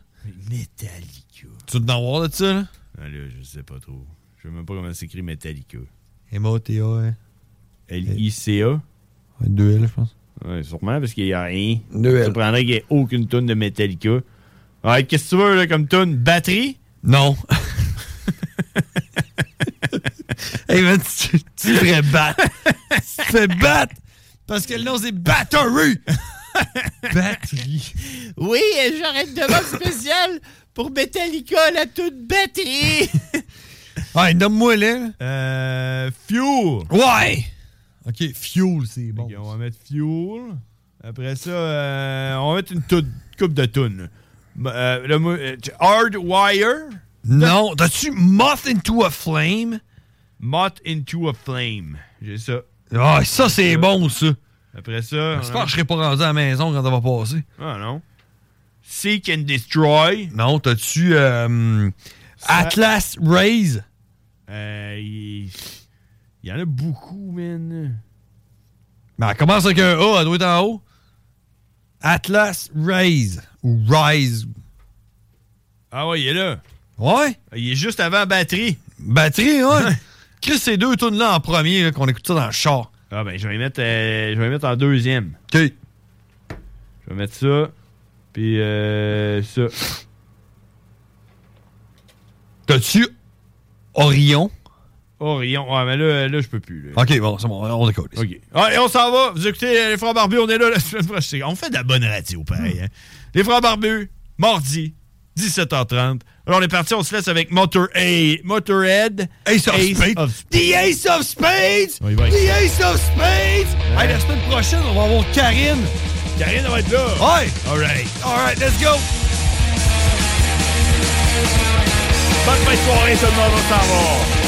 Speaker 7: Metallica.
Speaker 8: Tu dois en avoir de ça, là?
Speaker 7: Ah, là, je sais pas trop. Je sais même pas comment s'écrit Metallica.
Speaker 8: Euh, M-O-T-A.
Speaker 7: L-I-C-A.
Speaker 8: Deux L, je pense.
Speaker 7: Ouais, sûrement, parce qu'il y a rien.
Speaker 8: Deux L.
Speaker 7: Ça prendrait qu'il n'y ait aucune toune de Metallica. Ouais, qu'est-ce que tu veux, là, comme toune? Batterie?
Speaker 8: Non. hey, man, tu, tu te ferais battre. tu te fais battre. Parce que le nom, c'est Battery. Batterie.
Speaker 25: Oui, et j'aurais une demande spéciale pour Metallica, la toute batterie.
Speaker 8: Ouais, nomme-moi, là.
Speaker 7: Euh. Fuel.
Speaker 8: Ouais. OK, Fuel, c'est bon.
Speaker 7: on va mettre Fuel. Après ça, euh, on va mettre une toune- coupe de tunes. Euh, le mot- euh, Hardwire?
Speaker 8: Non. T'as-tu Moth into a Flame?
Speaker 7: Moth into a Flame. J'ai ça.
Speaker 8: Ah, ça, c'est bon, ça.
Speaker 7: Après ça.
Speaker 8: J'espère que je serai pas rendu à la maison quand ça va passer.
Speaker 7: Ah non. Seek and Destroy.
Speaker 8: Non, t'as-tu euh, Atlas Raise?
Speaker 7: Euh, Il il y en a beaucoup, man.
Speaker 8: Ben, elle commence avec un A, elle doit être en haut. Atlas Raise. Ou Rise.
Speaker 7: Ah ouais, il est là.
Speaker 8: Ouais?
Speaker 7: Il est juste avant batterie.
Speaker 8: Batterie, ouais. Chris, ces deux tunes-là en premier, là, qu'on écoute ça dans le char.
Speaker 7: Ah ben, je vais mettre, euh, je vais mettre en deuxième.
Speaker 8: OK.
Speaker 7: Je vais mettre ça. Puis euh, ça.
Speaker 8: T'as-tu Orion?
Speaker 7: Orion. Ah, mais là, là je peux plus. là.
Speaker 8: OK, bon, c'est bon, on décolle.
Speaker 7: OK. Ah, et on s'en va. Vous écoutez euh, les Frères Barbus, on est là la semaine prochaine. On fait de la bonne radio, pareil. hein. Les Frères Barbus, mardi, 17h30. Alors, on est parti, on se laisse avec Motor A, Motorhead.
Speaker 8: Ace of Spades. The Ace of Spades!
Speaker 7: On y va.
Speaker 8: The Ace of Spades! Hey, la semaine prochaine, on va avoir Karine.
Speaker 7: Karine, elle va être là.
Speaker 8: Ouais!
Speaker 7: All right.
Speaker 8: All right, let's go!
Speaker 7: Bonne fin de soirée, tout le monde, on s'en va.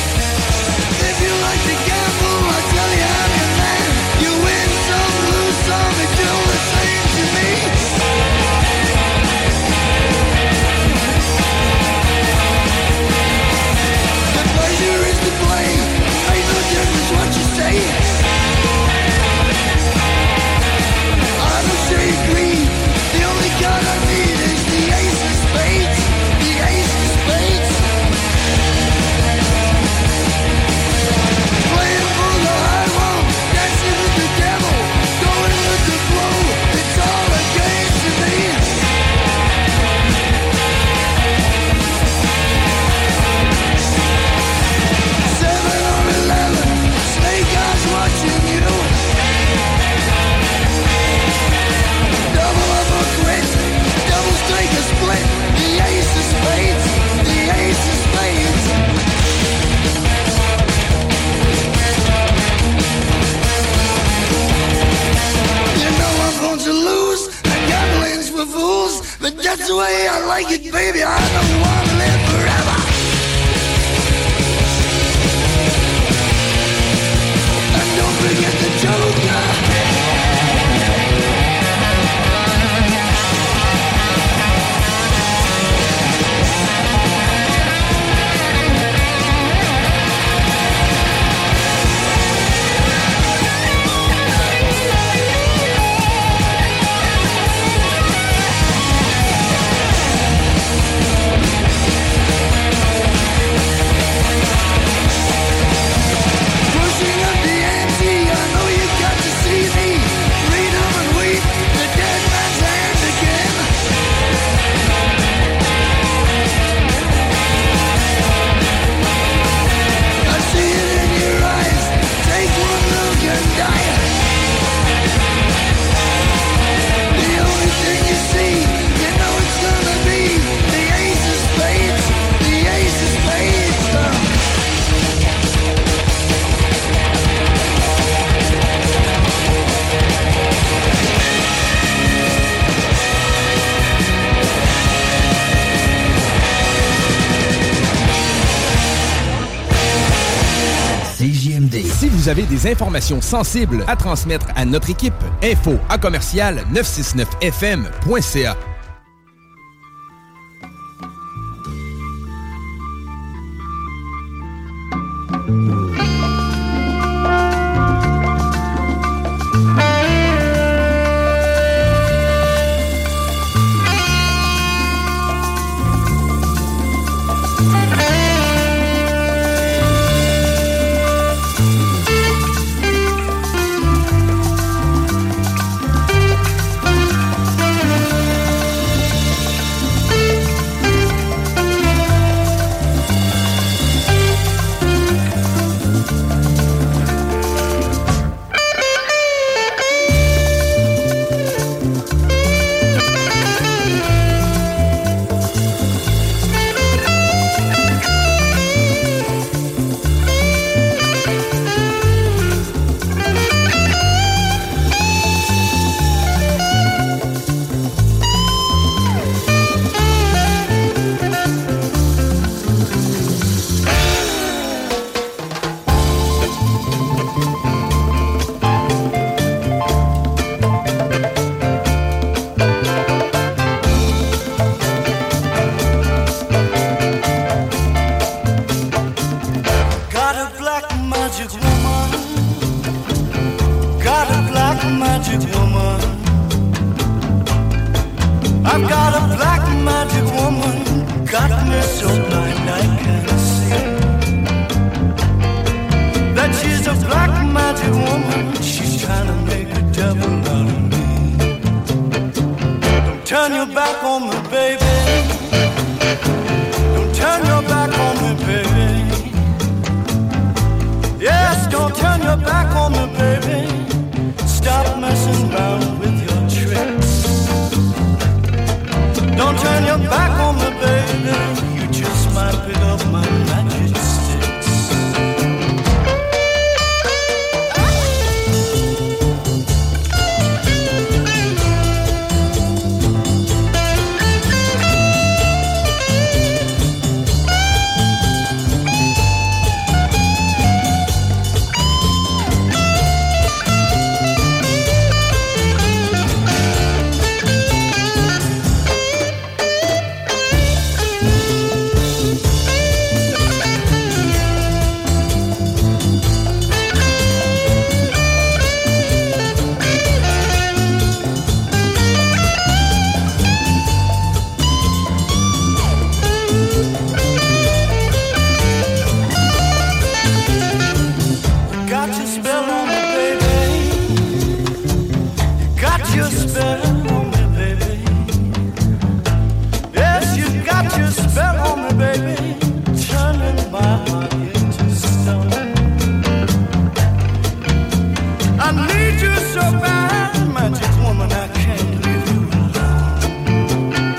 Speaker 4: If you like to gamble, I tell you how to land. You win some, lose some, and do the same to me. The pleasure is to blame. Ain't no difference what you say. I don't share your greed. The only card I need is the ace of spades. The ace of spades.
Speaker 26: way I like it, baby. I don't wanna live forever. And don't forget the joker. Pushing up the ante, I know you've got to see me. Read 'em and weep, the dead man's hand again. I see it in your eyes. Take one look and die. The only thing you see, you know it's gonna be the ace of spades, the ace of spades. Oh.
Speaker 12: CJMD. Si vous avez des informations sensibles à transmettre à notre équipe, info à commercial 969fm.ca.
Speaker 4: Got a black magic woman. Got a black magic woman. I've got a black magic woman. Got me so blind I can see. That she's a black magic woman. She's trying to make a devil out of me. Don't turn your back on me, baby. Don't turn your back on me, baby. Yes, don't turn your back on me, baby. Stop messing around with your tricks. Don't turn your back on me, baby. You just might pick up my magic sticks. Got your spell on me, baby. You got your spell on me, baby. Yes, you got your spell on me, baby. Turning my heart into stone. I need you so bad, magic woman. I can't leave you alone.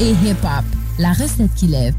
Speaker 19: et hip-hop. La recette qui lève.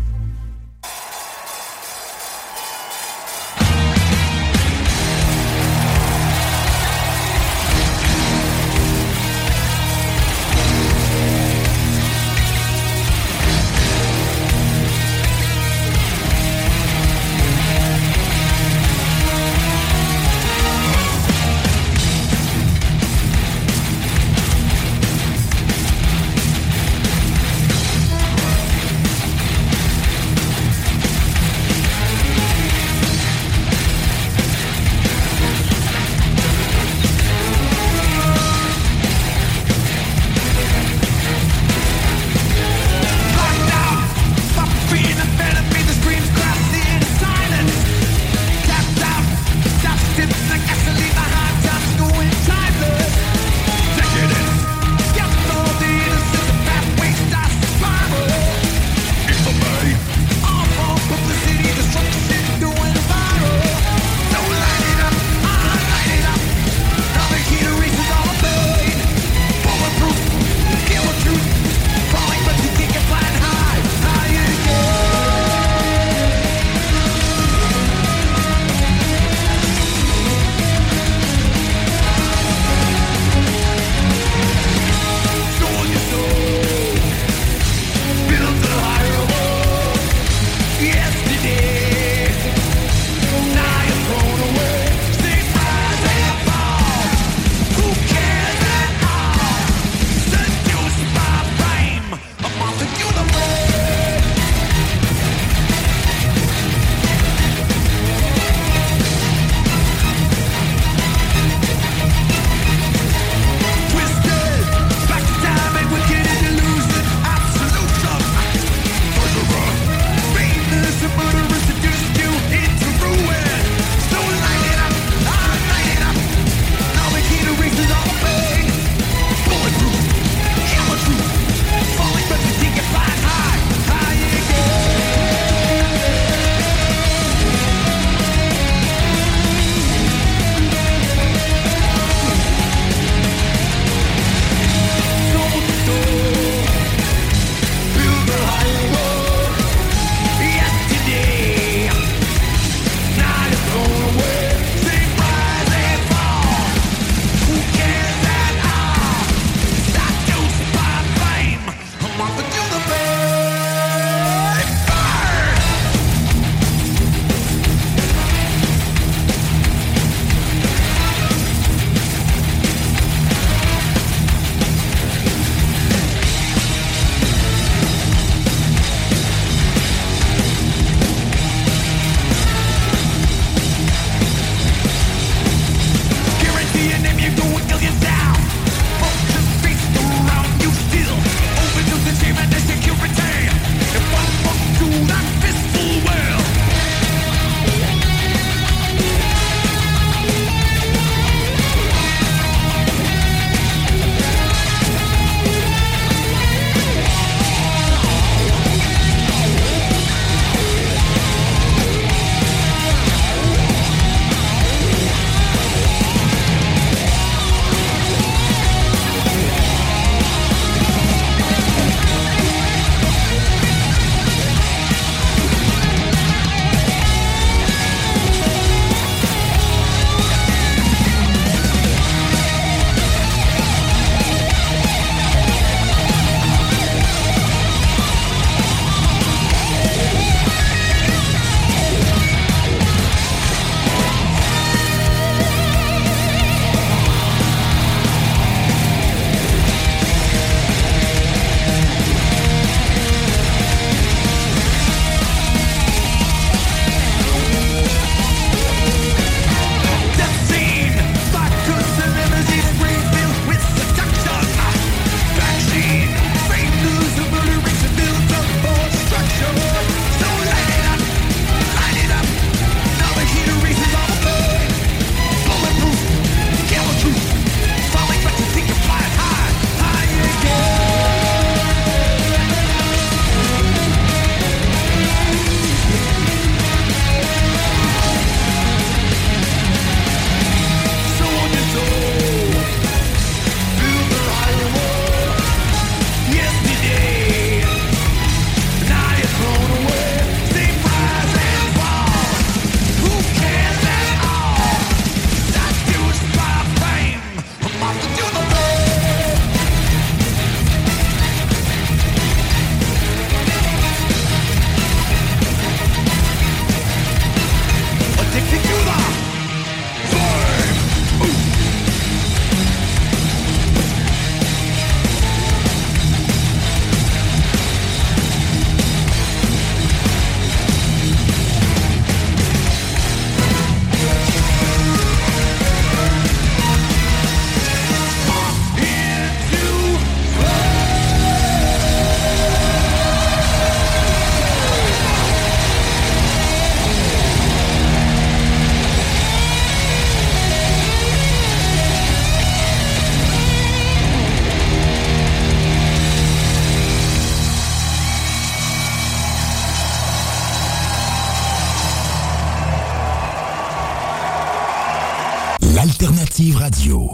Speaker 4: L'alternative radio.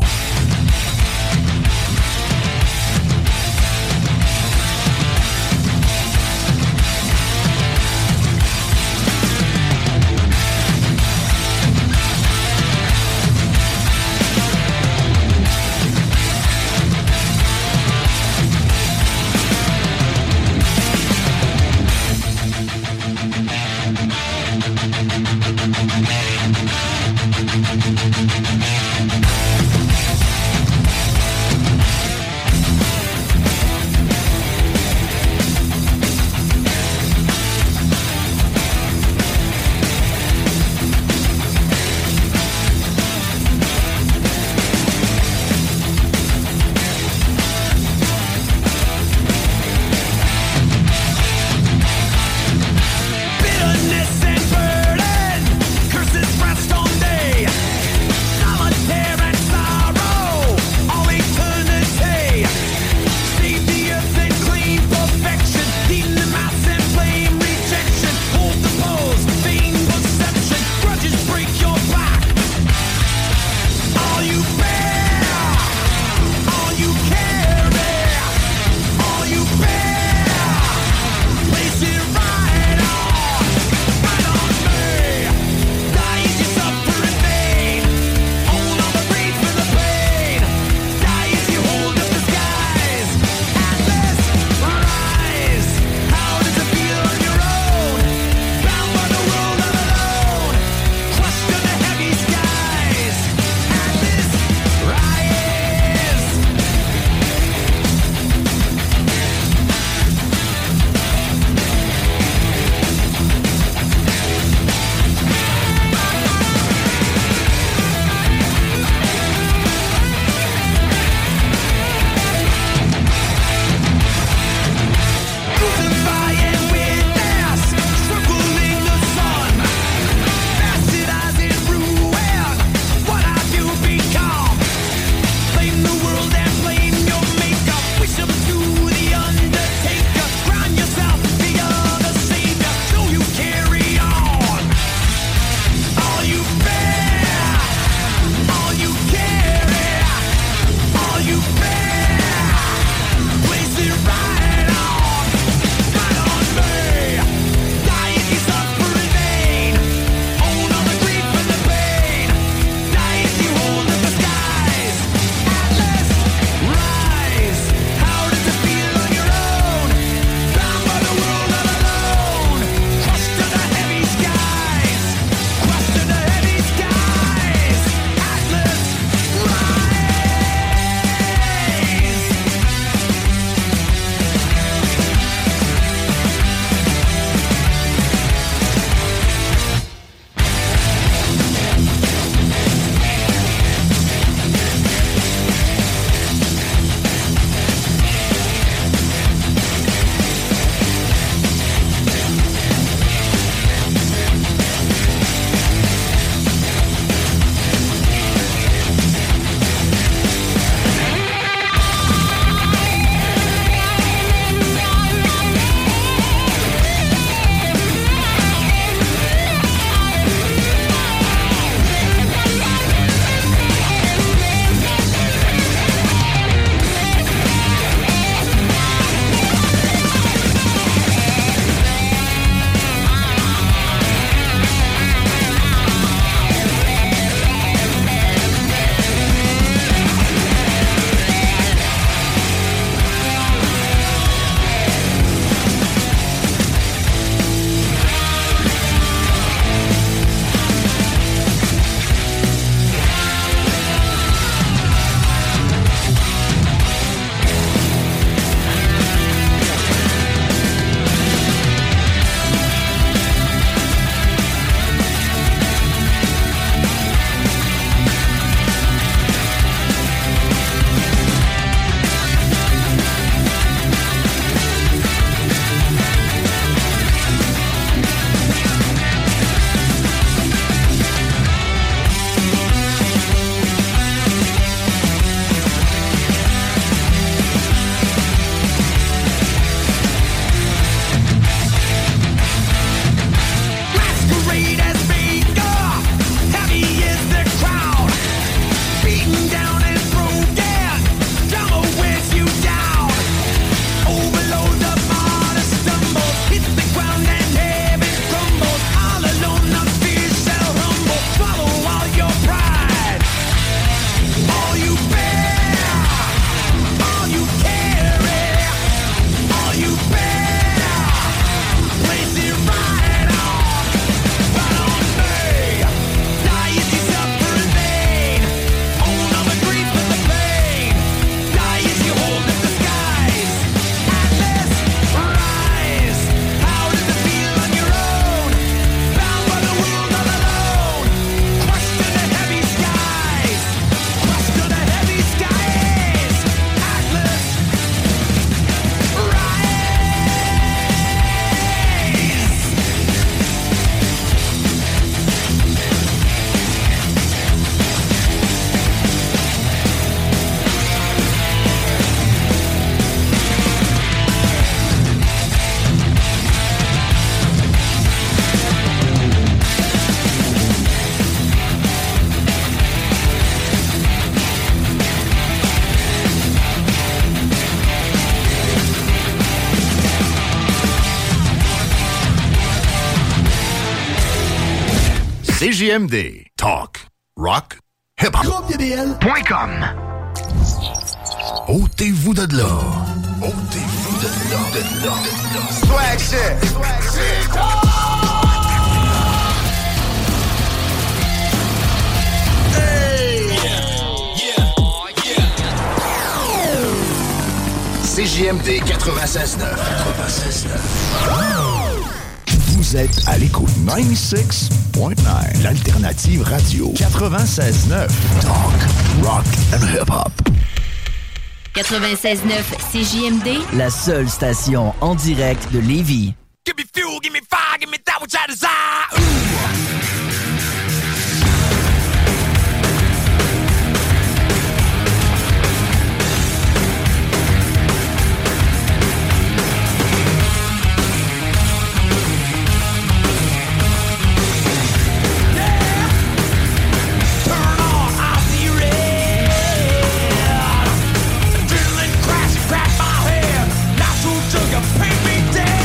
Speaker 17: Thank you.
Speaker 4: CJMD. Talk. Rock. Hip-hop. GroupeDBL.com Ôtez-vous de là. Ôtez-vous de là. De là. De là.
Speaker 27: Swag shit. Swag shit.
Speaker 4: CJMD 96.9. 96.9. Vous êtes à l'écoute 96.9. L'alternative radio 96.9. Talk, rock and hip-hop.
Speaker 28: 96.9 CJMD.
Speaker 19: La seule station en direct de Lévis.
Speaker 27: Give me fuel, give me fire, give me that which I desire.
Speaker 29: Now shoot till you paint me dead.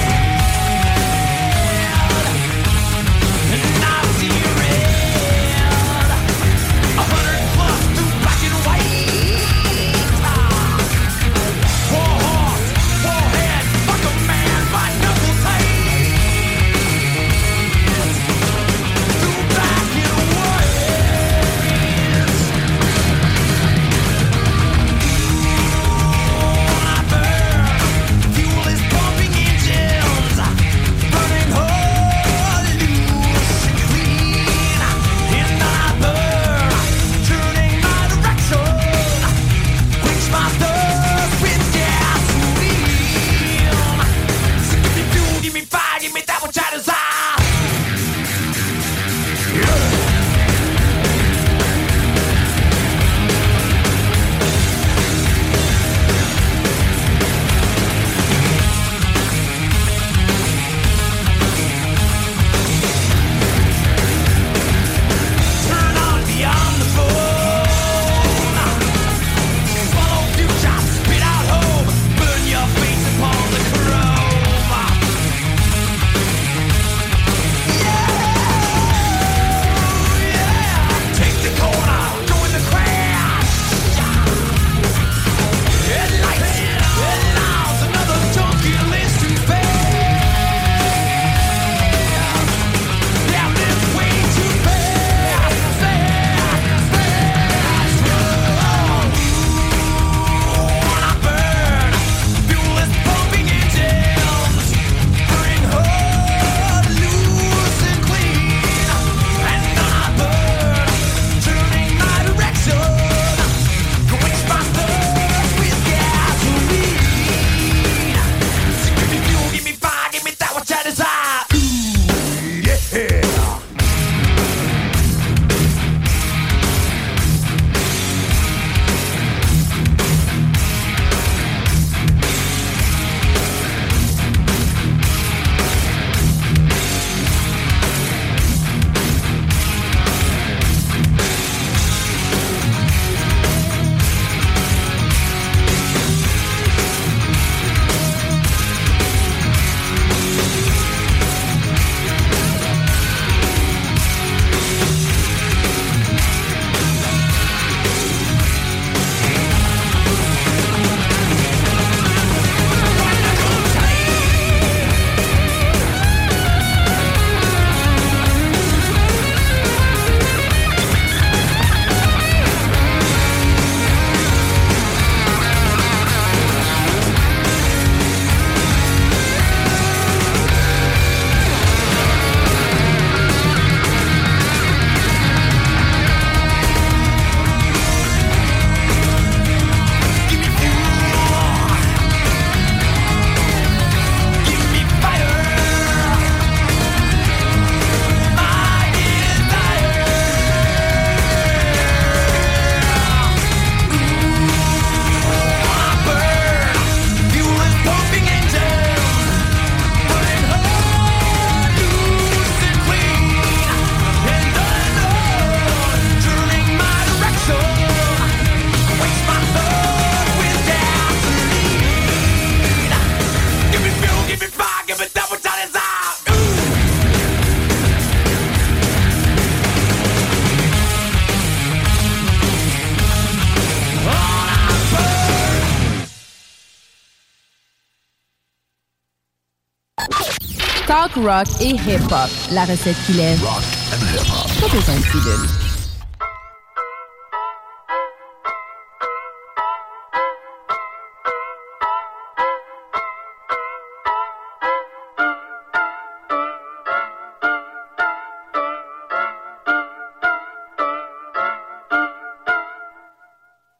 Speaker 30: Talk rock et hip-hop. La recette qui lève. Pas besoin de pilule.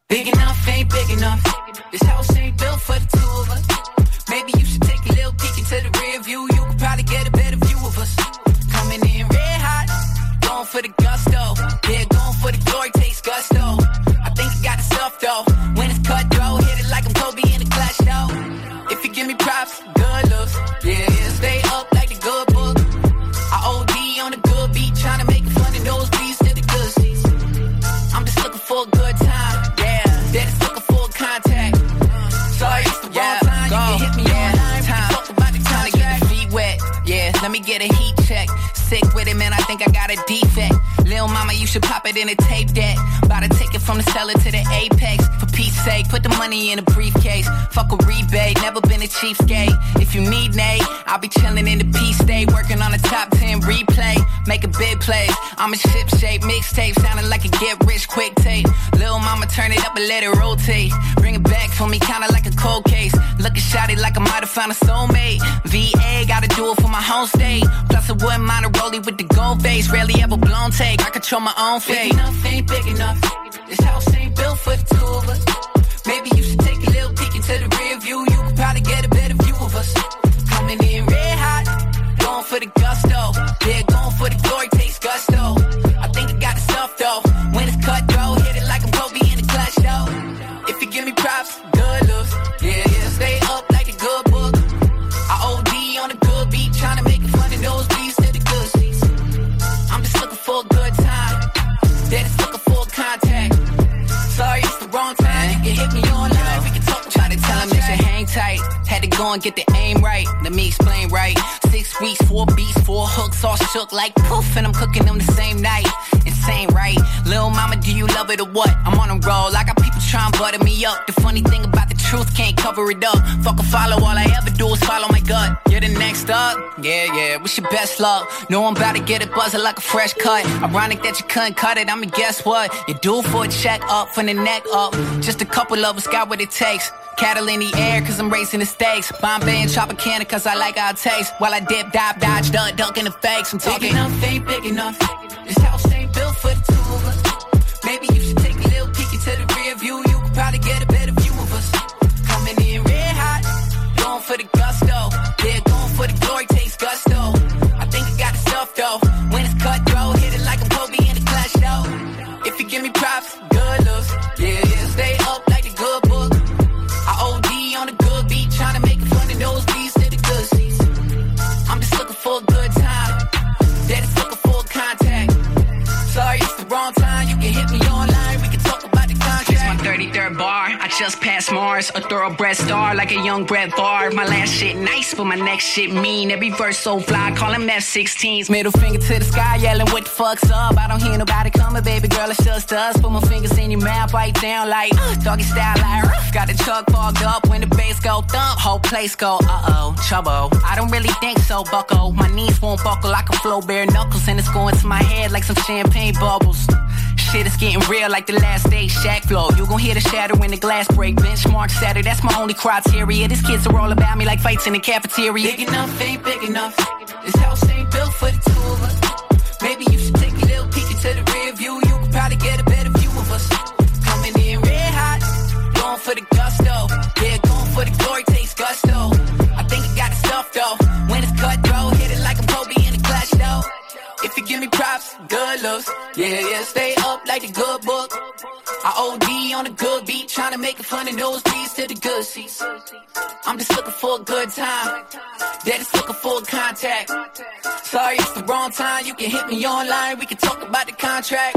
Speaker 19: Big enough ain't big enough. This house ain't built for the two of us. Maybe you should take a little peek into the rear view. You could probably get a better view of us. Coming in red hot, going for the gusto. Yeah, going for the glory, takes gusto. I think I got it stuff though. When it's cut though, hit it like I'm Kobe in the clutch though. If you give me props, good looks. Yeah, yeah, stay up like the good book. I OD on the good beat, tryna make it fun and those beats to the good seats. I'm just looking for a good time. Yeah, they're just looking for a contact. Sorry, it's the wrong time. You can hit me yeah. online. Time. Talk about the time to get the feet wet. Yeah, let me get a heat check. Sick with it, man. I think I got a defect. Lil mama, you should pop it in a tape deck. About to take it from the cellar to the apex. For Pete's sake, put the money in a briefcase. Fuck a rebate, never been a cheapskate. If you need Nate, I'll be chilling in the peace state, working on a top 10 replay. Make a big play. I'm in ship shape, mixtape, sounding like a get rich quick tape. Lil mama, turn it up and let it rotate. Bring it back for me, kinda like a cold case. Looking shotty like I might have found a soulmate. VA, gotta do it for my home state. Plus, I wouldn't mind a rollie with the gold face. Rarely ever blown take, I control my own fate. Big enough ain't big enough. This house ain't built for the two of us. Maybe you should take a little peek into the rear view. You could probably get a better view of us. Coming in red hot, going for the gusto. Yeah, going for the glory, takes gusto. I think I got the stuff though. When it's cut though, hit it like I'm Kobe in the clutch though. If you give me props, good looks. Yeah, yeah, stay up like a good book. I OD on a good beat, tryna make it fun and those beats to the good seats. I'm just looking for a good time. They're just looking for a contact. Sorry, it's the wrong time. You can hit me online. We can talk. Try to tell him that you hang tight. Had to go and get the aim right. Let me explain right. Six weeks, four beats, four hooks, all shook like poof, and I'm cooking them the same night. Insane, right? Lil mama, do you love it or what? I'm on a roll. I got people trying to butter me up. The funny thing about the truth can't cover it up. Fuck a follow. All I ever do is follow my gut. You're the next up. Yeah, yeah. Wish you best luck. Know I'm about to get it buzzing like a fresh cut. Ironic that you couldn't cut it. I mean, guess what? You're due for a check up from the neck up. Just a couple of us got what it takes. Cattle in the air, cause I'm raising the stakes. Bombay and Tropicana, cause I like our taste. While I dip, dive, dodge, duck, duck in the fakes. I'm talking. Big enough ain't big enough. This house ain't built for the two of us. Maybe you should take a little peek into the rear view. You could probably get a better view of us. Coming in red hot, going for the gusto. Yeah, going for the glory, takes gusto. I think I got the stuff though. When it's cut, though, hit it like I'm Kobe in the clutch though. If you give me props, good looks. Yeah, yeah, stay up like the good book. I OD on a good beat, tryna make it fun of those beats to the good seats. I'm just looking for a good time. They're just looking for a contact. Sorry, it's the wrong time. You can hit me online. We can talk about the contract. It's my 33rd bar. I just passed Mars. A thoroughbred star like a young Brett Favre. My last shit nice, but my next shit mean. Every verse so fly. Call him F-16s. Middle finger to the sky yelling, what the fuck's up? I don't hear nobody coming, baby girl. It's just us. Put my fingers in your mouth right down like uh, doggy style. Like, uh, got the truck fogged up. When the bass go thump, whole place go uh-oh, trouble. I don't really think so, bucko. My knees won't buckle. I can flow bare knuckles and it's going to my head like some champagne bubbles. Shit is getting real like the last day Shaq flow. You gon' hear the shatter when the glass break. Benchmark Saturday, that's my only criteria. These kids are all about me like fights in the cafeteria. Big enough ain't big enough. This house ain't built for the two of us. Maybe you should take a little peek into the rear view. You could probably get a better view of us. Coming in red hot, going for the gusto. Yeah, going for the glory, takes gusto. I think I got the stuff though. When it's cut, though, hit it like a Kobe in the clutch though. If you give me props, good looks. Yeah, yeah, stay up like the good book. I OD on a good beat, tryna make it fun of those beats to the good seats. I'm just looking for a good time. They're just looking for a contact. Sorry, it's the wrong time. You can hit me online. We can talk about the contract.